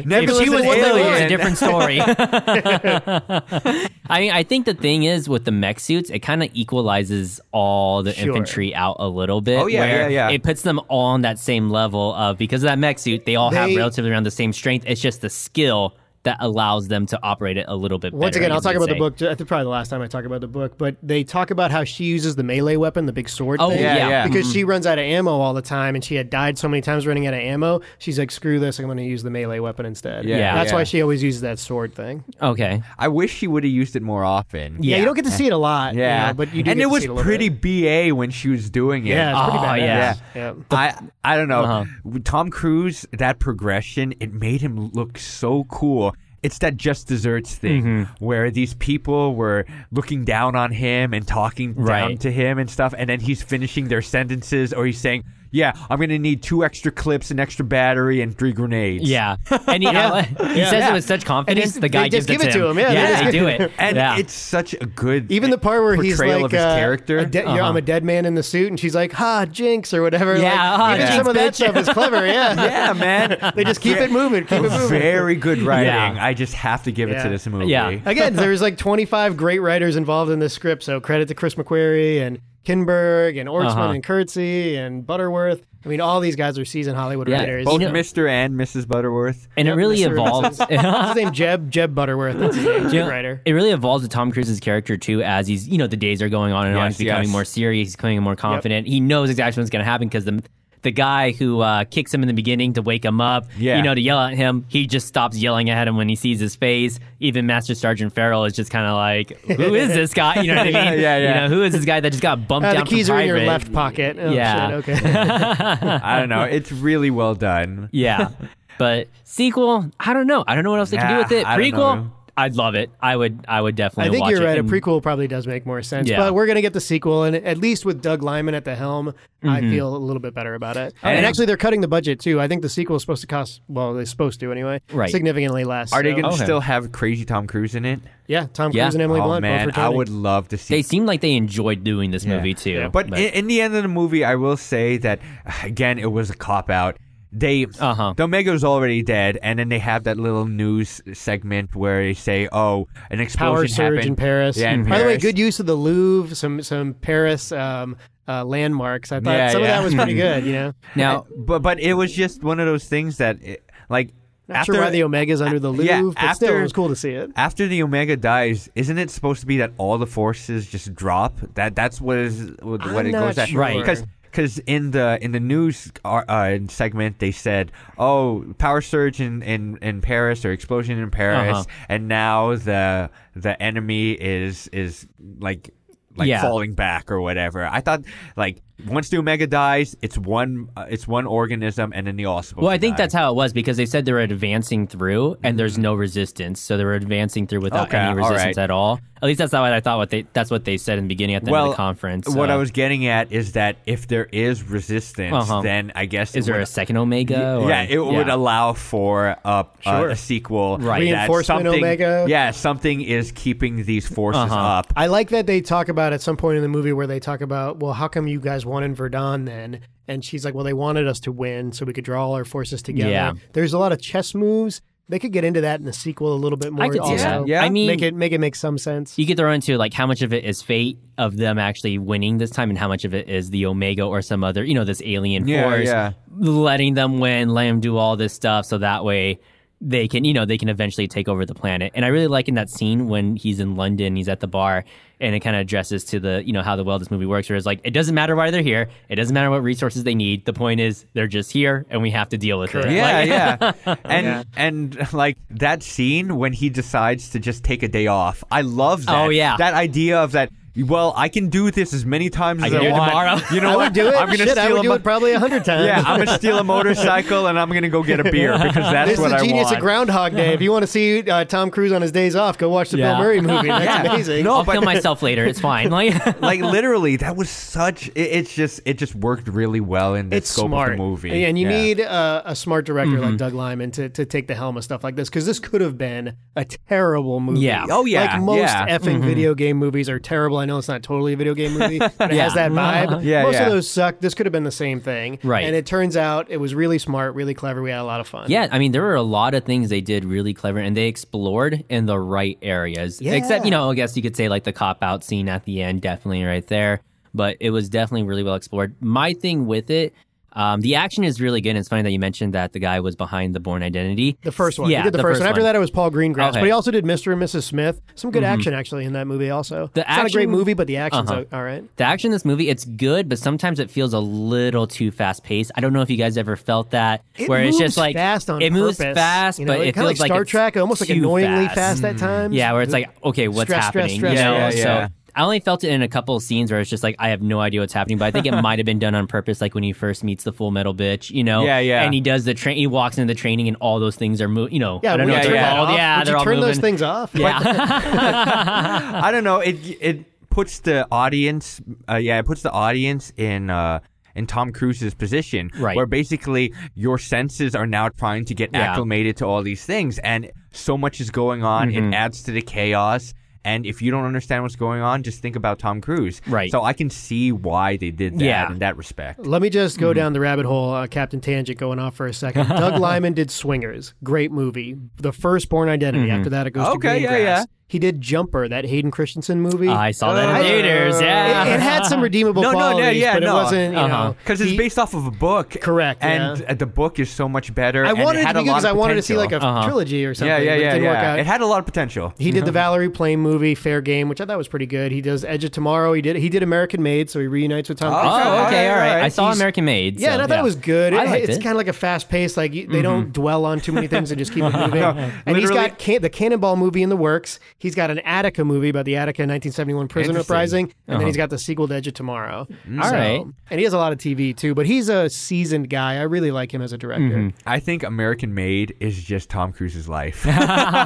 [SPEAKER 2] Nebula's
[SPEAKER 1] if she
[SPEAKER 2] an
[SPEAKER 1] was Lily, it's a
[SPEAKER 2] alien.
[SPEAKER 1] different story. I mean, I think the thing is with the mech suits, it kind of equalizes all the
[SPEAKER 3] Sure.
[SPEAKER 1] infantry out a little bit.
[SPEAKER 2] Oh, yeah,
[SPEAKER 1] where
[SPEAKER 2] yeah, yeah.
[SPEAKER 1] It puts them all on that same level of because of that mech suit, they all have
[SPEAKER 3] They-
[SPEAKER 1] relatively around the same strength. It's just the skill that allows them to operate it a little bit.
[SPEAKER 3] Once
[SPEAKER 1] better, I
[SPEAKER 3] again, I'll
[SPEAKER 1] guess
[SPEAKER 3] talk
[SPEAKER 1] you'd
[SPEAKER 3] about the
[SPEAKER 1] say.
[SPEAKER 3] book. That's probably the last time I talk about the book, but they talk about how she uses the melee weapon, the big sword.
[SPEAKER 1] Oh,
[SPEAKER 3] thing,
[SPEAKER 1] yeah, yeah.
[SPEAKER 3] because
[SPEAKER 2] Mm-hmm.
[SPEAKER 3] she runs out of ammo all the time, and she had died so many times running out of ammo. She's like, "Screw this! I'm going to use the melee weapon instead."
[SPEAKER 2] Yeah,
[SPEAKER 1] Yeah.
[SPEAKER 3] that's
[SPEAKER 2] yeah.
[SPEAKER 3] why she always uses that sword thing.
[SPEAKER 1] Okay,
[SPEAKER 2] I wish she would have used it more often.
[SPEAKER 3] Yeah,
[SPEAKER 1] Yeah.
[SPEAKER 3] you don't get to see it a lot. you
[SPEAKER 2] Yeah,
[SPEAKER 3] know, but you do.
[SPEAKER 2] and
[SPEAKER 3] get
[SPEAKER 2] it
[SPEAKER 3] to
[SPEAKER 2] was
[SPEAKER 3] see a little
[SPEAKER 2] pretty
[SPEAKER 3] bit.
[SPEAKER 2] ba when she was doing it.
[SPEAKER 3] Yeah, it's pretty
[SPEAKER 1] Oh,
[SPEAKER 3] badass.
[SPEAKER 1] yeah.
[SPEAKER 3] yeah.
[SPEAKER 2] I I don't know.
[SPEAKER 1] Uh-huh.
[SPEAKER 2] With Tom Cruise, that progression, it made him look so cool. It's that just desserts thing
[SPEAKER 1] Mm-hmm.
[SPEAKER 2] where these people were looking down on him and talking down
[SPEAKER 1] Right.
[SPEAKER 2] to him and stuff, and then he's finishing their sentences or he's saying, "Yeah, I'm gonna need two extra clips, an extra battery, and three grenades."
[SPEAKER 1] yeah, and he, he says
[SPEAKER 2] Yeah.
[SPEAKER 1] it with such confidence.
[SPEAKER 3] he's-
[SPEAKER 1] the guy
[SPEAKER 3] they just
[SPEAKER 1] gives
[SPEAKER 3] give it to him, yeah, they just
[SPEAKER 1] they
[SPEAKER 3] give
[SPEAKER 1] do
[SPEAKER 3] it-
[SPEAKER 1] it.
[SPEAKER 2] and
[SPEAKER 1] yeah.
[SPEAKER 2] it's such a good
[SPEAKER 3] Even the part where he's
[SPEAKER 2] portrayal
[SPEAKER 3] like,
[SPEAKER 2] of his
[SPEAKER 3] uh,
[SPEAKER 2] character.
[SPEAKER 3] a de- you're-
[SPEAKER 1] Uh-huh.
[SPEAKER 3] I'm a dead man in the suit, and she's like, "Ha, Jinx" or whatever.
[SPEAKER 1] Yeah,
[SPEAKER 3] like,
[SPEAKER 1] "Ah,
[SPEAKER 3] even
[SPEAKER 1] Jinx,
[SPEAKER 3] some of that
[SPEAKER 1] bitch."
[SPEAKER 3] stuff is clever. Yeah,
[SPEAKER 2] yeah, man.
[SPEAKER 3] they just keep it moving, keep it moving.
[SPEAKER 2] Very good writing.
[SPEAKER 1] Yeah.
[SPEAKER 2] I just have to give it
[SPEAKER 3] Yeah.
[SPEAKER 2] to this movie.
[SPEAKER 1] Yeah.
[SPEAKER 3] Again, there was like 25 great writers involved in this script. So credit to Chris McQuarrie and Kinberg and Ortsman
[SPEAKER 1] Uh-huh.
[SPEAKER 3] and Kurtzy and Butterworth. I mean, all these guys are seasoned Hollywood
[SPEAKER 1] Yeah,
[SPEAKER 3] writers.
[SPEAKER 2] Both
[SPEAKER 1] You know-
[SPEAKER 2] Mr. and Mrs. Butterworth.
[SPEAKER 1] and it really
[SPEAKER 3] Mr.
[SPEAKER 1] evolves.
[SPEAKER 3] What's his name? Jeb Jeb Butterworth. That's his name. Good
[SPEAKER 1] You know,
[SPEAKER 3] writer.
[SPEAKER 1] It really evolves with Tom Cruise's character too, as he's you know the days are going on and on.
[SPEAKER 2] Yes,
[SPEAKER 1] He's becoming
[SPEAKER 2] yes.
[SPEAKER 1] more serious. He's becoming more confident. He knows exactly what's going to happen because the the guy who uh, kicks him in the beginning to wake him up,
[SPEAKER 2] Yeah.
[SPEAKER 1] you know, to yell at him, he just stops yelling at him when he sees his face. Even Master Sergeant Farrell is just kind of like, "Who is this guy?" You know what I mean?
[SPEAKER 2] Yeah, yeah, yeah.
[SPEAKER 1] You know, who is this guy that just got bumped
[SPEAKER 3] Uh,
[SPEAKER 1] down
[SPEAKER 3] the keys
[SPEAKER 1] from
[SPEAKER 3] are in your
[SPEAKER 1] private?
[SPEAKER 3] left pocket. Oh,
[SPEAKER 1] Yeah.
[SPEAKER 3] Shit, okay.
[SPEAKER 2] I don't know. It's really well done.
[SPEAKER 1] Yeah. But sequel, I don't know. I don't know what else they can
[SPEAKER 2] Nah,
[SPEAKER 1] do with it.
[SPEAKER 2] I don't know.
[SPEAKER 1] Prequel, I'd love it. I would. I would definitely.
[SPEAKER 3] I think
[SPEAKER 1] watch
[SPEAKER 3] you're
[SPEAKER 1] it.
[SPEAKER 3] right. A
[SPEAKER 1] And-
[SPEAKER 3] prequel probably does make more sense.
[SPEAKER 1] Yeah.
[SPEAKER 3] But we're going to get the sequel. And at least with Doug Lyman at the helm, I
[SPEAKER 1] Mm-hmm.
[SPEAKER 3] feel a little bit better about it.
[SPEAKER 1] Oh,
[SPEAKER 2] And-
[SPEAKER 3] And, actually, they're cutting the budget too. I think the sequel is supposed to cost, well, they're supposed to anyway,
[SPEAKER 1] Right.
[SPEAKER 3] significantly less.
[SPEAKER 2] Are they
[SPEAKER 3] so-
[SPEAKER 2] going to
[SPEAKER 1] Okay.
[SPEAKER 2] still have Crazy Tom Cruise in it?
[SPEAKER 3] Yeah, Tom
[SPEAKER 1] Yeah.
[SPEAKER 3] Cruise and Emily
[SPEAKER 2] oh
[SPEAKER 3] Blunt both
[SPEAKER 2] man, I
[SPEAKER 3] returning.
[SPEAKER 2] would love to see.
[SPEAKER 1] they seem like they enjoyed doing this movie too.
[SPEAKER 2] Yeah, but in, in the end of the movie, I will say that again, it was a cop out. They,
[SPEAKER 1] Uh-huh.
[SPEAKER 2] the Omega's already dead, and then they have that little news segment where they say, "Oh, an explosion
[SPEAKER 3] power surge
[SPEAKER 2] happened
[SPEAKER 3] in Paris.
[SPEAKER 2] Yeah, in
[SPEAKER 3] By the way,
[SPEAKER 2] Paris.
[SPEAKER 3] good use of the Louvre, some some Paris um, uh, landmarks. I thought
[SPEAKER 2] Yeah,
[SPEAKER 3] some
[SPEAKER 2] yeah.
[SPEAKER 3] of that was pretty good. You know,
[SPEAKER 1] now,
[SPEAKER 2] But but it was just one of those things that, it, like,
[SPEAKER 3] not
[SPEAKER 2] after
[SPEAKER 3] sure why the Omega's under the Louvre,
[SPEAKER 2] yeah,
[SPEAKER 3] but still,
[SPEAKER 2] after-
[SPEAKER 3] it was cool to see it.
[SPEAKER 2] after the Omega dies, isn't it supposed to be that all the forces just drop? That that's what is what
[SPEAKER 3] I'm
[SPEAKER 2] it
[SPEAKER 3] not
[SPEAKER 2] goes at,
[SPEAKER 3] sure. Right.
[SPEAKER 2] Because because in the in the news uh, uh, segment they said, oh, power surge in, in, in Paris or explosion in Paris,
[SPEAKER 1] Uh-huh.
[SPEAKER 2] and now the the enemy is is like. Like
[SPEAKER 1] Yeah.
[SPEAKER 2] falling back or whatever. I thought like once the omega dies, it's one uh, it's one organism, and then they all supposed.
[SPEAKER 1] well,
[SPEAKER 2] to
[SPEAKER 1] I think
[SPEAKER 2] die.
[SPEAKER 1] that's how it was because they said they were advancing through, and there's no resistance, so they were advancing through without
[SPEAKER 2] Mm-hmm. Okay, all
[SPEAKER 1] any resistance
[SPEAKER 2] right.
[SPEAKER 1] at all. At least that's not what I thought. What they that's what they said in the beginning at the end of the conference.
[SPEAKER 2] What
[SPEAKER 1] uh,
[SPEAKER 2] I was getting at is that if there is resistance,
[SPEAKER 1] Uh-huh.
[SPEAKER 2] then I guess
[SPEAKER 1] is
[SPEAKER 2] it
[SPEAKER 1] there
[SPEAKER 2] would,
[SPEAKER 1] a second Omega? Or,
[SPEAKER 2] yeah, it would allow for a, a-
[SPEAKER 3] Sure.
[SPEAKER 2] a sequel.
[SPEAKER 1] Right.
[SPEAKER 2] that
[SPEAKER 3] Reinforcement
[SPEAKER 2] something-
[SPEAKER 3] Omega.
[SPEAKER 2] Yeah, something is keeping these forces
[SPEAKER 1] Uh-huh.
[SPEAKER 2] up.
[SPEAKER 3] I like that they talk about at some point in the movie where they talk about, well, how come you guys won in Verdun then? And she's like, well, they wanted us to win so we could draw all our forces together.
[SPEAKER 1] Yeah.
[SPEAKER 3] There's a lot of chess moves. They could get into that in the sequel a little bit more.
[SPEAKER 1] I could see
[SPEAKER 3] also.
[SPEAKER 1] that.
[SPEAKER 2] Yeah.
[SPEAKER 1] I mean,
[SPEAKER 3] make it make it make some sense.
[SPEAKER 1] you could throw into like how much of it is fate of them actually winning this time and how much of it is the omega or some other you know this alien
[SPEAKER 2] Yeah,
[SPEAKER 1] force
[SPEAKER 2] yeah.
[SPEAKER 1] letting them win let them do all this stuff so that way they can you know they can eventually take over the planet and i really like in that scene when he's in london he's at the bar and it kind of addresses to the you know how the well this movie works where it's like it doesn't matter why they're here it doesn't matter what resources they need the point is they're just here and we have to deal with it
[SPEAKER 2] Yeah,
[SPEAKER 1] Like-
[SPEAKER 2] yeah. And and like that scene when he decides to just take a day off. I love that.
[SPEAKER 1] Oh, yeah.
[SPEAKER 2] That idea of that well, I can do this as many times
[SPEAKER 1] I
[SPEAKER 2] as
[SPEAKER 1] can
[SPEAKER 2] I
[SPEAKER 1] do it
[SPEAKER 2] want.
[SPEAKER 1] tomorrow.
[SPEAKER 2] You know
[SPEAKER 3] I
[SPEAKER 2] what?
[SPEAKER 3] would Oh, do it.
[SPEAKER 2] I'm gonna
[SPEAKER 3] Shit,
[SPEAKER 2] steal
[SPEAKER 3] I would
[SPEAKER 2] a
[SPEAKER 3] do
[SPEAKER 2] mo-
[SPEAKER 3] it probably a hundred times.
[SPEAKER 2] Yeah, I'm gonna steal a motorcycle and I'm gonna go get a beer because that's
[SPEAKER 3] this
[SPEAKER 2] what
[SPEAKER 3] is the
[SPEAKER 2] I
[SPEAKER 3] genius
[SPEAKER 2] want.
[SPEAKER 3] of Groundhog Day. If you want to see uh, Tom Cruise on his days off, go watch the
[SPEAKER 1] Yeah.
[SPEAKER 3] Bill Murray movie. That's
[SPEAKER 2] Yeah.
[SPEAKER 3] amazing.
[SPEAKER 2] No,
[SPEAKER 1] i'll
[SPEAKER 2] but-
[SPEAKER 1] kill myself later it's fine like
[SPEAKER 2] like literally that was such it, it's just it just worked really well in the
[SPEAKER 3] it's
[SPEAKER 2] scope
[SPEAKER 3] smart.
[SPEAKER 2] of the movie
[SPEAKER 3] and you
[SPEAKER 2] Yeah. Mm-hmm.
[SPEAKER 3] need uh, a smart director like Doug Lyman to, to take the helm of stuff like this because this could have been a terrible movie.
[SPEAKER 1] Yeah.
[SPEAKER 2] Oh, yeah,
[SPEAKER 3] Like most
[SPEAKER 2] yeah. Mm-hmm.
[SPEAKER 3] effing video game movies are terrible. I know it's not totally a video game movie, but it has that vibe.
[SPEAKER 2] Yeah,
[SPEAKER 3] most
[SPEAKER 2] yeah.
[SPEAKER 3] of those suck. This could have been the same thing.
[SPEAKER 1] Right.
[SPEAKER 3] And it turns out it was really smart, really clever. We had a lot of fun.
[SPEAKER 1] Yeah, I mean, there were a lot of things they did really clever, and they explored in the right areas. Except, you know, I guess you could say like the cop out scene at the end, definitely right there. But it was definitely really well explored. My thing with it, Um, the action is really good. And it's funny that you mentioned that the guy was behind the Born Identity.
[SPEAKER 3] The first one.
[SPEAKER 1] Yeah,
[SPEAKER 3] he did the, first, one. After that, it was Paul Greengrass,
[SPEAKER 1] Okay.
[SPEAKER 3] but he also did Mr. and Mrs. Smith. Some
[SPEAKER 2] Mm-hmm.
[SPEAKER 3] good action actually in that movie. Also,
[SPEAKER 1] The
[SPEAKER 3] it's not a great
[SPEAKER 1] action-
[SPEAKER 3] movie, but the action's
[SPEAKER 1] Uh-huh.
[SPEAKER 3] o- all right.
[SPEAKER 1] The action in this movie, it's good, but sometimes it feels a little too fast paced. I don't know if you guys ever felt that,
[SPEAKER 3] It
[SPEAKER 1] where it's
[SPEAKER 3] moves
[SPEAKER 1] just like
[SPEAKER 3] fast on
[SPEAKER 1] it moves
[SPEAKER 3] purpose.
[SPEAKER 1] fast,
[SPEAKER 3] You know,
[SPEAKER 1] but it,
[SPEAKER 3] kinda
[SPEAKER 1] feels
[SPEAKER 3] like
[SPEAKER 1] like
[SPEAKER 3] Star
[SPEAKER 1] it's
[SPEAKER 3] Trek. It almost like
[SPEAKER 1] too Mm-hmm.
[SPEAKER 3] annoyingly fast, at times.
[SPEAKER 1] Yeah, where it's like, okay, what's
[SPEAKER 3] Stress, stress,
[SPEAKER 1] happening?
[SPEAKER 3] stress,
[SPEAKER 1] you know?
[SPEAKER 2] stress. Yeah.
[SPEAKER 1] So I only felt it in a couple of scenes where it's just like I have no idea what's happening, but I think it might have been done on purpose, like when he first meets the Full Metal bitch, you know?
[SPEAKER 2] Yeah, yeah.
[SPEAKER 1] And he does the train, he walks into the training, and all those things are moving. You know,
[SPEAKER 3] yeah,
[SPEAKER 1] I don't
[SPEAKER 3] would
[SPEAKER 1] know.
[SPEAKER 2] yeah,
[SPEAKER 1] what
[SPEAKER 3] you turn
[SPEAKER 1] they're
[SPEAKER 2] yeah.
[SPEAKER 3] that
[SPEAKER 1] called.
[SPEAKER 3] off?
[SPEAKER 1] Yeah,
[SPEAKER 3] Would
[SPEAKER 1] they're
[SPEAKER 3] you
[SPEAKER 1] all
[SPEAKER 3] turn
[SPEAKER 1] moving.
[SPEAKER 3] those things off.
[SPEAKER 1] yeah.
[SPEAKER 2] I don't know. It it puts the audience, uh, yeah, it puts the audience in. Uh, in Tom Cruise's position,
[SPEAKER 1] Right.
[SPEAKER 2] where basically your senses are now trying to get
[SPEAKER 1] Yeah.
[SPEAKER 2] acclimated to all these things, and so much is going on.
[SPEAKER 3] Mm-hmm.
[SPEAKER 2] It adds to the chaos, and if you don't understand what's going on, just think about Tom Cruise.
[SPEAKER 1] Right.
[SPEAKER 2] So I can see why they did that
[SPEAKER 1] Yeah.
[SPEAKER 2] in that respect.
[SPEAKER 3] Let me just
[SPEAKER 1] Mm-hmm.
[SPEAKER 3] go down the rabbit hole, uh, Captain Tangent, going off for a second. Doug Lyman did Swingers, great movie. The first Born Identity.
[SPEAKER 1] Mm-hmm.
[SPEAKER 3] After that, it goes
[SPEAKER 2] Okay,
[SPEAKER 3] to
[SPEAKER 2] yeah,
[SPEAKER 3] Greengrass.
[SPEAKER 2] yeah.
[SPEAKER 3] He did Jumper, that Hayden Christensen movie.
[SPEAKER 1] I saw that in theaters. Yeah.
[SPEAKER 3] it, it had some redeemable
[SPEAKER 2] No, no, no,
[SPEAKER 3] qualities,
[SPEAKER 2] yeah,
[SPEAKER 3] but
[SPEAKER 2] no.
[SPEAKER 3] it wasn't. You
[SPEAKER 1] Uh-huh.
[SPEAKER 3] know,
[SPEAKER 2] Because it's
[SPEAKER 3] he-
[SPEAKER 2] based off of a book,
[SPEAKER 3] Correct,
[SPEAKER 2] And
[SPEAKER 3] yeah.
[SPEAKER 2] uh, the book is so much better.
[SPEAKER 3] I
[SPEAKER 2] and it
[SPEAKER 3] wanted
[SPEAKER 2] had
[SPEAKER 3] to
[SPEAKER 2] a lot
[SPEAKER 3] because
[SPEAKER 2] of
[SPEAKER 3] I wanted to see like
[SPEAKER 2] potential.
[SPEAKER 3] a
[SPEAKER 1] Uh-huh.
[SPEAKER 3] trilogy or something.
[SPEAKER 2] yeah, yeah,
[SPEAKER 3] but it
[SPEAKER 2] yeah,
[SPEAKER 3] didn't
[SPEAKER 2] yeah.
[SPEAKER 3] work out.
[SPEAKER 2] It had a lot of potential.
[SPEAKER 3] He
[SPEAKER 1] Mm-hmm.
[SPEAKER 3] did the Valerie Plame movie, Fair Game, which I thought was pretty good. He does Edge of Tomorrow. He did he did American Made, so he reunites with Tom.
[SPEAKER 2] Oh,
[SPEAKER 3] Cruise.
[SPEAKER 1] Oh, okay, all right.
[SPEAKER 2] Alright,
[SPEAKER 1] I
[SPEAKER 2] alright.
[SPEAKER 1] saw
[SPEAKER 3] He's-
[SPEAKER 1] American Made.
[SPEAKER 3] Yeah,
[SPEAKER 1] so,
[SPEAKER 3] and I thought it was good.
[SPEAKER 1] I
[SPEAKER 3] It-
[SPEAKER 1] liked
[SPEAKER 3] it's
[SPEAKER 1] it. Mm-hmm.
[SPEAKER 3] kind of like a fast pace. Like you, they don't dwell on too many things and just keep it moving. and he's
[SPEAKER 2] literally-
[SPEAKER 3] got can- the Cannonball movie in the works. He's got an Attica movie about the Attica 1971 prison
[SPEAKER 2] Interesting.
[SPEAKER 3] uprising, and then he's got the sequel to Edge of Tomorrow.
[SPEAKER 1] Uh-huh. All right.
[SPEAKER 3] and he has a lot of TV too. But he's a seasoned guy. I really like him as a director.
[SPEAKER 1] Mm-hmm.
[SPEAKER 2] I think American Made is just Tom Cruise's life.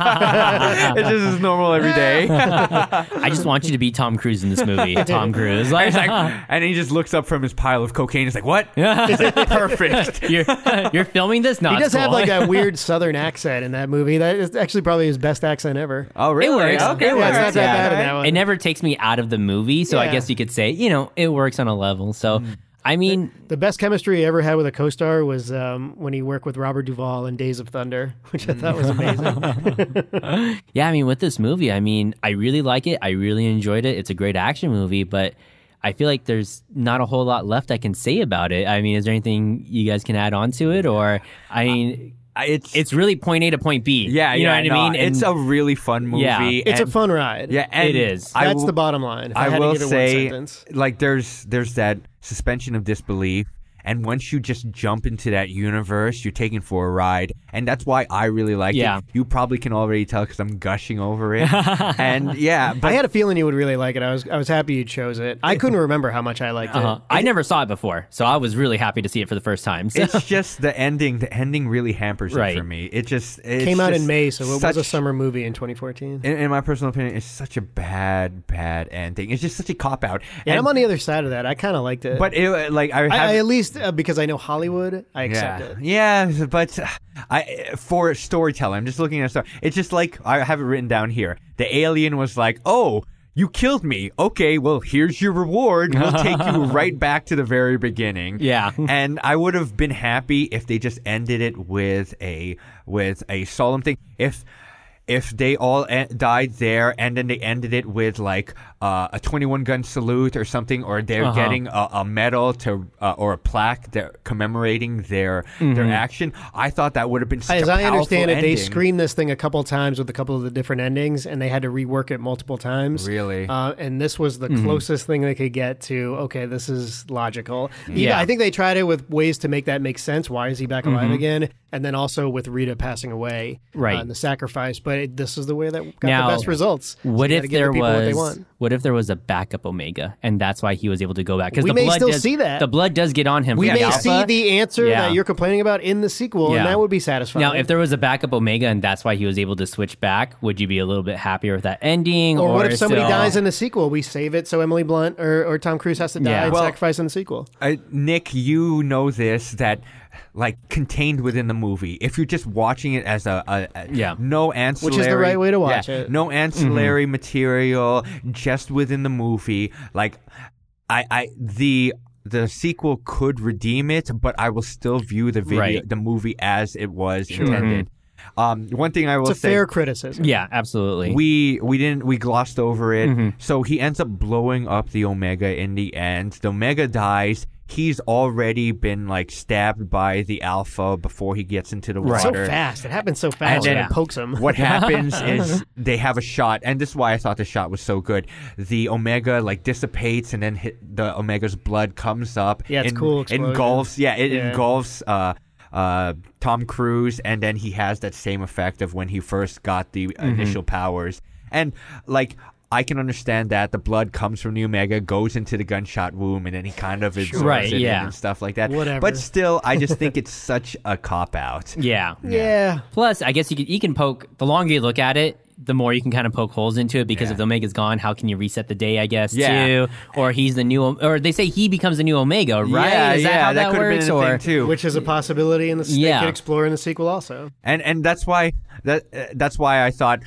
[SPEAKER 2] it's just his normal every day.
[SPEAKER 1] I just want you to be Tom Cruise in this movie. Tom Cruise. Like,
[SPEAKER 2] It's like- and he just looks up from his pile of cocaine. He's like, "What?" It's like, Perfect.
[SPEAKER 1] you're, you're filming this? No,
[SPEAKER 3] He
[SPEAKER 1] it's
[SPEAKER 3] does have
[SPEAKER 1] cool.
[SPEAKER 3] like that weird southern accent in that movie. That is actually probably his best accent ever.
[SPEAKER 2] Oh, really?
[SPEAKER 1] works.
[SPEAKER 2] Okay,
[SPEAKER 1] It
[SPEAKER 3] yeah,
[SPEAKER 1] works,
[SPEAKER 3] it's not that
[SPEAKER 1] yeah.
[SPEAKER 3] bad in that one.
[SPEAKER 1] It never takes me out of the movie, so I
[SPEAKER 3] Yeah. Mm.
[SPEAKER 1] guess you could say, you know, it works on a level. So, I mean,
[SPEAKER 3] The best chemistry I ever had with a co-star was um, when he worked with Robert Duvall in Days of Thunder, which
[SPEAKER 2] Mm.
[SPEAKER 3] I thought was amazing.
[SPEAKER 1] yeah, I mean, with this movie, I mean, I really like it. I really enjoyed it. It's a great action movie, but I feel like there's not a whole lot left I can say about it. I mean, is there anything you guys can add on to it? Or, I mean,
[SPEAKER 2] Uh, It's
[SPEAKER 1] it's really point A to point B.
[SPEAKER 2] yeah,
[SPEAKER 1] You know
[SPEAKER 2] yeah,
[SPEAKER 1] what
[SPEAKER 2] no,
[SPEAKER 1] I mean?
[SPEAKER 2] It's
[SPEAKER 1] And-
[SPEAKER 2] a really fun movie.
[SPEAKER 1] Yeah.
[SPEAKER 3] it's a
[SPEAKER 2] and-
[SPEAKER 3] fun ride.
[SPEAKER 2] Yeah, and
[SPEAKER 1] It is.
[SPEAKER 2] I
[SPEAKER 3] that's
[SPEAKER 2] will-
[SPEAKER 3] the bottom line. If I,
[SPEAKER 2] I,
[SPEAKER 3] had
[SPEAKER 2] will
[SPEAKER 3] to give it one
[SPEAKER 2] say,
[SPEAKER 3] sentence.
[SPEAKER 2] like, there's there's that suspension of disbelief, and once you just jump into that universe, you're taken for a ride, and that's why I really like
[SPEAKER 1] Yeah.
[SPEAKER 2] it. You probably can already tell because I'm gushing over it, and yeah, but
[SPEAKER 3] I had a feeling you would really like it. I was I was happy you chose it. I couldn't remember how much I liked
[SPEAKER 1] Uh-huh.
[SPEAKER 3] it.
[SPEAKER 1] I never saw it before, so I was really happy to see it for the first time. So.
[SPEAKER 2] it's just the ending. The ending really hampers
[SPEAKER 1] Right.
[SPEAKER 2] it for me. It just it's
[SPEAKER 3] Came out
[SPEAKER 2] just
[SPEAKER 3] in May, so it
[SPEAKER 2] such-
[SPEAKER 3] was a summer movie in 2014.
[SPEAKER 2] In, in my personal opinion, it's such a bad, bad ending. It's just such a cop out.
[SPEAKER 3] Yeah, I'm on the other side of that. I kind of liked it,
[SPEAKER 2] but it, like I, have,
[SPEAKER 3] I, I at least uh, because I know Hollywood, I accept it.
[SPEAKER 2] yeah. Yeah, but uh, I for storytelling, I'm just looking at story. It's just like I have it written down here. The alien was like, "Oh, you killed me. Okay, well here's your reward. We'll take you right back to the very beginning."
[SPEAKER 1] Yeah.
[SPEAKER 2] and I would have been happy if they just ended it with a with a solemn thing. If if they all en- died there and then they ended it with like uh, a 21 gun salute or something or they're
[SPEAKER 3] Uh-huh.
[SPEAKER 2] getting a, a medal to uh, or a plaque that commemorating their their action i thought that would have been such
[SPEAKER 3] Mm-hmm. As
[SPEAKER 2] a
[SPEAKER 3] I
[SPEAKER 2] powerful
[SPEAKER 3] understand it,
[SPEAKER 2] ending.
[SPEAKER 3] they screened this thing a couple times with a couple of the different endings, and they had to rework it multiple times.
[SPEAKER 2] Really?
[SPEAKER 3] Uh, and this was the
[SPEAKER 1] Mm-hmm.
[SPEAKER 3] closest thing they could get to. Okay, this is logical.
[SPEAKER 1] Yeah. Mm-hmm.
[SPEAKER 3] Yeah, I think they tried it with ways to make that make sense. Why is he back alive again? And then also with Rita passing away,
[SPEAKER 1] Right.
[SPEAKER 3] uh, and the sacrifice. But it, this is the way that got
[SPEAKER 1] Now,
[SPEAKER 3] the best results. So
[SPEAKER 1] What
[SPEAKER 3] you
[SPEAKER 1] if
[SPEAKER 3] gotta give the
[SPEAKER 1] there
[SPEAKER 3] people What they
[SPEAKER 1] was
[SPEAKER 3] want.
[SPEAKER 1] what if there was a backup Omega, and that's why he was able to go back? Because
[SPEAKER 3] We
[SPEAKER 1] the
[SPEAKER 3] may
[SPEAKER 1] blood
[SPEAKER 3] still
[SPEAKER 1] does,
[SPEAKER 3] see that.
[SPEAKER 1] the blood does get on him.
[SPEAKER 3] We
[SPEAKER 1] from
[SPEAKER 3] may
[SPEAKER 1] Alpha.
[SPEAKER 3] see the answer
[SPEAKER 1] Yeah.
[SPEAKER 3] that you're complaining about in the sequel,
[SPEAKER 1] Yeah.
[SPEAKER 3] and that would be satisfying.
[SPEAKER 1] Now, if there was a backup Omega, and that's why he was able to switch back, would you be a little bit happier with that ending?
[SPEAKER 3] or what if somebody
[SPEAKER 1] still-
[SPEAKER 3] dies in the sequel? We save it so Emily Blunt or, or Tom Cruise has to die
[SPEAKER 1] Yeah.
[SPEAKER 3] and
[SPEAKER 2] Well-
[SPEAKER 3] sacrifice in the sequel.
[SPEAKER 2] uh, Nick, you know this that like contained within the movie. If you're just watching it as a, a, a-
[SPEAKER 1] Yeah.
[SPEAKER 2] no ancillary,
[SPEAKER 3] right way to watch it.
[SPEAKER 2] No ancillary material, just within the movie. Like, I, I the the sequel could redeem it, but I will still view the video,
[SPEAKER 1] Right.
[SPEAKER 2] the movie as it was intended. Um, one thing I will
[SPEAKER 3] It's a
[SPEAKER 2] say,
[SPEAKER 3] fair criticism.
[SPEAKER 1] Yeah, absolutely.
[SPEAKER 2] we we didn't we glossed over it. So he ends up blowing up the Omega in the end. The Omega dies. he's already been like stabbed by the alpha before he gets into the
[SPEAKER 3] It's so
[SPEAKER 2] water.
[SPEAKER 3] fast. It happens so
[SPEAKER 2] And
[SPEAKER 3] fast.
[SPEAKER 2] then
[SPEAKER 3] And it pokes him.
[SPEAKER 2] What happens is they have a shot, and this is why I thought the shot was so good. The omega like dissipates, and then hit, the omega's blood comes up.
[SPEAKER 3] Yeah, it's
[SPEAKER 2] en-
[SPEAKER 3] cool explosion.
[SPEAKER 2] Engulfs. Yeah, it
[SPEAKER 3] Yeah.
[SPEAKER 2] engulfs. Uh, uh, Tom Cruise, and then he has that same effect of when he first got the
[SPEAKER 1] Mm-hmm.
[SPEAKER 2] initial powers, and like. I can understand that the blood comes from the Omega, goes into the gunshot wound, and then he kind of absorbs
[SPEAKER 1] Right,
[SPEAKER 2] it in
[SPEAKER 1] yeah.
[SPEAKER 2] and stuff like that.
[SPEAKER 3] Whatever.
[SPEAKER 2] But still, I just think it's such a cop out.
[SPEAKER 1] Yeah.
[SPEAKER 3] yeah.
[SPEAKER 1] Plus, I guess you can, you can poke. The longer you look at it, the more you can kind of poke holes into it because
[SPEAKER 2] Yeah.
[SPEAKER 1] if the Omega's gone, how can you reset the day? I guess
[SPEAKER 2] Yeah.
[SPEAKER 1] too. Or he's the new, or they say he becomes the new Omega, right?
[SPEAKER 2] Yeah,
[SPEAKER 1] Is that
[SPEAKER 2] yeah,
[SPEAKER 1] how that,
[SPEAKER 2] could have
[SPEAKER 1] works?
[SPEAKER 2] been a
[SPEAKER 1] or
[SPEAKER 2] thing too.
[SPEAKER 3] Which is a possibility in the they
[SPEAKER 1] Yeah.
[SPEAKER 3] could explore in the sequel also.
[SPEAKER 2] and and that's why that uh, that's why I thought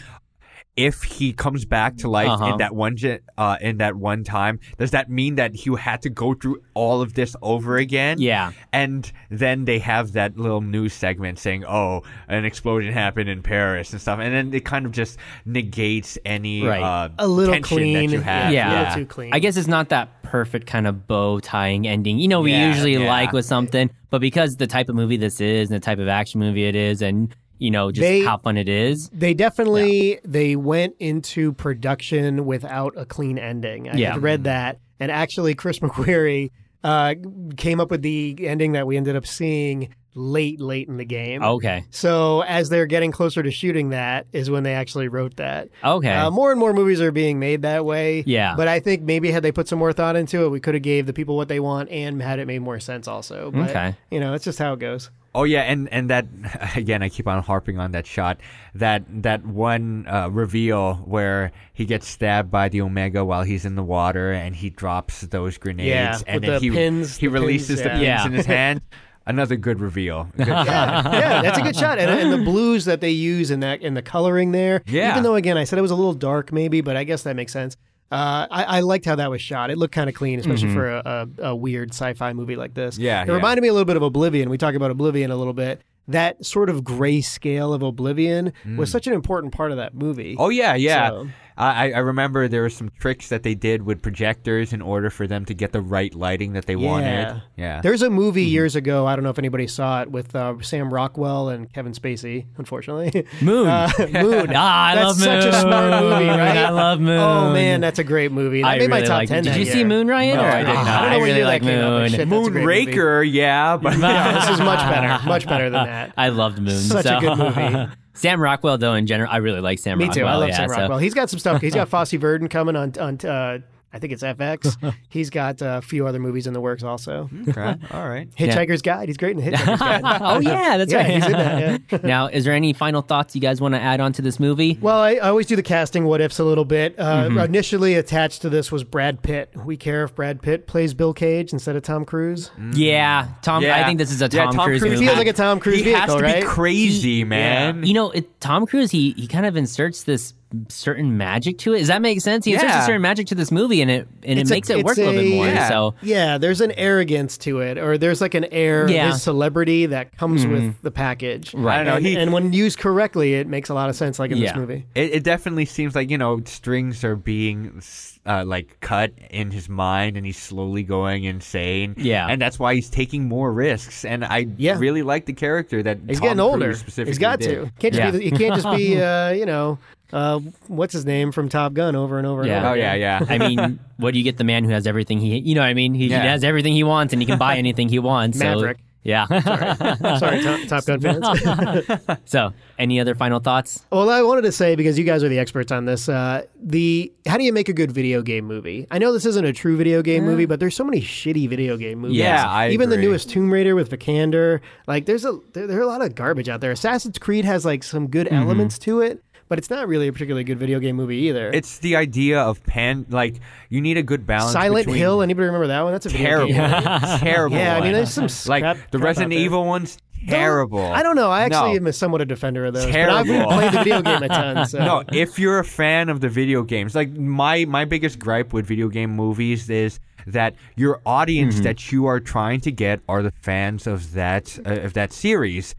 [SPEAKER 2] if he comes back to life
[SPEAKER 1] Uh-huh.
[SPEAKER 2] in that one gen- uh, in that one time, does that mean that he had to go through all of this over again?
[SPEAKER 1] Yeah.
[SPEAKER 2] And then they have that little news segment saying, "Oh, an explosion happened in Paris and stuff," and then it kind of just negates any
[SPEAKER 1] Right.
[SPEAKER 2] uh,
[SPEAKER 3] A little
[SPEAKER 2] tension
[SPEAKER 3] clean.
[SPEAKER 2] that you have.
[SPEAKER 1] yeah.
[SPEAKER 3] A little too clean.
[SPEAKER 1] I guess it's not that perfect kind of bow tying ending. You know, we
[SPEAKER 2] Yeah,
[SPEAKER 1] usually
[SPEAKER 2] yeah.
[SPEAKER 1] like with something, but because the type of movie this is and the type of action movie it is, and you know, just
[SPEAKER 3] They-
[SPEAKER 1] how fun it is.
[SPEAKER 3] They definitely they went into production without a clean ending. I
[SPEAKER 1] Yeah.
[SPEAKER 3] had read that, and actually, Chris McQuarrie uh, came up with the ending that we ended up seeing late, late in the game.
[SPEAKER 1] Okay.
[SPEAKER 3] So as they're getting closer to shooting that is when they actually wrote that.
[SPEAKER 1] Okay.
[SPEAKER 3] Uh, more and more movies are being made that way.
[SPEAKER 1] Yeah.
[SPEAKER 3] But I think maybe had they put some more thought into it, we could have gave the people what they want and had it made more sense also. But,
[SPEAKER 1] Okay.
[SPEAKER 3] You know, that's just how it goes.
[SPEAKER 2] Oh yeah, and and that again, I keep on harping on that shot. That that one uh, reveal where he gets stabbed by the Omega while he's in the water, and he drops those grenades,
[SPEAKER 3] Yeah,
[SPEAKER 2] and
[SPEAKER 3] with the
[SPEAKER 2] he
[SPEAKER 3] pins,
[SPEAKER 2] he
[SPEAKER 3] the
[SPEAKER 2] releases
[SPEAKER 3] pins,
[SPEAKER 2] the
[SPEAKER 3] yeah.
[SPEAKER 2] pins
[SPEAKER 1] Yeah.
[SPEAKER 2] in his hand. Another good reveal. Good shot.
[SPEAKER 3] yeah, that's a good shot. And, and the blues that they use in that in the coloring there.
[SPEAKER 2] Yeah.
[SPEAKER 3] Even though again, I said it was a little dark, maybe, but I guess that makes sense. Uh, I, I liked how that was shot. It looked kind of clean, especially for a, a, a weird sci-fi movie like this.
[SPEAKER 2] Mm-hmm. Yeah,
[SPEAKER 3] it
[SPEAKER 2] yeah.
[SPEAKER 3] reminded me a little bit of Oblivion. We talk about Oblivion a little bit. That sort of grayscale of Oblivion was such an important part of that movie.
[SPEAKER 2] Mm. Oh yeah, yeah.
[SPEAKER 3] So-
[SPEAKER 2] I, I- I remember there were some tricks that they did with projectors in order for them to get the right lighting that they wanted. Yeah. Mm-hmm.
[SPEAKER 3] There's a movie years ago. I don't know if anybody saw it with uh, Sam Rockwell and Kevin Spacey. Unfortunately,
[SPEAKER 1] Moon.
[SPEAKER 3] Uh, Moon.
[SPEAKER 1] Ah, I
[SPEAKER 3] that's
[SPEAKER 1] love
[SPEAKER 3] such
[SPEAKER 1] Moon.
[SPEAKER 3] a smart movie, right?
[SPEAKER 1] I love Moon.
[SPEAKER 3] Oh man, that's a great movie. That
[SPEAKER 1] I
[SPEAKER 3] made my
[SPEAKER 1] really
[SPEAKER 3] top
[SPEAKER 1] liked it.
[SPEAKER 3] ten.
[SPEAKER 1] Did
[SPEAKER 3] that
[SPEAKER 1] you
[SPEAKER 3] year.
[SPEAKER 1] see Moon, Ryan?
[SPEAKER 2] No,
[SPEAKER 1] Or-
[SPEAKER 2] I did
[SPEAKER 1] Ah,
[SPEAKER 2] not.
[SPEAKER 1] I,
[SPEAKER 3] I don't know what
[SPEAKER 1] really
[SPEAKER 3] year
[SPEAKER 1] like
[SPEAKER 3] that came out, but
[SPEAKER 1] Moon.
[SPEAKER 3] shit, that's a great movie.
[SPEAKER 2] Moonraker, yeah, but
[SPEAKER 3] Yeah, this is much better. Much better than that.
[SPEAKER 1] I loved Moon.
[SPEAKER 3] Such
[SPEAKER 1] so-
[SPEAKER 3] a good movie.
[SPEAKER 1] Sam Rockwell, though, in general, I really like Sam
[SPEAKER 3] Me
[SPEAKER 1] Rockwell.
[SPEAKER 3] too. I love
[SPEAKER 1] yeah,
[SPEAKER 3] Sam
[SPEAKER 1] so-
[SPEAKER 3] Rockwell. He's got some stuff. He's got Fosse Verdon coming on. on uh, I think it's FX. He's got uh, a few other movies in the works also.
[SPEAKER 1] Hmm.
[SPEAKER 2] Okay, all right.
[SPEAKER 3] Hitchhiker's Guide. He's great in Hitchhiker's Guide.
[SPEAKER 1] oh yeah, that's
[SPEAKER 3] Yeah,
[SPEAKER 1] right.
[SPEAKER 3] he's in that, yeah.
[SPEAKER 1] now, is there any final thoughts you guys want to add on to this movie?
[SPEAKER 3] Well, I, I always do the casting what ifs a little bit. Uh,
[SPEAKER 1] Mm-hmm.
[SPEAKER 3] Initially attached to this was Brad Pitt. We care if Brad Pitt plays Bill Cage instead of Tom Cruise.
[SPEAKER 1] Yeah, Tom. I think this is a
[SPEAKER 2] Yeah,
[SPEAKER 1] Tom, Cruise,
[SPEAKER 3] It
[SPEAKER 1] movie.
[SPEAKER 3] feels like a Tom Cruise
[SPEAKER 2] He has
[SPEAKER 3] vehicle,
[SPEAKER 2] to
[SPEAKER 3] right?
[SPEAKER 2] be crazy, man.
[SPEAKER 1] you know, it, Tom Cruise. He he kind of inserts this certain magic to it. Does that make sense? He inserts a
[SPEAKER 2] Yeah.
[SPEAKER 1] certain magic to this movie, and it and it
[SPEAKER 3] It's a-
[SPEAKER 1] makes it work a
[SPEAKER 3] it's
[SPEAKER 1] little bit
[SPEAKER 3] a-
[SPEAKER 1] more.
[SPEAKER 2] yeah.
[SPEAKER 1] So
[SPEAKER 3] Yeah, there's an arrogance to it, or there's like an air
[SPEAKER 1] Yeah. Hmm.
[SPEAKER 3] of his celebrity that comes with the package.
[SPEAKER 1] Right. I
[SPEAKER 2] don't know,
[SPEAKER 3] And,
[SPEAKER 2] he-
[SPEAKER 3] and when used correctly, it makes a lot of sense, like in
[SPEAKER 1] Yeah.
[SPEAKER 3] this movie.
[SPEAKER 2] It, it definitely seems like you know strings are being s- uh, like cut in his mind, and he's slowly going insane.
[SPEAKER 1] Yeah.
[SPEAKER 2] and that's why he's taking more risks. And I
[SPEAKER 3] Yeah.
[SPEAKER 2] really like the character that
[SPEAKER 3] He's
[SPEAKER 2] Tom
[SPEAKER 3] getting older.
[SPEAKER 2] Cruise specifically
[SPEAKER 3] He's got
[SPEAKER 2] did.
[SPEAKER 3] to. Can't just
[SPEAKER 1] Yeah.
[SPEAKER 3] be. He can't just be. Uh, you know, uh, what's his name from Top Gun over and over and
[SPEAKER 1] Yeah.
[SPEAKER 2] Oh
[SPEAKER 3] over.
[SPEAKER 2] yeah, yeah.
[SPEAKER 1] I mean, what do you get the man who has everything he you know what I mean? He, he
[SPEAKER 2] Yeah.
[SPEAKER 1] has everything he wants and he can buy anything he wants. so-
[SPEAKER 3] Maverick.
[SPEAKER 1] yeah.
[SPEAKER 3] Sorry, Top, Top Gun fans.
[SPEAKER 1] so, any other final thoughts?
[SPEAKER 3] Well, I wanted to say because you guys are the experts on this. Uh, the how do you make a good video game movie? I know this isn't a true video game movie, but there's so many shitty video game movies.
[SPEAKER 2] Yeah, I
[SPEAKER 3] even the
[SPEAKER 2] agree.
[SPEAKER 3] newest Tomb Raider with Vikander. Like, there's a there, there are a lot of garbage out there. Assassin's Creed has like some good
[SPEAKER 2] Mm-hmm.
[SPEAKER 3] elements to it, but it's not really a particularly good video game movie either.
[SPEAKER 2] It's the idea of pan. Like you need a good balance.
[SPEAKER 3] Silent
[SPEAKER 2] between
[SPEAKER 3] Hill. Anybody remember that one? That's a video
[SPEAKER 2] Terrible,
[SPEAKER 3] Game.
[SPEAKER 2] terrible.
[SPEAKER 3] Yeah, I mean,
[SPEAKER 2] one.
[SPEAKER 3] there's some s-
[SPEAKER 2] like
[SPEAKER 3] crap-
[SPEAKER 2] the
[SPEAKER 3] crap out
[SPEAKER 2] Resident
[SPEAKER 3] there.
[SPEAKER 2] Evil ones. Terrible.
[SPEAKER 3] I don't know. I
[SPEAKER 2] No.
[SPEAKER 3] actually am a somewhat a defender of those. But I've
[SPEAKER 2] Terrible.
[SPEAKER 3] played the video game a ton. So.
[SPEAKER 2] no, if you're a fan of the video games, like my my biggest gripe with video game movies is that your audience that you are trying to get are the fans of that uh, of that series.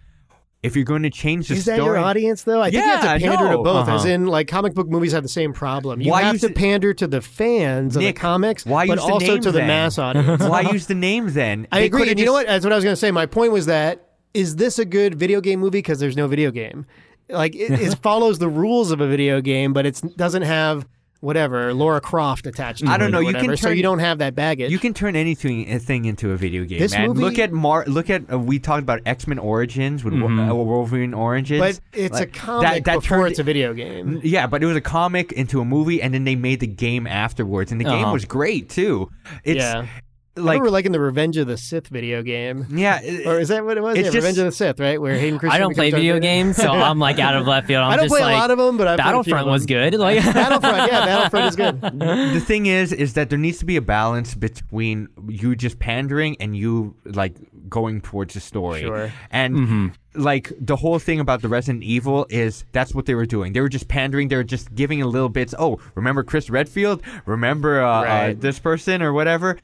[SPEAKER 2] if you're going to change the
[SPEAKER 3] Is that
[SPEAKER 2] story,
[SPEAKER 3] your audience though? I think you have
[SPEAKER 2] Yeah,
[SPEAKER 3] to pander
[SPEAKER 2] no,
[SPEAKER 3] to both. As
[SPEAKER 2] uh-huh.
[SPEAKER 3] in, like comic book movies have the same problem. You
[SPEAKER 2] Why
[SPEAKER 3] have
[SPEAKER 2] use
[SPEAKER 3] to
[SPEAKER 2] it-
[SPEAKER 3] pander to the fans of
[SPEAKER 2] Nick,
[SPEAKER 3] the comics,
[SPEAKER 2] why
[SPEAKER 3] but
[SPEAKER 2] use the
[SPEAKER 3] also
[SPEAKER 2] name
[SPEAKER 3] to the
[SPEAKER 2] then?
[SPEAKER 3] mass audience.
[SPEAKER 2] why use the name then?
[SPEAKER 3] I
[SPEAKER 2] They
[SPEAKER 3] agree.
[SPEAKER 2] could've
[SPEAKER 3] And you know
[SPEAKER 2] just-
[SPEAKER 3] what? That's what I was going to say. My point was that is this a good video game movie because there's no video game? Like it, it follows the rules of a video game, but it doesn't have whatever Laura Croft attached. to
[SPEAKER 2] I don't
[SPEAKER 3] it or
[SPEAKER 2] know. You can
[SPEAKER 3] whatever, so
[SPEAKER 2] turn-
[SPEAKER 3] you don't have that baggage.
[SPEAKER 2] You can turn anything a thing into a video game,
[SPEAKER 3] This
[SPEAKER 2] man.
[SPEAKER 3] movie-
[SPEAKER 2] look at Mar. Look at uh, we talked about X Men Origins with Wo- uh, Wolverine Origins,
[SPEAKER 3] but it's a
[SPEAKER 2] Like,
[SPEAKER 3] comic
[SPEAKER 2] that, that
[SPEAKER 3] before
[SPEAKER 2] turned,
[SPEAKER 3] it's a video game.
[SPEAKER 2] Yeah, but it was a comic into a movie, and then they made the game afterwards, and the game
[SPEAKER 1] Uh-huh.
[SPEAKER 2] was great too. It's
[SPEAKER 3] yeah, I
[SPEAKER 2] like
[SPEAKER 3] remember liking the Revenge of the Sith video game.
[SPEAKER 2] yeah,
[SPEAKER 3] Or
[SPEAKER 2] it-
[SPEAKER 3] is that what it was?
[SPEAKER 2] It's
[SPEAKER 3] Yeah,
[SPEAKER 2] just-
[SPEAKER 3] Revenge of the Sith, right? Where Hayden Christensen.
[SPEAKER 1] I don't play
[SPEAKER 3] becomes
[SPEAKER 1] video
[SPEAKER 3] Darth Vader.
[SPEAKER 1] games, so I'm like out of left field. I'm
[SPEAKER 3] I don't
[SPEAKER 1] just
[SPEAKER 3] play
[SPEAKER 1] like,
[SPEAKER 3] a lot of them, but I played a few
[SPEAKER 1] Battlefront
[SPEAKER 3] of
[SPEAKER 1] was
[SPEAKER 3] them.
[SPEAKER 1] good. Like
[SPEAKER 3] Battlefront, yeah, Battlefront is good.
[SPEAKER 2] the thing is, is that there needs to be a balance between you just pandering and you like going towards the story.
[SPEAKER 3] Sure.
[SPEAKER 2] And like the whole thing about the Resident Evil is that's what they were doing. They were just pandering. They were just giving a little bits. Oh, remember Chris Redfield? Remember uh, uh,
[SPEAKER 3] Right.
[SPEAKER 2] this person or whatever?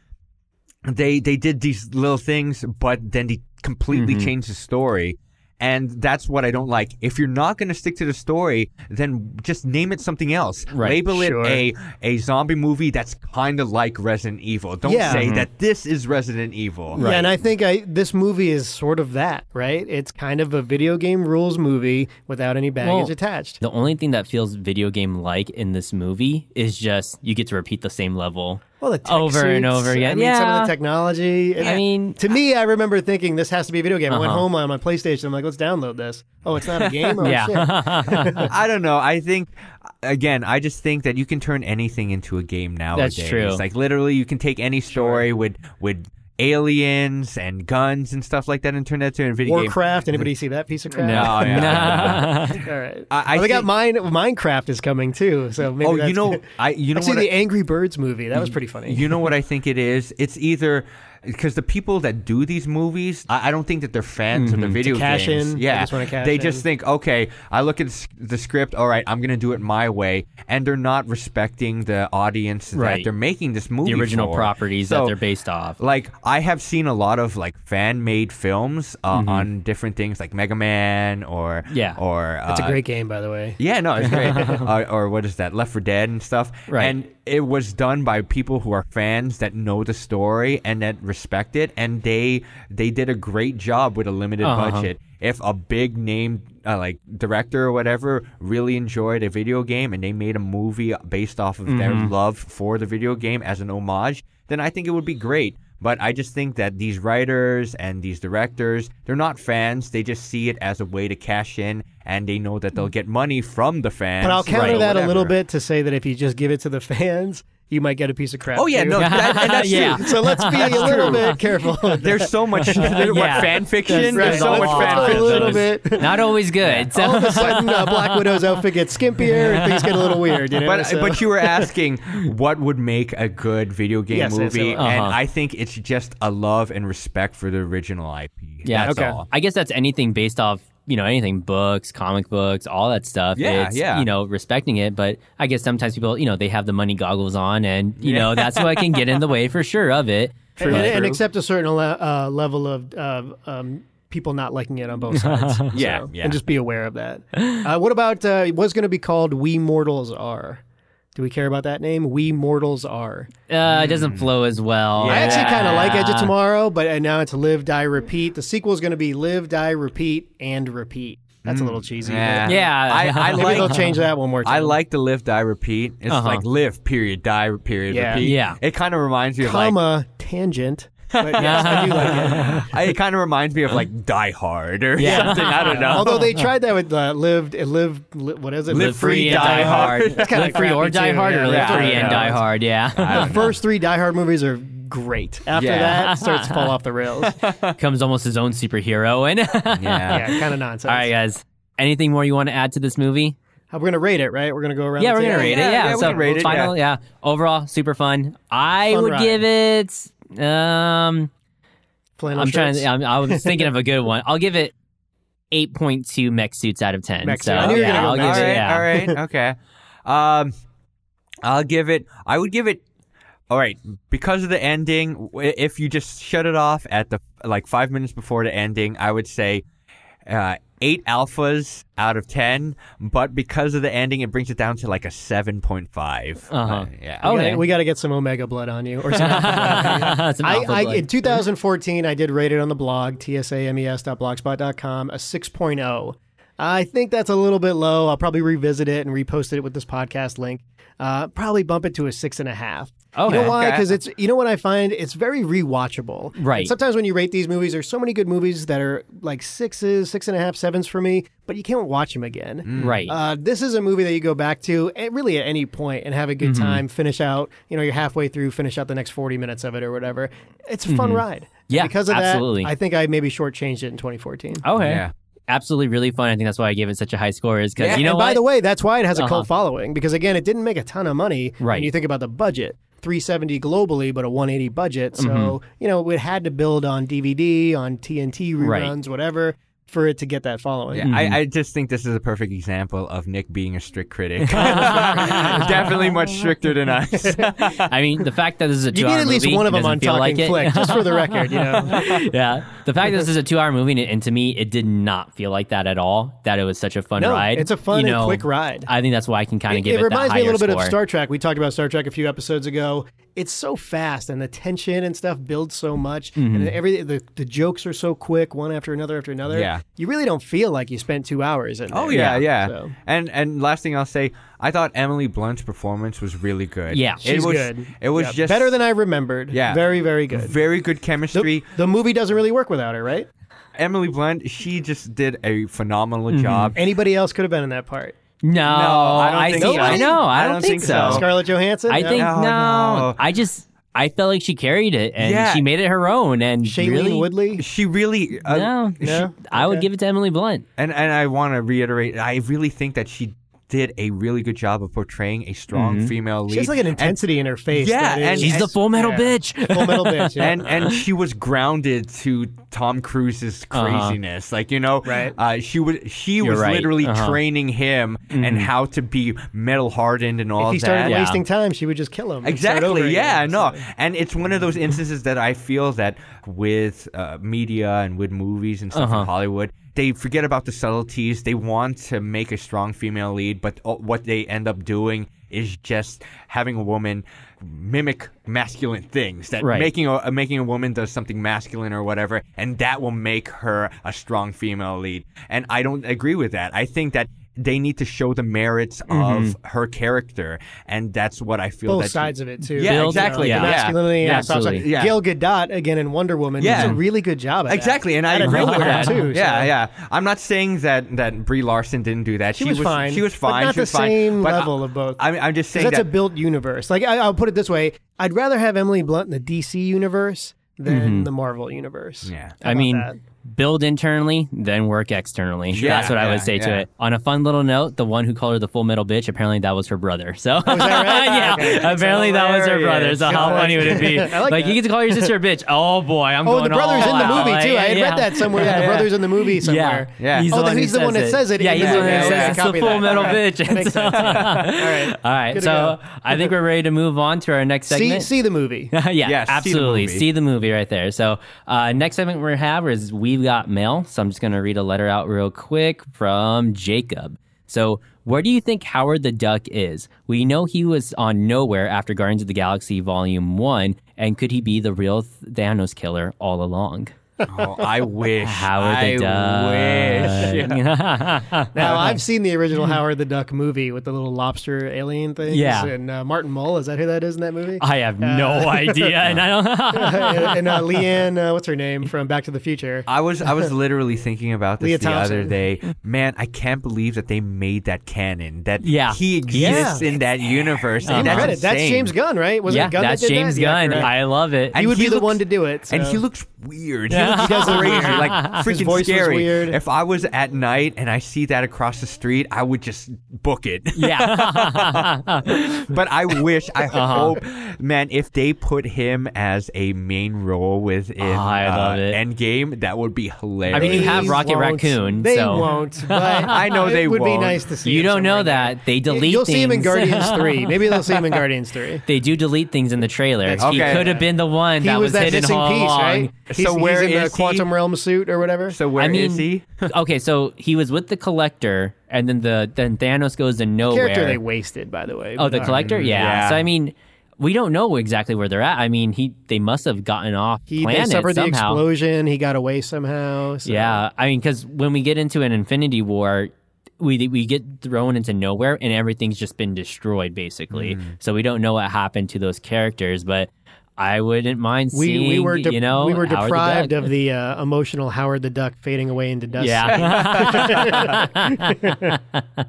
[SPEAKER 2] They they did these little things, but then they completely changed the story. And that's what I don't like. If you're not going to stick to the story, then just name it something else.
[SPEAKER 1] Right,
[SPEAKER 2] Label
[SPEAKER 3] sure.
[SPEAKER 2] it a a zombie movie that's kind of like Resident Evil. Don't
[SPEAKER 3] Yeah.
[SPEAKER 2] say
[SPEAKER 1] Mm-hmm.
[SPEAKER 3] Mhm.
[SPEAKER 2] that this is Resident Evil.
[SPEAKER 3] Yeah, and I think I this movie is sort of that, right? It's kind of a video game rules movie without any baggage
[SPEAKER 1] Well,
[SPEAKER 3] attached.
[SPEAKER 1] The only thing that feels video game like in this movie is just you get to repeat the same level.
[SPEAKER 3] Well, the tech
[SPEAKER 1] over and
[SPEAKER 3] suits,
[SPEAKER 1] over again.
[SPEAKER 3] I mean, some of
[SPEAKER 1] Yeah.
[SPEAKER 3] the technology.
[SPEAKER 1] I mean-
[SPEAKER 3] to me, I remember thinking this has to be a video game. I went
[SPEAKER 1] Uh-huh.
[SPEAKER 3] home on my PlayStation. I'm like, let's download this. Oh, it's not a game. Oh,
[SPEAKER 1] yeah.
[SPEAKER 3] shit.
[SPEAKER 2] I don't know. I think again, I just think that you can turn anything into a game nowadays.
[SPEAKER 1] true.
[SPEAKER 2] Like literally, you can take any story with with aliens and guns and stuff like that and turn that into a video game.
[SPEAKER 3] Warcraft. Anybody see that piece of crap?
[SPEAKER 2] No, yeah.
[SPEAKER 3] All right.
[SPEAKER 2] I- I
[SPEAKER 3] well, Oh, they got
[SPEAKER 2] think-
[SPEAKER 3] mine. Minecraft is coming too. So maybe
[SPEAKER 2] Oh,
[SPEAKER 3] that's
[SPEAKER 2] you know, I you know
[SPEAKER 3] Actually,
[SPEAKER 2] what? I-
[SPEAKER 3] the Angry Birds movie that was pretty funny.
[SPEAKER 2] You know what I think it is? It's either because the people that do these movies, I, I don't think that they're fans of the video
[SPEAKER 3] Mm-hmm. cash
[SPEAKER 2] games.
[SPEAKER 3] in. They
[SPEAKER 2] yeah,
[SPEAKER 3] just wanna cash
[SPEAKER 2] they just
[SPEAKER 3] in.
[SPEAKER 2] think, okay, I look at s- the script. All right, I'm gonna do it my way, and they're not respecting the audience that
[SPEAKER 1] Right.
[SPEAKER 2] they're making this movie.
[SPEAKER 1] the original
[SPEAKER 2] for.
[SPEAKER 1] properties
[SPEAKER 2] So,
[SPEAKER 1] that they're based off.
[SPEAKER 2] Like I have seen a lot of like fan made films uh,
[SPEAKER 3] Mm-hmm.
[SPEAKER 2] on different things, like Mega Man or
[SPEAKER 1] Yeah.
[SPEAKER 2] or uh,
[SPEAKER 3] it's a great game, by the way.
[SPEAKER 2] yeah, no, it's great. uh, or what is that? Left for Dead and stuff.
[SPEAKER 1] Right.
[SPEAKER 2] And it was done by people who are fans that know the story and that respect it, and they they did a great job with a limited
[SPEAKER 1] Uh-huh.
[SPEAKER 2] budget. If a big name uh, like director or whatever really enjoyed a video game and they made a movie based off of their
[SPEAKER 1] Mm-hmm.
[SPEAKER 2] love for the video game as an homage, then I think it would be great. But I just think that these writers and these directors, they're not fans. They just see it as a way to cash in, and they know that they'll
[SPEAKER 1] Mm.
[SPEAKER 2] get money from the fans.
[SPEAKER 3] But I'll counter
[SPEAKER 2] or
[SPEAKER 3] that a little
[SPEAKER 2] whatever.
[SPEAKER 3] bit to say that if you just give it to the fans, you might get a piece of crap.
[SPEAKER 2] Oh yeah,
[SPEAKER 3] too.
[SPEAKER 2] no, that, and that's
[SPEAKER 1] Yeah.
[SPEAKER 2] true.
[SPEAKER 3] So let's be a little bit careful.
[SPEAKER 2] There's so much
[SPEAKER 1] Yeah.
[SPEAKER 2] what, fan fiction.
[SPEAKER 3] There's
[SPEAKER 2] There's so
[SPEAKER 3] a
[SPEAKER 2] much
[SPEAKER 3] lot.
[SPEAKER 2] fan
[SPEAKER 3] Just
[SPEAKER 2] fiction.
[SPEAKER 3] a little bit.
[SPEAKER 1] Not always good.
[SPEAKER 3] All
[SPEAKER 1] So
[SPEAKER 3] of a sudden, uh, Black Widow's outfit gets skimpier and things get a little weird. You know,
[SPEAKER 2] But
[SPEAKER 1] uh,
[SPEAKER 3] so-
[SPEAKER 2] but you were asking what would make a good video game
[SPEAKER 3] Yes, yes,
[SPEAKER 2] movie,
[SPEAKER 3] yes.
[SPEAKER 2] and
[SPEAKER 1] Uh-huh.
[SPEAKER 2] I think it's just a love and respect for the original IP.
[SPEAKER 1] Yeah,
[SPEAKER 2] That's
[SPEAKER 3] okay.
[SPEAKER 2] all.
[SPEAKER 1] I guess that's anything based off, you know, anything books, comic books, all that stuff.
[SPEAKER 2] Yeah,
[SPEAKER 1] it's,
[SPEAKER 2] yeah.
[SPEAKER 1] You know, respecting it. But I guess sometimes people, you know, they have the money goggles on and, you know, that's what can get in the way for sure of it.
[SPEAKER 3] and,
[SPEAKER 1] But-
[SPEAKER 3] and accept a certain le- uh, level of uh, um, people not liking it on both sides.
[SPEAKER 2] Yeah,
[SPEAKER 3] So-
[SPEAKER 2] yeah.
[SPEAKER 3] and just be aware of that. Uh, what about uh, what's going to be called "We Mortals Are"? Do we care about that name? We Mortals Are.
[SPEAKER 1] Uh, It
[SPEAKER 2] Hmm.
[SPEAKER 1] doesn't flow as well.
[SPEAKER 3] I actually kind of like Edge
[SPEAKER 1] Yeah.
[SPEAKER 3] of Tomorrow, but uh, now it's Live, Die, Repeat. The sequel is going to be Live, Die, Repeat, and Repeat. That's a little cheesy. but
[SPEAKER 2] Yeah,
[SPEAKER 1] Yeah.
[SPEAKER 2] I, I
[SPEAKER 1] Maybe
[SPEAKER 3] Maybe
[SPEAKER 2] like
[SPEAKER 3] they'll change that one more time.
[SPEAKER 2] I like the live, die, repeat. It's
[SPEAKER 1] Uh-huh.
[SPEAKER 2] like live, period, die, period,
[SPEAKER 3] Yeah.
[SPEAKER 2] repeat.
[SPEAKER 1] Yeah.
[SPEAKER 2] It kind of reminds me of like.
[SPEAKER 3] comma tangent. But yes, I do like it.
[SPEAKER 2] I- It kind of reminds me of like Die Hard or
[SPEAKER 1] Yeah.
[SPEAKER 2] something. I don't know.
[SPEAKER 3] Although they tried that with uh, lived, uh, live, li- what is it?
[SPEAKER 2] Live
[SPEAKER 1] Live free and
[SPEAKER 2] Die
[SPEAKER 1] die
[SPEAKER 2] Hard.
[SPEAKER 1] hard.
[SPEAKER 3] kinda
[SPEAKER 1] Live free or
[SPEAKER 3] crappy
[SPEAKER 1] die
[SPEAKER 3] too,
[SPEAKER 1] hard, or
[SPEAKER 3] yeah.
[SPEAKER 1] live
[SPEAKER 2] Yeah,
[SPEAKER 1] free
[SPEAKER 2] I
[SPEAKER 1] and
[SPEAKER 2] know.
[SPEAKER 1] die hard. Yeah,
[SPEAKER 3] The first three Die Hard movies are great. After
[SPEAKER 2] Yeah.
[SPEAKER 3] that, it starts to fall off the rails.
[SPEAKER 1] becomes almost his own superhero. And all
[SPEAKER 2] yeah.
[SPEAKER 3] Yeah, kind of nonsense.
[SPEAKER 1] right, guys, anything more you want to add to this movie?
[SPEAKER 3] Uh, We're gonna rate it, right? We're gonna go around.
[SPEAKER 1] Yeah,
[SPEAKER 3] the
[SPEAKER 1] we're gonna
[SPEAKER 3] table.
[SPEAKER 1] rate it.
[SPEAKER 2] Yeah,
[SPEAKER 1] Yeah,
[SPEAKER 2] yeah, we
[SPEAKER 1] so
[SPEAKER 2] can rate it,
[SPEAKER 1] final. Yeah. overall, super fun. I
[SPEAKER 3] Fun
[SPEAKER 1] would
[SPEAKER 3] ride.
[SPEAKER 1] give it. Um,
[SPEAKER 3] Flannel
[SPEAKER 1] I'm trying.
[SPEAKER 3] shirts.
[SPEAKER 1] To, I'm, I was thinking of a good one. I'll give it eight point two mech suits out of ten.
[SPEAKER 3] Mech
[SPEAKER 1] so
[SPEAKER 3] suit. I knew you were
[SPEAKER 1] yeah,
[SPEAKER 3] gonna go
[SPEAKER 1] I'll
[SPEAKER 3] mech
[SPEAKER 1] give
[SPEAKER 2] All
[SPEAKER 1] it.
[SPEAKER 2] right,
[SPEAKER 1] yeah.
[SPEAKER 2] all right, okay. Um, I'll give it. I would give it. All right, because of the ending, w- if you just shut it off at the like five minutes before the ending, I would say uh, eight alphas out of ten, but because of the ending, it brings it down to like a seven point five.
[SPEAKER 1] Uh-huh.
[SPEAKER 2] yeah.
[SPEAKER 1] Oh,
[SPEAKER 2] Oh,
[SPEAKER 1] Okay.
[SPEAKER 3] Yeah, we got to get some Omega blood on you. Or some
[SPEAKER 1] It's an
[SPEAKER 3] I,
[SPEAKER 1] alpha
[SPEAKER 3] I,
[SPEAKER 1] blood.
[SPEAKER 3] in 2014, I did rate it on the blog, E tsames.blogspot.com, a 6.0. I think that's a little bit low. I'll probably revisit it and repost it with this podcast link. Uh, probably bump it to a six and a half.
[SPEAKER 1] Okay.
[SPEAKER 3] You know why?
[SPEAKER 2] Okay.
[SPEAKER 3] Because it's you know what I find it's very rewatchable.
[SPEAKER 1] Right.
[SPEAKER 3] And sometimes when you rate these movies, there's so many good movies that are like sixes, six and a half, sevens for me, but you can't watch them again.
[SPEAKER 1] right.
[SPEAKER 3] Uh, this is a movie that you go back to at really at any point and have a
[SPEAKER 1] Mm-hmm.
[SPEAKER 3] good time. Finish out, you know, you're halfway through. Finish out the next forty minutes of it or whatever. It's a fun ride.
[SPEAKER 1] Mm-hmm. Yeah,
[SPEAKER 3] because of
[SPEAKER 1] absolutely. Oh,
[SPEAKER 3] that, I think I maybe shortchanged it in 2014.
[SPEAKER 1] okay.
[SPEAKER 2] Yeah.
[SPEAKER 1] Absolutely, really fun. I think that's why I gave it such a high score. Is because
[SPEAKER 2] Yeah,
[SPEAKER 1] you know
[SPEAKER 3] and
[SPEAKER 1] what?
[SPEAKER 3] by the way, that's why it has a
[SPEAKER 1] Uh-huh.
[SPEAKER 3] cult following because again, it didn't make a ton of money.
[SPEAKER 1] Right.
[SPEAKER 3] When you think about the budget, 370 globally, but a 180 budget. So
[SPEAKER 1] Mm-hmm.
[SPEAKER 3] you know, it had to build on DVD, on TNT reruns,
[SPEAKER 1] Right.
[SPEAKER 3] whatever, for it to get that following.
[SPEAKER 2] Yeah,
[SPEAKER 1] Mm-hmm.
[SPEAKER 2] I, I just think this is a perfect example of Nick being a strict critic. Definitely much stricter than us.
[SPEAKER 1] I mean, the fact that this is a
[SPEAKER 3] You
[SPEAKER 1] two-hour
[SPEAKER 3] need
[SPEAKER 1] movie
[SPEAKER 3] at least one of them
[SPEAKER 1] doesn't
[SPEAKER 3] on
[SPEAKER 1] feel
[SPEAKER 3] Talking
[SPEAKER 1] like it.
[SPEAKER 3] Flick, just for the record. You know.
[SPEAKER 1] yeah, the fact that this is a two-hour movie, and- and to me, it did not feel like that at all. That it was such a fun
[SPEAKER 3] No,
[SPEAKER 1] ride.
[SPEAKER 3] it's a fun
[SPEAKER 1] You
[SPEAKER 3] and
[SPEAKER 1] know,
[SPEAKER 3] quick ride.
[SPEAKER 1] I think that's why I can kind of give it,
[SPEAKER 3] reminds
[SPEAKER 1] that
[SPEAKER 3] me a
[SPEAKER 1] higher
[SPEAKER 3] little bit of
[SPEAKER 1] score.
[SPEAKER 3] Star Trek. We talked about Star Trek a few episodes ago. It's so fast, and the tension and stuff builds so much,
[SPEAKER 2] Mm-hmm.
[SPEAKER 3] and every the, the jokes are so quick, one after another after another.
[SPEAKER 2] Yeah.
[SPEAKER 3] you really don't feel like you spent two hours. In
[SPEAKER 2] Oh
[SPEAKER 3] there.
[SPEAKER 2] yeah, yeah.
[SPEAKER 3] So-
[SPEAKER 2] And and last thing I'll say, I thought Emily Blunt's performance was really good.
[SPEAKER 1] Yeah.
[SPEAKER 3] she's
[SPEAKER 2] it was,
[SPEAKER 3] good.
[SPEAKER 2] It was
[SPEAKER 3] Yeah,
[SPEAKER 2] just
[SPEAKER 3] better than I remembered.
[SPEAKER 2] Yeah.
[SPEAKER 3] very very good.
[SPEAKER 2] very good
[SPEAKER 3] the,
[SPEAKER 2] chemistry.
[SPEAKER 3] the movie doesn't really work without her, right?
[SPEAKER 2] Emily Blunt, she just did a phenomenal
[SPEAKER 3] Mm-hmm.
[SPEAKER 2] job.
[SPEAKER 3] Anybody else could have been in that part.
[SPEAKER 1] No,
[SPEAKER 2] I don't think
[SPEAKER 1] see-
[SPEAKER 2] so.
[SPEAKER 1] I know. I, don't, think, so.
[SPEAKER 2] Oh.
[SPEAKER 3] Scarlett Johansson.
[SPEAKER 1] I
[SPEAKER 3] No.
[SPEAKER 1] think
[SPEAKER 2] No,
[SPEAKER 1] no,
[SPEAKER 2] no.
[SPEAKER 1] I just I felt like she carried it and
[SPEAKER 2] Yeah.
[SPEAKER 1] she made it her own. And
[SPEAKER 3] Shailene
[SPEAKER 1] really,
[SPEAKER 3] Woodley.
[SPEAKER 2] She really uh,
[SPEAKER 1] no,
[SPEAKER 3] No?
[SPEAKER 1] I would
[SPEAKER 3] Okay.
[SPEAKER 1] give it to Emily Blunt.
[SPEAKER 2] and and I want to reiterate, I really think that she did a really good job of portraying a strong
[SPEAKER 3] Mm-hmm.
[SPEAKER 2] female lead.
[SPEAKER 3] She has like an
[SPEAKER 2] And-
[SPEAKER 3] intensity in her face.
[SPEAKER 2] Yeah,
[SPEAKER 3] that is-
[SPEAKER 2] and
[SPEAKER 1] She's the full metal
[SPEAKER 3] yeah.
[SPEAKER 1] bitch.
[SPEAKER 3] Full metal bitch. yeah.
[SPEAKER 2] and and she was grounded to Tom Cruise's
[SPEAKER 1] Uh-huh.
[SPEAKER 2] craziness. Like you know,
[SPEAKER 3] Right.
[SPEAKER 2] uh, she was she
[SPEAKER 1] You're
[SPEAKER 2] was
[SPEAKER 1] right.
[SPEAKER 2] literally
[SPEAKER 1] Uh-huh.
[SPEAKER 2] training him and how to be metal hardened and all
[SPEAKER 3] if he
[SPEAKER 2] that.
[SPEAKER 3] started
[SPEAKER 1] Yeah.
[SPEAKER 3] wasting time, she would just kill him. and start over
[SPEAKER 2] Exactly. Yeah.
[SPEAKER 3] again.
[SPEAKER 2] No. And it's one of those instances that I feel that with uh, media and with movies and stuff
[SPEAKER 1] Uh-huh.
[SPEAKER 2] in Hollywood, they forget about the subtleties. They want to make a strong female lead, but uh, what they end up doing is just having a woman mimic masculine things. That
[SPEAKER 1] Right.
[SPEAKER 2] making a uh, making a woman does something masculine or whatever, and that will make her a strong female lead. And I don't agree with that. I think that. They need to show the merits of her character, and that's what I feel
[SPEAKER 3] Mm-hmm. both
[SPEAKER 2] that she-
[SPEAKER 3] sides of it too.
[SPEAKER 2] Yeah,
[SPEAKER 1] Build-
[SPEAKER 2] exactly.
[SPEAKER 1] yeah.
[SPEAKER 2] Yeah,
[SPEAKER 3] The masculinity and soft
[SPEAKER 1] Absolutely.
[SPEAKER 3] side.
[SPEAKER 2] Yeah.
[SPEAKER 3] Gail Gadot again in Wonder Woman
[SPEAKER 2] Yeah.
[SPEAKER 3] does a really good job. At that.
[SPEAKER 2] Exactly, and I
[SPEAKER 3] At a
[SPEAKER 2] agree with
[SPEAKER 3] number
[SPEAKER 2] that.
[SPEAKER 3] too, so-
[SPEAKER 2] yeah, yeah. I'm not saying that that Brie Larson didn't do that. She,
[SPEAKER 3] was fine,
[SPEAKER 2] She was
[SPEAKER 3] but
[SPEAKER 2] fine.
[SPEAKER 3] not
[SPEAKER 2] she was
[SPEAKER 3] the
[SPEAKER 2] fine.
[SPEAKER 3] same
[SPEAKER 2] But I-
[SPEAKER 3] level of both.
[SPEAKER 2] I'm, I'm just
[SPEAKER 3] 'Cause
[SPEAKER 2] saying
[SPEAKER 3] that's
[SPEAKER 2] that.
[SPEAKER 3] a built universe. Like I, I'll put it this way: I'd rather have Emily Blunt in the DC universe than the Marvel universe.
[SPEAKER 2] Mm-hmm. yeah.
[SPEAKER 1] I mean,
[SPEAKER 3] that?
[SPEAKER 1] build internally, then work externally.
[SPEAKER 2] Yeah,
[SPEAKER 1] That's what I
[SPEAKER 2] yeah,
[SPEAKER 1] would say to
[SPEAKER 2] yeah.
[SPEAKER 1] it. On a fun little note, the one who called her the full metal bitch, apparently that was her brother. So,
[SPEAKER 3] Oh,
[SPEAKER 1] yeah, apparently that was her brother. So, how funny would it be?
[SPEAKER 3] I like
[SPEAKER 1] like, you
[SPEAKER 3] that.
[SPEAKER 1] get to call your sister a bitch. Oh, boy, I'm
[SPEAKER 3] Oh,
[SPEAKER 1] going
[SPEAKER 3] and the brother's
[SPEAKER 1] all
[SPEAKER 3] in the
[SPEAKER 1] out.
[SPEAKER 3] movie too.
[SPEAKER 1] Like,
[SPEAKER 3] I had
[SPEAKER 1] yeah.
[SPEAKER 3] read that somewhere. that the
[SPEAKER 2] yeah.
[SPEAKER 3] brother's in the movie
[SPEAKER 1] Yeah,
[SPEAKER 3] somewhere.
[SPEAKER 2] Yeah.
[SPEAKER 1] He's
[SPEAKER 3] Oh,
[SPEAKER 1] the
[SPEAKER 3] then
[SPEAKER 1] one
[SPEAKER 3] he's
[SPEAKER 1] who
[SPEAKER 3] the one that says it.
[SPEAKER 1] Yeah,
[SPEAKER 3] in
[SPEAKER 1] he's the one that
[SPEAKER 3] movie.
[SPEAKER 1] says it's
[SPEAKER 3] Copy
[SPEAKER 1] the full
[SPEAKER 3] that.
[SPEAKER 1] metal
[SPEAKER 3] All right.
[SPEAKER 1] bitch.
[SPEAKER 3] That makes sense. All right.
[SPEAKER 1] All right,
[SPEAKER 3] Good to
[SPEAKER 1] so
[SPEAKER 3] go.
[SPEAKER 1] I think we're ready to move on to our next
[SPEAKER 3] See,
[SPEAKER 1] segment.
[SPEAKER 3] see the movie.
[SPEAKER 1] yeah,
[SPEAKER 2] Yeah, see the
[SPEAKER 1] absolutely.
[SPEAKER 2] movie.
[SPEAKER 1] See the movie right there. So, uh, next segment we have is We've Got Mail. So, I'm just going to read a letter out real quick from Jacob. So, where do you think Howard the Duck is? We know he was on Nowhere after Guardians of the Galaxy Volume 1, and could he be the real Thanos killer all along?
[SPEAKER 2] Oh, I wish.
[SPEAKER 1] Howard the
[SPEAKER 2] I wish.
[SPEAKER 1] Duck.
[SPEAKER 3] Now I've seen the original Howard the Duck movie with the little lobster alien things.
[SPEAKER 1] Yeah.
[SPEAKER 3] and uh, Martin Mull is that who that is in that movie?
[SPEAKER 1] I have no idea. And I don't.
[SPEAKER 3] and and, uh, Leanne, uh, what's her name from Back to the Future?
[SPEAKER 2] I was I was literally thinking about this
[SPEAKER 3] Leah
[SPEAKER 2] the other
[SPEAKER 3] Thompson.
[SPEAKER 2] day. Man, I can't believe that they made that canon. That
[SPEAKER 1] Yeah.
[SPEAKER 2] he exists in that universe.
[SPEAKER 3] Give
[SPEAKER 2] And that's
[SPEAKER 3] credit. That's
[SPEAKER 2] insane.
[SPEAKER 3] James Gunn, right? Was
[SPEAKER 1] yeah,
[SPEAKER 3] it Gunn
[SPEAKER 1] that's
[SPEAKER 3] that did
[SPEAKER 1] James
[SPEAKER 3] that? Yeah,
[SPEAKER 1] Gunn.
[SPEAKER 3] correct.
[SPEAKER 1] I love it.
[SPEAKER 2] And
[SPEAKER 3] he would
[SPEAKER 2] he
[SPEAKER 3] be
[SPEAKER 2] looks-
[SPEAKER 3] the one to do it.
[SPEAKER 2] And
[SPEAKER 3] so-
[SPEAKER 2] he looks weird.
[SPEAKER 1] Yeah.
[SPEAKER 2] He looks
[SPEAKER 3] He does look
[SPEAKER 2] crazy,
[SPEAKER 3] weird.
[SPEAKER 2] like
[SPEAKER 3] His
[SPEAKER 2] freaking
[SPEAKER 3] voice was
[SPEAKER 2] scary.
[SPEAKER 3] weird.
[SPEAKER 2] If I was at night and I see that across the street, I would just book it.
[SPEAKER 1] Yeah.
[SPEAKER 2] but I wish, I
[SPEAKER 1] Uh-huh.
[SPEAKER 2] hope, man, if they put him as a main role within
[SPEAKER 1] I love
[SPEAKER 2] uh,
[SPEAKER 1] it.
[SPEAKER 2] Endgame, that would be hilarious.
[SPEAKER 1] I mean, you have
[SPEAKER 3] They
[SPEAKER 1] Rocket
[SPEAKER 3] won't.
[SPEAKER 1] Raccoon,
[SPEAKER 3] They
[SPEAKER 1] so-
[SPEAKER 3] won't. But
[SPEAKER 2] I know they
[SPEAKER 3] it would
[SPEAKER 2] won't.
[SPEAKER 3] be nice to see.
[SPEAKER 1] you
[SPEAKER 3] him
[SPEAKER 1] don't know
[SPEAKER 3] somewhere.
[SPEAKER 1] that. They delete
[SPEAKER 3] You'll see him in
[SPEAKER 1] things.
[SPEAKER 3] Guardians Three. Maybe they'll see him in Guardians Three.
[SPEAKER 1] They do delete things in the trailer. He
[SPEAKER 2] Okay.
[SPEAKER 1] could have been the one
[SPEAKER 3] He
[SPEAKER 1] that
[SPEAKER 3] was,
[SPEAKER 1] was,
[SPEAKER 3] that
[SPEAKER 1] hidden
[SPEAKER 3] missing
[SPEAKER 1] all
[SPEAKER 3] piece,
[SPEAKER 1] along.
[SPEAKER 3] right?
[SPEAKER 2] So
[SPEAKER 3] he's,
[SPEAKER 2] where
[SPEAKER 3] he's in
[SPEAKER 2] is
[SPEAKER 3] the
[SPEAKER 2] he?
[SPEAKER 3] quantum realm suit or whatever?
[SPEAKER 2] so where
[SPEAKER 1] I mean,
[SPEAKER 2] is he?
[SPEAKER 1] okay, so he was with the collector, and then the then Thanos goes to nowhere.
[SPEAKER 3] character they wasted, by the way.
[SPEAKER 1] oh, the
[SPEAKER 3] Uh,
[SPEAKER 1] collector, yeah.
[SPEAKER 2] yeah.
[SPEAKER 1] So I mean, we don't know exactly where they're at. I mean, he they must have gotten off
[SPEAKER 3] He they
[SPEAKER 1] planet
[SPEAKER 3] suffered the
[SPEAKER 1] somehow.
[SPEAKER 3] explosion. He got away somehow. so-
[SPEAKER 1] Yeah, I mean, because when we get into an Infinity War, we we get thrown into nowhere, and everything's just been destroyed basically.
[SPEAKER 3] Hmm.
[SPEAKER 1] So we don't know what happened to those characters, but I wouldn't mind
[SPEAKER 3] We,
[SPEAKER 1] seeing.
[SPEAKER 3] we were de-
[SPEAKER 1] you know
[SPEAKER 3] we were
[SPEAKER 1] Howard the
[SPEAKER 3] deprived
[SPEAKER 1] Duck.
[SPEAKER 3] of the uh, emotional Howard the Duck fading away into dust.
[SPEAKER 1] Yeah.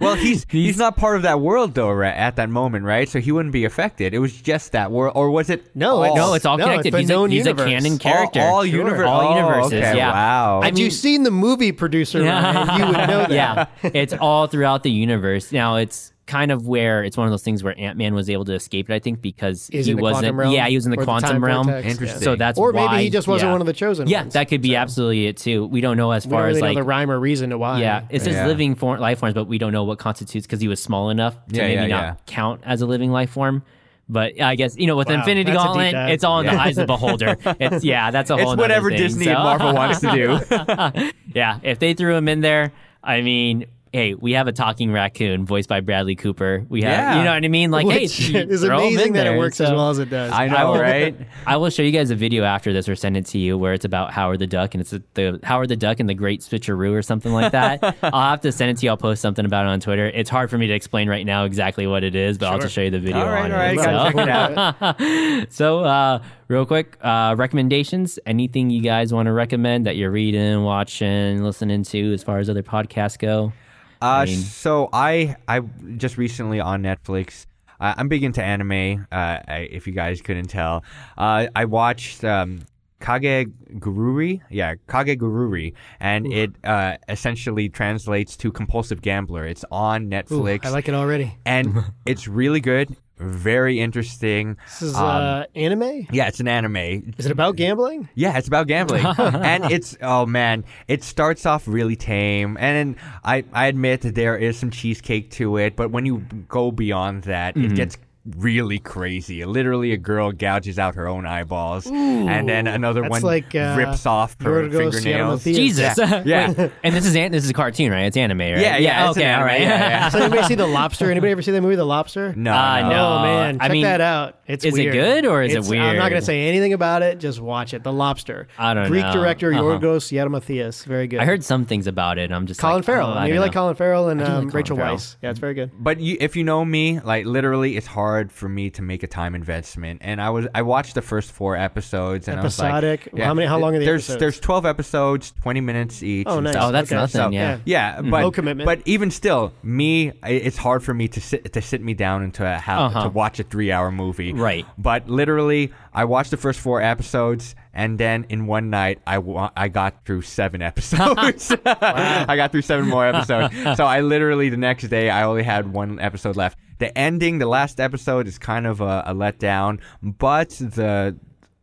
[SPEAKER 2] Well, he's, he's not part of that world though, right, at that moment, right? So he wouldn't be affected. It was just that world, or was it?
[SPEAKER 3] No,
[SPEAKER 2] all?
[SPEAKER 3] it-
[SPEAKER 1] no, it's all
[SPEAKER 3] No,
[SPEAKER 1] connected.
[SPEAKER 3] it's a
[SPEAKER 1] he's, a,
[SPEAKER 3] known
[SPEAKER 1] he's a
[SPEAKER 3] universe.
[SPEAKER 1] canon
[SPEAKER 3] All-
[SPEAKER 1] character.
[SPEAKER 2] All, all universe-
[SPEAKER 1] All
[SPEAKER 2] oh,
[SPEAKER 1] universes,
[SPEAKER 2] okay,
[SPEAKER 1] yeah.
[SPEAKER 2] Wow.
[SPEAKER 1] I
[SPEAKER 3] Had you seen the movie producer, Ryan, you would know that.
[SPEAKER 1] yeah, it's all throughout the universe. Now it's kind of where it's one of those things where Ant Man was able to escape it. I think because
[SPEAKER 3] He's
[SPEAKER 1] he
[SPEAKER 3] in the quantum
[SPEAKER 1] wasn't.
[SPEAKER 3] realm
[SPEAKER 1] yeah, he was in the
[SPEAKER 3] or the
[SPEAKER 1] quantum
[SPEAKER 3] time
[SPEAKER 1] realm.
[SPEAKER 3] vortex, yeah.
[SPEAKER 2] Interesting.
[SPEAKER 1] So that's
[SPEAKER 3] Or maybe
[SPEAKER 1] why-
[SPEAKER 3] he just wasn't
[SPEAKER 1] yeah.
[SPEAKER 3] one of the chosen
[SPEAKER 1] Yeah,
[SPEAKER 3] ones,
[SPEAKER 1] that could be
[SPEAKER 3] so.
[SPEAKER 1] absolutely it too. We don't know as
[SPEAKER 3] We don't
[SPEAKER 1] far
[SPEAKER 3] really
[SPEAKER 1] as like
[SPEAKER 3] know the rhyme or reason to why.
[SPEAKER 1] yeah, it says
[SPEAKER 2] Yeah.
[SPEAKER 1] living form, life forms, but we don't know what constitutes because he was small enough to
[SPEAKER 2] Yeah,
[SPEAKER 1] maybe
[SPEAKER 2] yeah,
[SPEAKER 1] not
[SPEAKER 2] yeah.
[SPEAKER 1] count as a living life form. But I guess you know with
[SPEAKER 3] Wow,
[SPEAKER 1] Infinity
[SPEAKER 3] that's a deep
[SPEAKER 1] Gauntlet,
[SPEAKER 3] dive.
[SPEAKER 1] it's all in the
[SPEAKER 2] Yeah.
[SPEAKER 1] eyes of the beholder. It's yeah, that's a whole.
[SPEAKER 2] It's
[SPEAKER 1] nother
[SPEAKER 2] whatever
[SPEAKER 1] thing,
[SPEAKER 2] Disney
[SPEAKER 1] so.
[SPEAKER 2] and Marvel wants to do.
[SPEAKER 1] yeah, if they threw him in there, I mean, hey, we have a talking raccoon voiced by Bradley Cooper. We have,
[SPEAKER 2] Yeah.
[SPEAKER 1] you know what I mean? Like, hey,
[SPEAKER 3] Which
[SPEAKER 1] you
[SPEAKER 3] is
[SPEAKER 1] throw him in
[SPEAKER 3] amazing that
[SPEAKER 1] there,
[SPEAKER 3] it works as
[SPEAKER 1] so-
[SPEAKER 3] well as it does.
[SPEAKER 2] I
[SPEAKER 1] I
[SPEAKER 2] know,
[SPEAKER 1] will-
[SPEAKER 2] right?
[SPEAKER 1] I will show you guys a video after this or send it to you where it's about Howard the Duck and it's the Howard the Duck and the Great Switcheroo or something like that. I'll have to send it to you. I'll post something about it on Twitter. It's hard for me to explain right now exactly what it is, but I'll just show you the video.
[SPEAKER 2] All right,
[SPEAKER 1] on
[SPEAKER 2] all right,
[SPEAKER 1] it.
[SPEAKER 2] gotta check it out.
[SPEAKER 1] So, uh, real quick, uh, recommendations. Anything you guys want to recommend that you're reading, watching, listening to as far as other podcasts go?
[SPEAKER 2] Uh, so I I just recently on Netflix. Uh, I'm big into anime. Uh, I, if you guys couldn't tell, uh, I watched um, Kage Gururi. Yeah, Kage Gururi, and it uh, essentially translates to compulsive gambler. It's on
[SPEAKER 3] Ooh,
[SPEAKER 2] Netflix,
[SPEAKER 3] I like it already.
[SPEAKER 2] and it's really good, very interesting.
[SPEAKER 3] This is
[SPEAKER 2] Um,
[SPEAKER 3] uh, anime.
[SPEAKER 2] Yeah, it's an anime.
[SPEAKER 3] Is it about gambling?
[SPEAKER 2] Yeah, it's about gambling, and it's oh man, it starts off really tame, and I I admit that there is some cheesecake to it, but when you go beyond that, it gets really crazy. Literally, a girl gouges out her own eyeballs, and then another
[SPEAKER 3] that's
[SPEAKER 2] one
[SPEAKER 3] like, uh,
[SPEAKER 2] rips off her
[SPEAKER 3] Yorgos
[SPEAKER 2] fingernails.
[SPEAKER 3] Lanthimos.
[SPEAKER 1] Jesus.
[SPEAKER 2] Yeah.
[SPEAKER 1] Wait, and this is an, this is a cartoon, right? It's anime, right?
[SPEAKER 2] Yeah, yeah, it's
[SPEAKER 1] okay,
[SPEAKER 2] an anime,
[SPEAKER 1] all right.
[SPEAKER 2] yeah, yeah.
[SPEAKER 3] So anybody see The Lobster? Anybody ever see that movie, The Lobster?
[SPEAKER 2] No,
[SPEAKER 1] Uh,
[SPEAKER 2] no.
[SPEAKER 1] no.
[SPEAKER 3] Oh man,
[SPEAKER 1] I
[SPEAKER 3] check
[SPEAKER 1] mean,
[SPEAKER 3] that out. It's
[SPEAKER 1] is it
[SPEAKER 3] weird.
[SPEAKER 1] good or is it
[SPEAKER 3] It's- I'm not
[SPEAKER 1] weird?
[SPEAKER 3] gonna say anything about it. Just watch it. The Lobster.
[SPEAKER 1] I don't
[SPEAKER 3] Greek
[SPEAKER 1] know.
[SPEAKER 3] director
[SPEAKER 1] Uh-huh.
[SPEAKER 3] Yorgos Yadamathias. Very good.
[SPEAKER 1] I heard some things about it. and I'm just
[SPEAKER 3] Colin
[SPEAKER 1] like,
[SPEAKER 3] Farrell.
[SPEAKER 1] oh, I
[SPEAKER 3] Maybe you
[SPEAKER 1] don't
[SPEAKER 3] like
[SPEAKER 1] know.
[SPEAKER 3] Colin Farrell and
[SPEAKER 2] like
[SPEAKER 3] um,
[SPEAKER 2] Colin
[SPEAKER 3] Rachel
[SPEAKER 2] Farrell.
[SPEAKER 3] Weiss. Yeah, it's very good.
[SPEAKER 2] But you, if you know me, like literally, it's hard for me to make a time investment. And I was I watched the first four episodes, and
[SPEAKER 3] Episodic?
[SPEAKER 2] I was like,
[SPEAKER 3] How many- how long are the
[SPEAKER 2] there's
[SPEAKER 3] episodes?
[SPEAKER 2] there's twelve episodes, twenty minutes each.
[SPEAKER 3] Oh,
[SPEAKER 2] and
[SPEAKER 3] nice.
[SPEAKER 2] stuff.
[SPEAKER 1] Oh, that's
[SPEAKER 3] Okay.
[SPEAKER 1] nothing,
[SPEAKER 2] So-
[SPEAKER 1] yeah.
[SPEAKER 2] Yeah, but
[SPEAKER 3] Mm-hmm. No commitment.
[SPEAKER 2] But even still, me, I- it's hard for me to sit to sit me down and to have
[SPEAKER 1] Uh-huh.
[SPEAKER 2] to watch a three hour movie.
[SPEAKER 1] Right.
[SPEAKER 2] But literally, I watched the first four episodes, and then in one night, I wa- I got through seven episodes. I got through seven more episodes. so I literally the next day, I only had one episode left. The ending, the last episode, is kind of a, a letdown, but the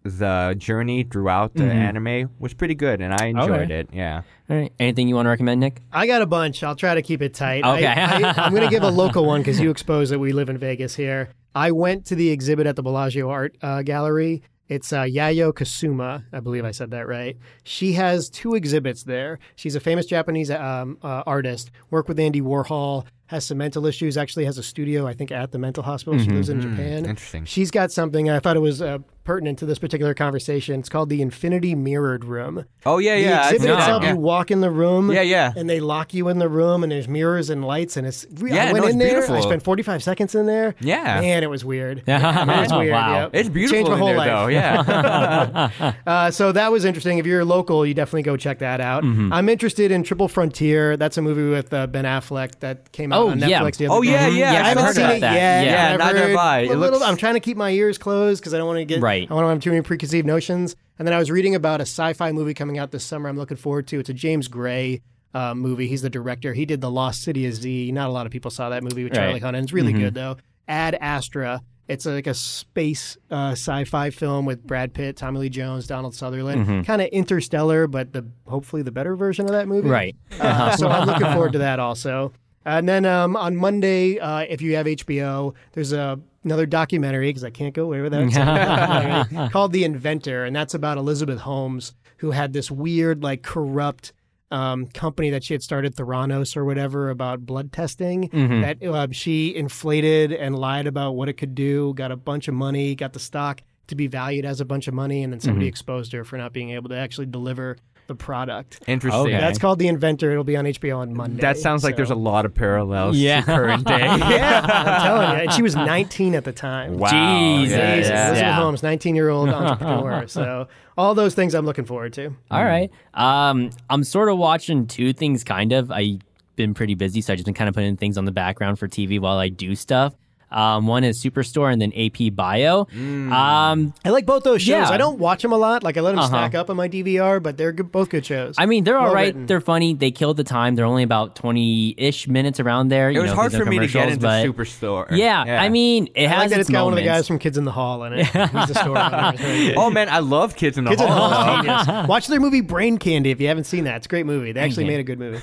[SPEAKER 2] the journey throughout the
[SPEAKER 3] Mm-hmm.
[SPEAKER 2] anime was pretty good, and I
[SPEAKER 3] Oh,
[SPEAKER 2] enjoyed
[SPEAKER 1] right.
[SPEAKER 2] it. Yeah.
[SPEAKER 1] All right. Anything you want to recommend, Nick?
[SPEAKER 3] I got a bunch. I'll try to keep it tight.
[SPEAKER 1] Okay.
[SPEAKER 3] I, I, I'm going to give a local one because you exposed that we live in Vegas here. I went to the exhibit at the Bellagio Art uh, Gallery. It's uh, Yayo Kasuma. I believe I said that right. She has two exhibits there. She's a famous Japanese um, uh, artist, worked with Andy Warhol, has some mental issues, actually has a studio, I think, at the mental hospital. She lives in Japan.
[SPEAKER 2] interesting.
[SPEAKER 3] She's got something, and I thought it was uh, pertinent to this particular conversation. It's called the Infinity Mirrored Room.
[SPEAKER 2] Oh yeah,
[SPEAKER 3] The
[SPEAKER 2] yeah. I've
[SPEAKER 3] exhibit
[SPEAKER 2] seen
[SPEAKER 3] itself,
[SPEAKER 2] that. Yeah.
[SPEAKER 3] you walk in the room.
[SPEAKER 2] Yeah, yeah.
[SPEAKER 3] And they lock you in the room, and there's mirrors and lights, and it's. Re-
[SPEAKER 2] Yeah,
[SPEAKER 3] I went
[SPEAKER 2] no, it's
[SPEAKER 3] in there. I
[SPEAKER 2] beautiful.
[SPEAKER 3] spent 45 seconds in there.
[SPEAKER 2] Yeah.
[SPEAKER 3] Man, it was weird. it was weird.
[SPEAKER 1] Wow.
[SPEAKER 3] yep.
[SPEAKER 2] It's
[SPEAKER 3] It
[SPEAKER 2] beautiful
[SPEAKER 3] Changed my
[SPEAKER 2] in
[SPEAKER 3] whole
[SPEAKER 2] there,
[SPEAKER 3] life.
[SPEAKER 2] though. Yeah.
[SPEAKER 3] Uh, so that was interesting. If you're local, you definitely go check that out.
[SPEAKER 2] Mm-hmm.
[SPEAKER 3] I'm interested in Triple Frontier. That's a movie with uh, Ben Affleck that came out
[SPEAKER 1] Oh,
[SPEAKER 3] on
[SPEAKER 1] yeah.
[SPEAKER 3] Netflix. The other
[SPEAKER 2] oh
[SPEAKER 3] day.
[SPEAKER 2] yeah, yeah.
[SPEAKER 1] Yeah, I've
[SPEAKER 3] I haven't
[SPEAKER 1] heard
[SPEAKER 3] seen
[SPEAKER 1] about
[SPEAKER 3] it
[SPEAKER 1] that.
[SPEAKER 3] yet.
[SPEAKER 1] Yeah.
[SPEAKER 2] Yeah,
[SPEAKER 3] I've
[SPEAKER 2] neither
[SPEAKER 3] heard
[SPEAKER 2] have I. It
[SPEAKER 3] a little-
[SPEAKER 2] looks-
[SPEAKER 3] I'm trying to keep my ears closed because I don't want to get.
[SPEAKER 1] Right.
[SPEAKER 3] I don't have too many preconceived notions. And then I was reading about a sci-fi movie coming out this summer. I'm looking forward to. It's a James Gray uh, movie. He's the director. He did The Lost City of Z. Not a lot of people saw that movie with Charlie
[SPEAKER 1] Right. Mm-hmm.
[SPEAKER 3] Hunnam. It's really good though. Ad Astra. It's like a space uh, sci-fi film with Brad Pitt, Tommy Lee Jones, Donald Sutherland.
[SPEAKER 1] Mm-hmm.
[SPEAKER 3] Kind of interstellar, but the hopefully the better version of that movie.
[SPEAKER 1] Right.
[SPEAKER 3] Uh, so I'm looking forward to that also. And then um, on Monday, uh, if you have HBO, there's a, another documentary because I can't go away without saying documentary, called The Inventor, and that's about Elizabeth Holmes, who had this weird, like, corrupt um, company that she had started, Theranos or whatever, about blood testing that uh, she inflated and lied about what it could do, got a bunch of money, got the stock to be valued as a bunch of money, and then somebody exposed her for not being able to actually deliver the product.
[SPEAKER 2] Interesting.
[SPEAKER 1] Okay.
[SPEAKER 2] That's
[SPEAKER 3] That's called The Inventor. It'll be on HBO on Monday.
[SPEAKER 2] that sounds like there's a
[SPEAKER 3] so-
[SPEAKER 2] lot of parallels
[SPEAKER 1] Yeah.
[SPEAKER 2] to current day.
[SPEAKER 3] yeah, I'm telling you. And she was 19 at the time.
[SPEAKER 2] Wow.
[SPEAKER 1] Jesus.
[SPEAKER 2] Yeah,
[SPEAKER 3] Jesus.
[SPEAKER 2] yeah.
[SPEAKER 3] Elizabeth
[SPEAKER 1] Yeah.
[SPEAKER 3] Holmes, 19 year old entrepreneur. so, all those things I'm looking forward to.
[SPEAKER 1] All right. Um, I'm sort of watching two things, kind of. I've been pretty busy, so I've just been kind of putting things on the background for TV while I do stuff. Um, one is Superstore and then AP Bio. Um,
[SPEAKER 3] I like both those shows.
[SPEAKER 1] Yeah. Uh-huh.
[SPEAKER 3] I don't watch them a lot. Like, I let them stack up on my DVR, but they're good, both good shows.
[SPEAKER 1] I mean, they're all
[SPEAKER 3] Well
[SPEAKER 1] right.
[SPEAKER 3] written.
[SPEAKER 1] They're funny. They killed the time. They're only about 20 ish minutes around there.
[SPEAKER 2] It was hard for me to get into
[SPEAKER 1] but
[SPEAKER 2] Superstore.
[SPEAKER 1] Yeah, I mean, it
[SPEAKER 3] I
[SPEAKER 1] has
[SPEAKER 3] like that
[SPEAKER 1] its
[SPEAKER 3] it's got one of the guys
[SPEAKER 1] moments.
[SPEAKER 3] from Kids in the Hall in it. He's the store owner.
[SPEAKER 2] Oh man, I love Kids in the
[SPEAKER 3] Kids in the
[SPEAKER 2] Hall.
[SPEAKER 3] Hall. is
[SPEAKER 1] Oh.
[SPEAKER 3] genius. Watch their movie Brain Candy if you haven't seen that. It's a great movie. They actually made a good movie.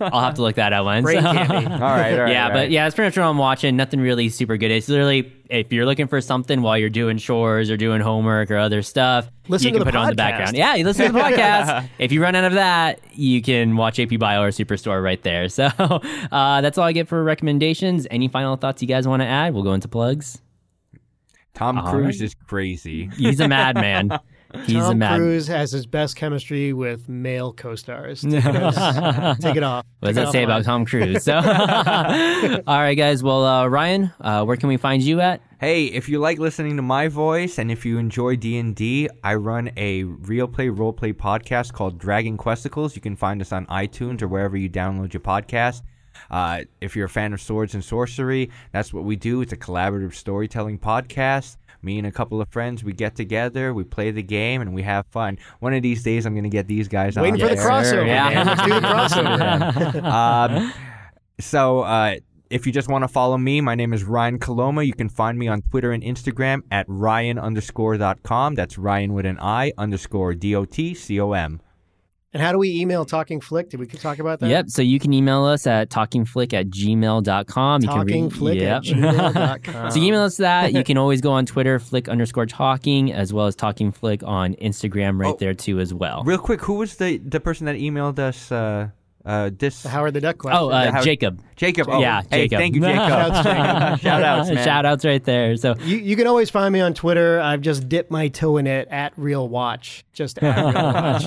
[SPEAKER 1] I'll have to look that up once.
[SPEAKER 3] Brain Candy.
[SPEAKER 2] All right, all right.
[SPEAKER 1] yeah,
[SPEAKER 2] all
[SPEAKER 1] but
[SPEAKER 2] right.
[SPEAKER 1] yeah, that's pretty much what I'm watching. Nothing really super good. It's literally if you're looking for something while you're doing chores or doing homework or other stuff,
[SPEAKER 3] Listen
[SPEAKER 1] you can
[SPEAKER 3] to the
[SPEAKER 1] put it on the
[SPEAKER 3] podcast.
[SPEAKER 1] background. Yeah, you listen to the podcast. if you run out of that, you can watch AP Bio or Superstore right there. So uh, that's all I get for recommendations. Any final thoughts you guys want to add? We'll go into plugs.
[SPEAKER 2] Tom Cruise is crazy.
[SPEAKER 1] He's a madman. He's a
[SPEAKER 3] Tom
[SPEAKER 1] mad.
[SPEAKER 3] Cruise has his best chemistry with male co-stars. Take it off. Take it off.
[SPEAKER 1] What does that say about Tom Cruise? So, all right, guys. Well, uh, Ryan, uh, where can we find you at?
[SPEAKER 2] Hey, if you like listening to my voice and if you enjoy D&D, I run a real play role play podcast called Dragon Questicles. You can find us on iTunes or wherever you download your podcast. Uh, if you're a fan of swords and sorcery, that's what we do. It's a collaborative storytelling podcast. Me and a couple of friends, we get together, we play the game, and we have fun. One of these days, I'm going to get these guys
[SPEAKER 3] Waiting
[SPEAKER 2] on
[SPEAKER 3] for the
[SPEAKER 2] there.
[SPEAKER 3] crossover.
[SPEAKER 1] yeah.
[SPEAKER 3] man. Let's do the crossover.
[SPEAKER 2] um, so uh, if you just want to follow me, my name is Ryan Coloma. You can find me on Twitter and Instagram at Ryan underscore dot com. That's Ryan with an I underscore D O T C O M.
[SPEAKER 3] And how do we email Talking Flick? Did we talk about that?
[SPEAKER 1] Yep. So you can email us at talkingflick at gmail.com. You can
[SPEAKER 3] Talking Flick
[SPEAKER 1] yep.
[SPEAKER 3] at gmail.com.
[SPEAKER 1] So email us that. You can always go on Twitter, flick underscore talking, as well as talking flick on Instagram right there too as well.
[SPEAKER 2] Real quick, who was the, the person that emailed us uh, uh, this?
[SPEAKER 3] Howard the Duck question.
[SPEAKER 1] oh, uh,
[SPEAKER 2] How-
[SPEAKER 1] Jacob.
[SPEAKER 2] Jacob. Oh,
[SPEAKER 1] yeah,
[SPEAKER 2] hey,
[SPEAKER 1] Jacob.
[SPEAKER 2] thank you, Jacob. Shout outs, man.
[SPEAKER 1] Shout outs right there. So
[SPEAKER 3] you, you can always find me on Twitter. I've just dipped my toe in it at Real Watch. Just at Real Watch.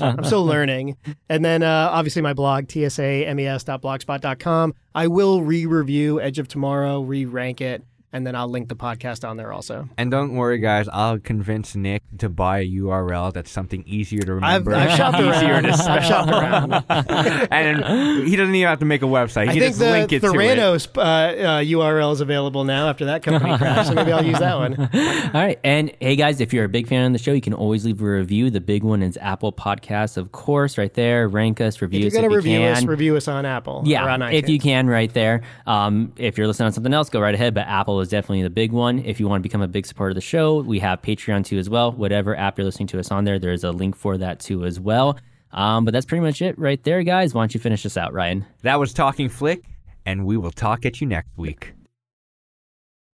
[SPEAKER 3] I'm still learning. And then uh, obviously my blog, E tsames.blogspot.com. I will re review Edge of Tomorrow, re rank it, and then I'll link the podcast on there also.
[SPEAKER 2] And don't worry, guys. I'll convince Nick to buy a URL that's something easier to
[SPEAKER 3] I've,
[SPEAKER 2] remember.
[SPEAKER 3] I've shopped
[SPEAKER 2] easier
[SPEAKER 3] around.
[SPEAKER 2] to
[SPEAKER 3] I've shopped around.
[SPEAKER 2] and he doesn't even have to make a website.
[SPEAKER 3] I
[SPEAKER 2] he
[SPEAKER 3] think
[SPEAKER 2] just
[SPEAKER 3] the
[SPEAKER 2] link it to it.
[SPEAKER 3] Theranos uh, uh, URL is available now after that company crashed, so maybe I'll use that one.
[SPEAKER 1] All right. And hey, guys, if you're a big fan of the show, you can always leave a review. The big one is Apple Podcasts, of course, right there. Rank us, review
[SPEAKER 3] If
[SPEAKER 1] us
[SPEAKER 3] you're
[SPEAKER 1] if
[SPEAKER 3] gonna
[SPEAKER 1] you
[SPEAKER 3] review
[SPEAKER 1] can.
[SPEAKER 3] us, review us on Apple. or on
[SPEAKER 1] yeah,
[SPEAKER 3] iTunes.
[SPEAKER 1] if you can, right there. Um, if you're listening on something else, go right ahead. But Apple is definitely the big one. If you want to become a big supporter of the show, we have Patreon too as well. Whatever app you're listening to us on there, there's a link for that too as well. Um, but that's pretty much it right there, guys. Why don't you finish this out, Ryan?
[SPEAKER 2] That was Talking Flick, and we will talk at you next week.